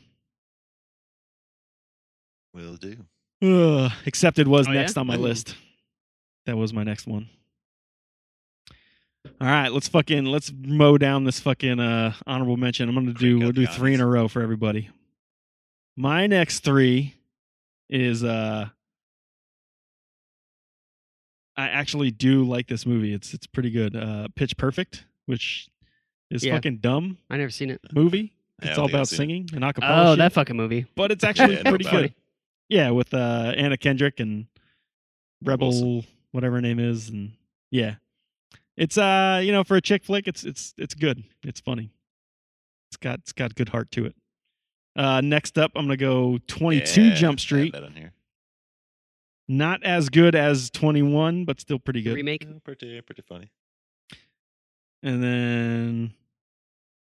S2: Will do.
S3: Ugh, accepted was
S1: Oh, yeah?
S3: next on my
S1: Ooh.
S3: list. That was my next one. All right, let's fucking let's mow down this fucking uh honorable mention. I'm gonna do
S2: Crank
S3: we'll
S2: up
S3: do
S2: the
S3: three in a row for everybody. My next three is uh I actually do like this movie. It's it's pretty good. Uh Pitch Perfect, which is
S1: Yeah.
S3: fucking dumb
S1: I never seen it.
S3: movie.
S2: Yeah, I
S3: It's
S2: don't think
S3: all
S2: I've
S3: about
S2: seen it.
S3: singing and acapella.
S1: Oh,
S3: shit
S1: that fucking movie.
S3: but it's actually
S2: Yeah, I know
S3: pretty
S2: about
S3: good.
S2: it.
S3: Yeah, with uh, Anna Kendrick and Rebel,
S2: Wilson.
S3: whatever her name is, and yeah, it's uh, you know, for a chick flick, it's it's it's good. It's funny. It's got it's got good heart to it. Uh, next up, I'm gonna go 22
S2: Yeah, I
S3: Jump
S2: have
S3: Street.
S2: that on here.
S3: Not as good as 21, but still pretty good.
S1: Remake.
S2: Yeah, pretty, pretty funny.
S3: And then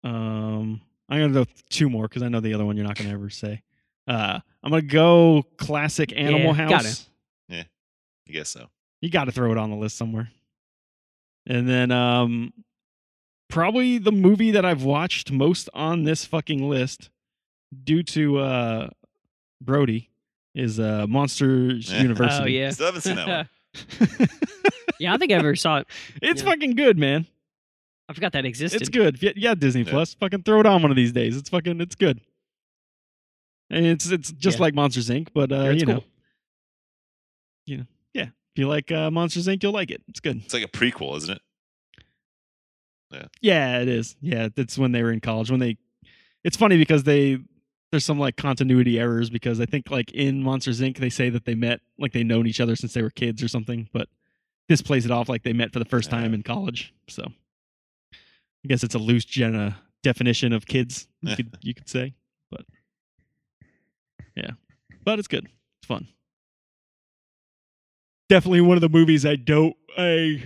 S3: um I'm gonna go th- two more because I know the other one you're not gonna ever say. Uh I'm gonna go classic Animal
S1: Yeah,
S3: House.
S1: gotta.
S2: I guess so.
S3: You gotta throw it on the list somewhere. And then um probably the movie that I've watched most on this fucking list due to uh Brody is uh Monsters
S2: Yeah.
S3: University.
S1: Oh yeah.
S2: Still haven't seen that one.
S1: yeah, I don't think I ever saw it.
S3: it's
S1: Yeah.
S3: fucking good, man.
S1: I forgot that existed.
S3: It's good. Yeah, yeah, Disney
S2: Yeah.
S3: Plus. Fucking throw it on one of these days. It's fucking it's good. And it's it's just
S1: Yeah.
S3: like Monsters Inc. But uh,
S1: Yeah, it's
S3: you know,
S1: cool.
S3: if you like uh, Monsters Inc., you'll like it. It's good.
S2: It's like a prequel, isn't it?
S3: Yeah, it is. Yeah, that's when they were in college. When they, it's funny because they there's some like continuity errors because I think like in Monsters Inc. they say that they met like they known each other since they were kids or something, but this plays it off like they met for the first
S2: Yeah.
S3: time in college. So I guess it's a loose gen- uh, definition of kids you could you could say, but yeah, but it's good. It's fun. Definitely one of the movies I don't I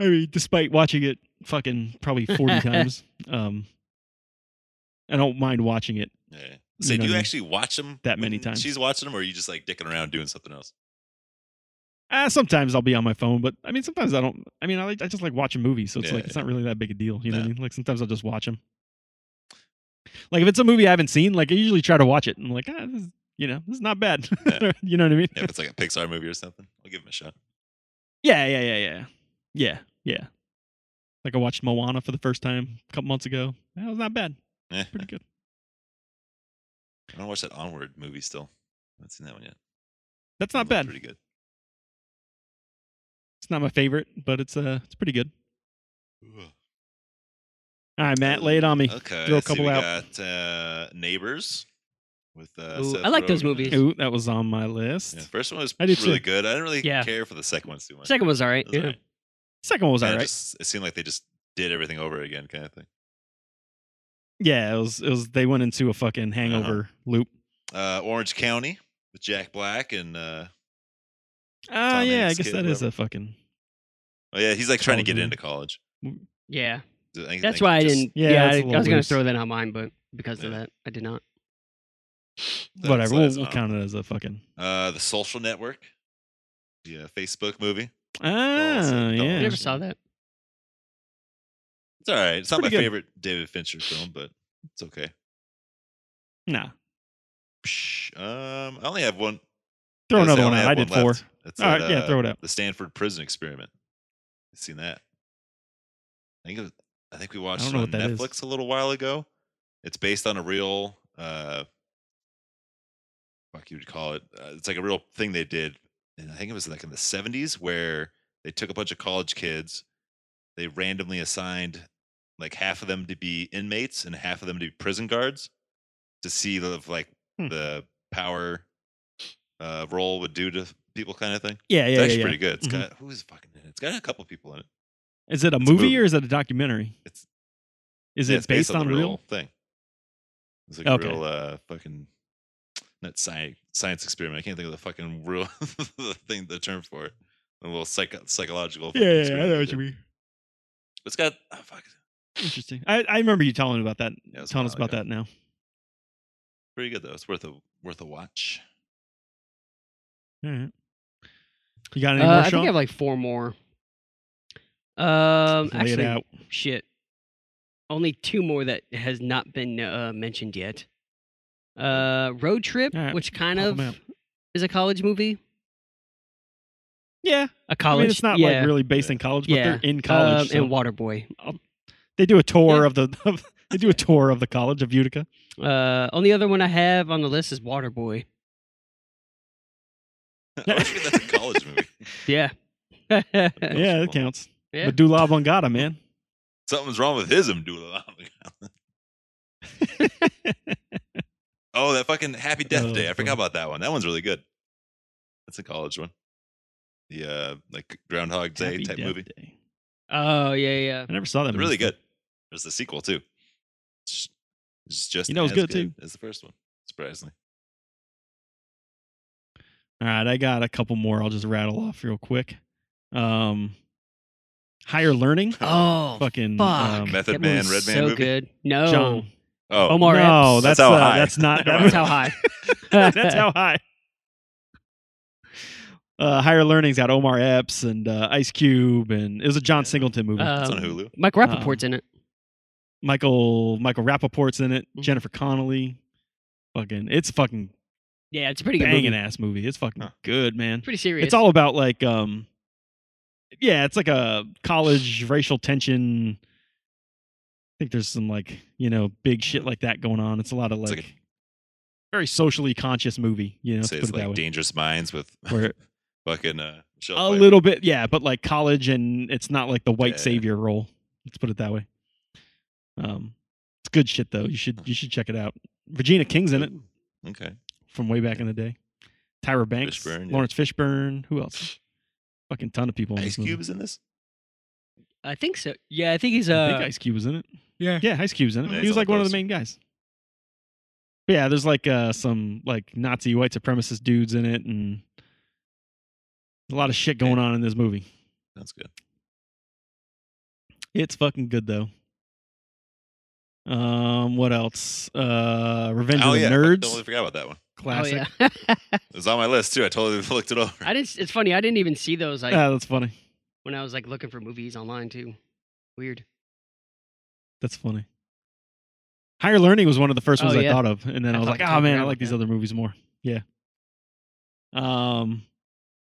S3: I mean, despite watching it fucking probably 40 times, um, I don't mind watching it.
S2: Yeah. Say,
S3: You
S2: do you
S3: know what I mean?
S2: actually watch them
S3: That many times.
S2: She's watching them, or are you just like dicking around doing something else?
S3: Uh, sometimes I'll be on my phone, but I mean, sometimes I don't. I mean, I, like, I just like watching movies, so it's
S2: Yeah,
S3: like it's not really that big a deal. You know what I
S2: No.
S3: mean? Like sometimes I'll just watch them. Like if it's a movie I haven't seen, like I usually try to watch it, and I'm like, ah, this is, you know, this is not bad.
S2: Yeah.
S3: you know what I mean?
S2: Yeah, if it's like a Pixar movie or something, I'll give him a shot.
S3: Yeah, yeah, yeah, yeah. Yeah, yeah. Like I watched Moana for the first time a couple months ago. That was not bad.
S2: Yeah.
S3: Pretty good.
S2: Eh, I don't watch that Onward movie still. I haven't seen that one yet.
S3: That's
S2: It
S3: not
S2: looked
S3: bad.
S2: Pretty good.
S3: It's not my favorite, but it's uh it's pretty good. All right, Matt, lay it on me.
S2: Okay.
S3: Throw a
S2: let's see,
S3: couple
S2: we
S3: out.
S2: Got uh, Neighbors with uh,
S1: Ooh,
S2: Seth
S1: I like those
S2: Rogen.
S1: movies.
S3: Ooh, that was on my list.
S2: Yeah, the first one was
S3: I do
S2: really
S3: too.
S2: good. I didn't really
S1: Yeah.
S2: care for the second one too much.
S1: Second one's all right.
S2: It was
S1: Yeah.
S2: alright.
S3: Second one was
S2: Yeah,
S3: all
S2: it
S3: right.
S2: just- it seemed like they just did everything over again, kind of thing.
S3: yeah, it was. It was. They went into a fucking
S2: Uh-huh.
S3: hangover loop.
S2: Uh, Orange County with Jack Black and uh,
S3: Oh
S2: Tom
S3: yeah, I
S2: Hanks
S3: guess
S2: kid,
S3: that is
S2: whatever.
S3: a fucking.
S2: oh yeah, he's like trying to
S3: College
S2: get
S3: movie.
S2: into college.
S1: Yeah.
S2: I think- I
S1: That's
S2: think
S1: why I
S2: he just-
S1: didn't. Yeah,
S3: Yeah, it's a
S1: I, I
S3: little
S1: was going
S3: loose.
S1: to throw that on mine, but because of
S2: Yeah.
S1: that, I did not.
S2: that
S3: whatever. We'll,
S2: slides
S3: we'll
S2: on.
S3: count it as a fucking.
S2: Uh, the Social Network, the uh, Facebook movie. it's a
S3: Ah,
S2: double.
S1: I
S3: yeah.
S1: never saw that.
S2: It's all right. It's not my
S3: Pretty good.
S2: favorite David Fincher film, but it's okay.
S3: Nah,
S2: Psh, um, I only have one. I
S3: throw
S2: was gonna say,
S3: another one
S2: only
S3: out.
S2: have
S3: I did
S2: one
S3: four.
S2: left. That's
S3: All right,
S2: that,
S3: yeah,
S2: uh,
S3: throw it out.
S2: the Stanford Prison Experiment. You seen that? I think it was, I think we watched
S3: don't
S2: it
S3: know
S2: on
S3: what that is.
S2: Netflix a little while ago. It's based on a real, uh, fuck you would call it. Uh, it's like a real thing they did. And I think it was like in the 70s where they took a bunch of college kids. They randomly assigned like half of them to be inmates and half of them to be prison guards to see the like
S3: Hmm.
S2: the power uh, role would do to people kind of thing.
S1: Yeah,
S2: It's
S1: yeah,
S2: actually
S1: yeah.
S2: pretty good. It's
S3: Mhm.
S2: got who's fucking in it? It's got a couple people in it.
S3: Is it a
S2: It's a
S3: movie,
S2: movie.
S3: or is it a documentary?
S2: It's-
S3: Is
S2: Yeah,
S3: it
S2: it's
S3: based, on,
S2: the
S3: real?
S2: thing? It's like
S3: Okay.
S2: a real uh, fucking not science science experiment. I can't think of the fucking real the thing the term for it. A little psycho- psychological. fucking experiment they did.
S3: mean.
S2: It's got oh, fuck.
S3: Interesting. I, I remember you telling about that.
S2: Yeah, it was a
S3: telling us
S2: while
S3: about
S2: ago.
S3: that now.
S2: Pretty good though. It's worth a worth a watch.
S3: All right. You got any
S1: Uh, I
S3: more,
S1: think I
S3: Sean?
S1: have like four more. Um,
S3: Lay it
S1: actually,
S3: out.
S1: shit. Only two more that has not been uh, mentioned yet. Uh, Road Trip,
S3: All right,
S1: which kind
S3: pop
S1: of
S3: 'em out.
S1: is a college movie.
S3: Yeah,
S1: A
S3: I
S1: college.
S3: mean it's not
S1: yeah,
S3: like really based in college, but
S1: yeah.
S3: they're in college.
S1: Um,
S3: so
S1: And Waterboy.
S3: they do a tour
S1: Yeah.
S3: of the. Of, they do a tour of the college of Utica.
S1: Uh, only other one I have on the list is Waterboy.
S2: I wish we had that in college movie.
S1: Yeah.
S3: Yeah,
S2: cool.
S3: that counts.
S1: Yeah.
S3: But Dula Bongata, man.
S2: Something's wrong with his Amdullah. oh, that fucking Happy Death
S3: Oh,
S2: Day. I forgot
S3: fuck.
S2: about that one. That one's really good. That's a college one. The uh like Groundhog Day
S3: Happy
S2: type
S3: Death
S2: movie.
S3: Day.
S1: Oh yeah, yeah.
S3: I never saw that.
S2: It's really
S3: movie.
S2: good. There's the sequel too. It's it's just
S3: You know, it's
S2: as
S3: good,
S2: good,
S3: too.
S2: as the first one. Surprisingly,
S3: All right, I got a couple more. I'll just rattle off real quick. Um, higher learning.
S1: Oh
S3: fucking
S1: fuck.
S3: um,
S2: Method
S1: that
S2: Man,
S1: movie was
S2: Red Man
S1: so
S2: movie?
S1: good. No.
S3: John.
S2: oh,
S1: Omar
S3: no,
S1: Epps.
S3: that's
S2: That's how
S3: uh,
S2: high.
S3: that's not.
S2: Never
S1: That's how high.
S3: that's how high. Uh, Higher Learning's got Omar Epps and uh, Ice Cube, and it was a John Singleton movie.
S1: Uh,
S2: it's
S1: um,
S2: on Hulu.
S1: Mike
S3: Uh-huh.
S1: Rappaport's in it.
S3: Michael Michael Rappaport's in it.
S1: Mhm.
S3: Jennifer Connelly. Fucking, it's a fucking
S1: Yeah, it's a pretty good
S3: banging
S1: movie.
S3: ass movie. It's fucking
S2: Huh.
S3: good, man.
S1: Pretty serious.
S3: It's all about like, um, yeah, it's like a college racial tension. I think there's some like you know big shit like that going on. It's a lot of
S2: It's
S3: like,
S2: like
S3: very socially conscious movie. You know,
S2: Say
S3: to put
S2: it's
S3: it that
S2: like
S3: way.
S2: Dangerous Minds with
S3: Where-
S2: fucking uh, Michelle
S3: a
S2: Pfeiffer.
S3: little bit, yeah, but like college, and it's not like the white
S2: Yeah.
S3: savior role. Let's put it that way. Um, it's good shit though. You should you should check it out. Regina King's in it
S2: Hmm. Ooh, Okay,
S3: from way back in the day. Tyra Banks,
S2: Fishburne, yeah.
S3: Lawrence Fishburne, who else? Fucking ton of people. In
S2: Ice
S3: this movie.
S2: Cube is in this.
S1: I think so. Yeah, I think he's uh
S3: I think Ice Cube was in it.
S1: yeah.
S3: Yeah, Ice Cube's in it.
S2: Yeah,
S3: he
S2: he's
S3: was
S2: on
S3: like
S2: the
S3: one of the
S2: poster.
S3: main guys. But yeah, there's like uh, some like Nazi white supremacist dudes in it, and a lot of shit going on in this movie.
S2: That's good.
S3: It's fucking good though. Um, what else? Uh, Revenge
S2: oh
S3: of the
S2: yeah, I
S3: Nerds,
S2: totally forgot about that one.
S1: Oh
S3: classic.
S1: yeah.
S2: It was on my list too. I totally looked it over.
S1: I didn't. It's funny. I didn't even see those like
S3: Ah, that's funny.
S1: when I was like looking for movies online too. Weird.
S3: That's funny. Higher Learning was one of the first
S1: Oh,
S3: ones I
S1: yeah.
S3: thought of, and then I,
S1: I
S3: was
S1: thought
S3: like,
S1: we
S3: "Oh
S1: talked
S3: man, I
S1: about
S3: like these
S1: that."
S3: other movies more." Yeah. Um,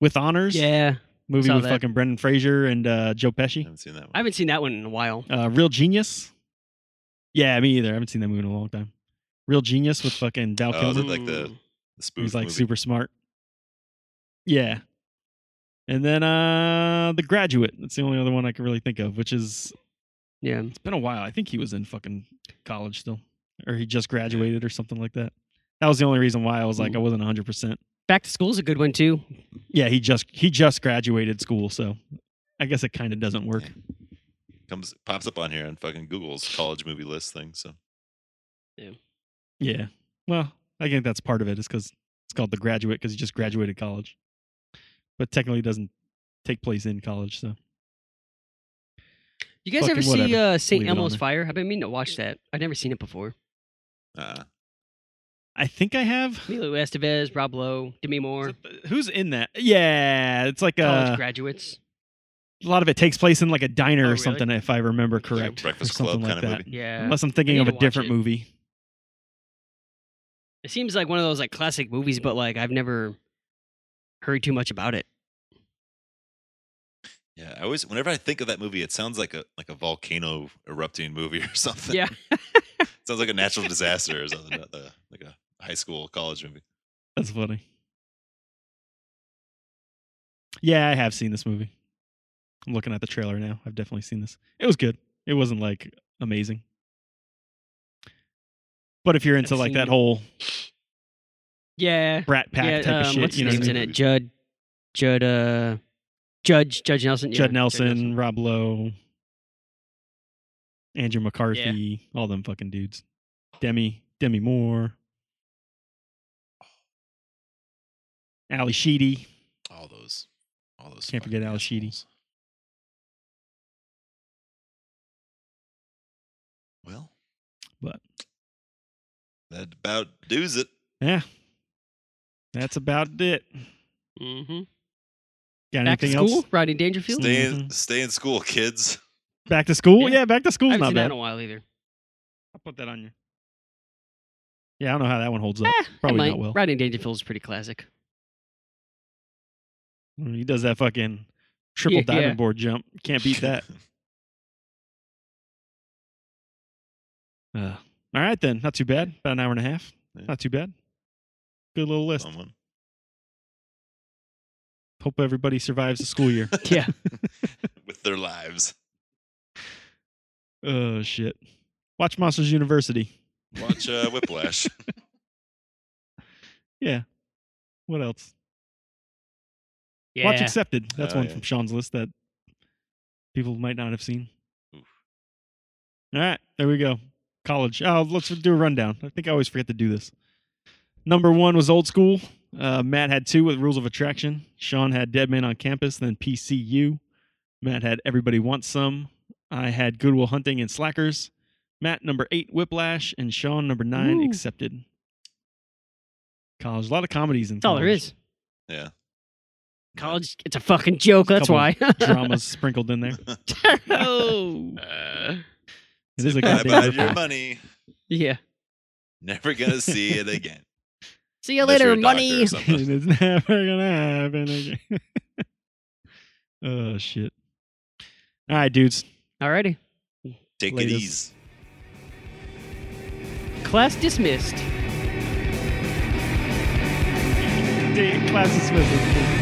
S3: with honors,
S1: Yeah,
S3: movie
S1: saw
S3: with
S1: that.
S3: fucking Brendan Fraser and uh, Joe
S2: I
S3: Pesci.
S2: haven't seen that one.
S1: I haven't seen that one in a while.
S3: Uh, Real Genius. Yeah, me either. I haven't seen that movie in a long time. Real Genius with fucking Val
S2: Oh,
S3: Kilmer.
S2: is it like the
S1: Mm.
S2: The spoof
S3: He's like
S2: movie.
S3: super smart. Yeah. And then uh The Graduate. That's the only other one I can really think of, which is
S1: yeah.
S3: it's been a while. I think he was in fucking college still. Or he just graduated or something like that. That was the only reason why I was like I wasn't 100%.
S1: Back to School's a good one too.
S3: Yeah, he just he just graduated school, so I guess it kind of doesn't work.
S2: comes pops up on here on fucking Google's college movie list thing. So
S3: Yeah. Well, I think that's part of it is cuz it's called The Graduate cuz he just graduated college. But technically it doesn't take place in college, so
S1: You guys
S3: Fucking
S1: ever see
S3: whatever.
S1: uh, St.
S3: Leave it on
S1: Elmo's
S3: there.
S1: Fire? I've been meaning to watch that. I've never seen it before.
S2: uh,
S3: I think I have
S1: Emilio Estevez, Rob Lowe, Demi Moore,
S3: Is it the- who's in that? Yeah, it's like uh,
S1: college
S3: a,
S1: graduates.
S3: a lot of it takes place in like a
S1: Oh,
S3: diner or
S1: really?
S3: something, if I remember
S2: like
S3: correct.
S2: Breakfast
S3: or something
S2: Club
S3: like
S2: kind of
S3: that.
S2: movie.
S1: Yeah,
S3: Unless I'm thinking
S1: need
S3: of a
S1: to watch
S3: different
S1: it.
S3: movie.
S1: it seems like one of those like classic movies, but like I've never heard too much about it.
S2: Yeah, I always whenever I think of that movie, it sounds like a like a volcano erupting movie or something.
S1: Yeah,
S2: Sounds like a natural disaster or something. not the- like a high school, college movie.
S3: That's funny. Yeah, I have seen this movie. I'm looking at the trailer now. I've definitely seen this. It was good. It wasn't like amazing. But if you're into
S1: I've
S3: like
S1: seen
S3: that
S1: it.
S3: whole
S1: yeah.
S3: brat pack
S1: yeah,
S3: type of
S1: um,
S3: shit,
S1: what's
S3: you know,
S1: his
S3: what I
S1: name's
S3: mean?
S1: in it? Judd, Judd, uh, Judge, Judge Nelson. yeah,
S3: Judd Nelson, Rob Lowe, Andrew McCarthy, all them fucking dudes. Demi, Demi Moore,
S1: Oh.
S3: Ali Sheedy.
S2: All those, all those.
S3: Can't
S2: fucking
S3: forget Al Sheedy.
S2: assholes. Well,
S3: But-
S2: that about does it.
S3: Yeah, that's about it.
S1: Mm-hmm.
S3: Got
S1: Back to
S3: anything
S1: school,
S3: else?
S1: Rodney Dangerfield.
S2: Stay,
S3: Mhm.
S2: in, stay in school, kids.
S3: Back to school? Yeah,
S1: Yeah.
S3: back to
S1: I
S3: school's
S1: haven't
S3: not
S1: seen that
S3: bad.
S1: in a
S3: I'll
S1: while either.
S3: put that on you. Yeah, I don't know how that one holds up.
S1: Eh, I
S3: Probably
S1: might.
S3: not well.
S1: Rodney Dangerfield's pretty classic.
S3: When He does that fucking triple
S1: Yeah,
S3: diving
S1: yeah.
S3: board jump. Can't beat that. Uh, all right then, not too bad. About an hour and a half.
S2: Yeah.
S3: Not too bad. Good little list.
S2: Someone.
S3: Hope everybody survives the school year.
S1: Yeah.
S2: With their lives.
S3: oh shit. Watch Monsters University.
S2: Watch uh, Whiplash.
S3: What else?
S1: Yeah.
S3: Watch Accepted. That's
S2: Oh,
S3: one
S2: yeah.
S3: from Sean's list that people might not have seen.
S2: Oof.
S3: All right, there we go. College. Oh, let's do a rundown. I think I always forget to do this. Number one was Old School. Uh, Matt had two with Rules of Attraction. Sean had Dead Man on Campus, then PCU. Matt had Everybody Wants Some. I had Goodwill Hunting and Slackers. Matt number eight, Whiplash, and Sean number nine,
S1: Ooh.
S3: Accepted. College. A lot of comedies in
S1: That's all there
S3: college.
S1: is.
S2: Yeah.
S1: College, it's a fucking joke. That's
S3: Couple
S1: why.
S3: Dramas sprinkled in there.
S1: oh.
S3: It is a
S2: Bye
S3: goddamn
S2: bye your
S3: ripoff.
S2: money.
S1: yeah.
S2: Never gonna see it again.
S1: See you
S2: Unless you're
S1: later,
S2: a doctor or
S1: money.
S2: something.
S3: it is never gonna happen again. oh shit! All right, dudes.
S1: Alrighty.
S2: Take
S3: Latest.
S2: it easy.
S1: Class dismissed.
S3: Class dismissed.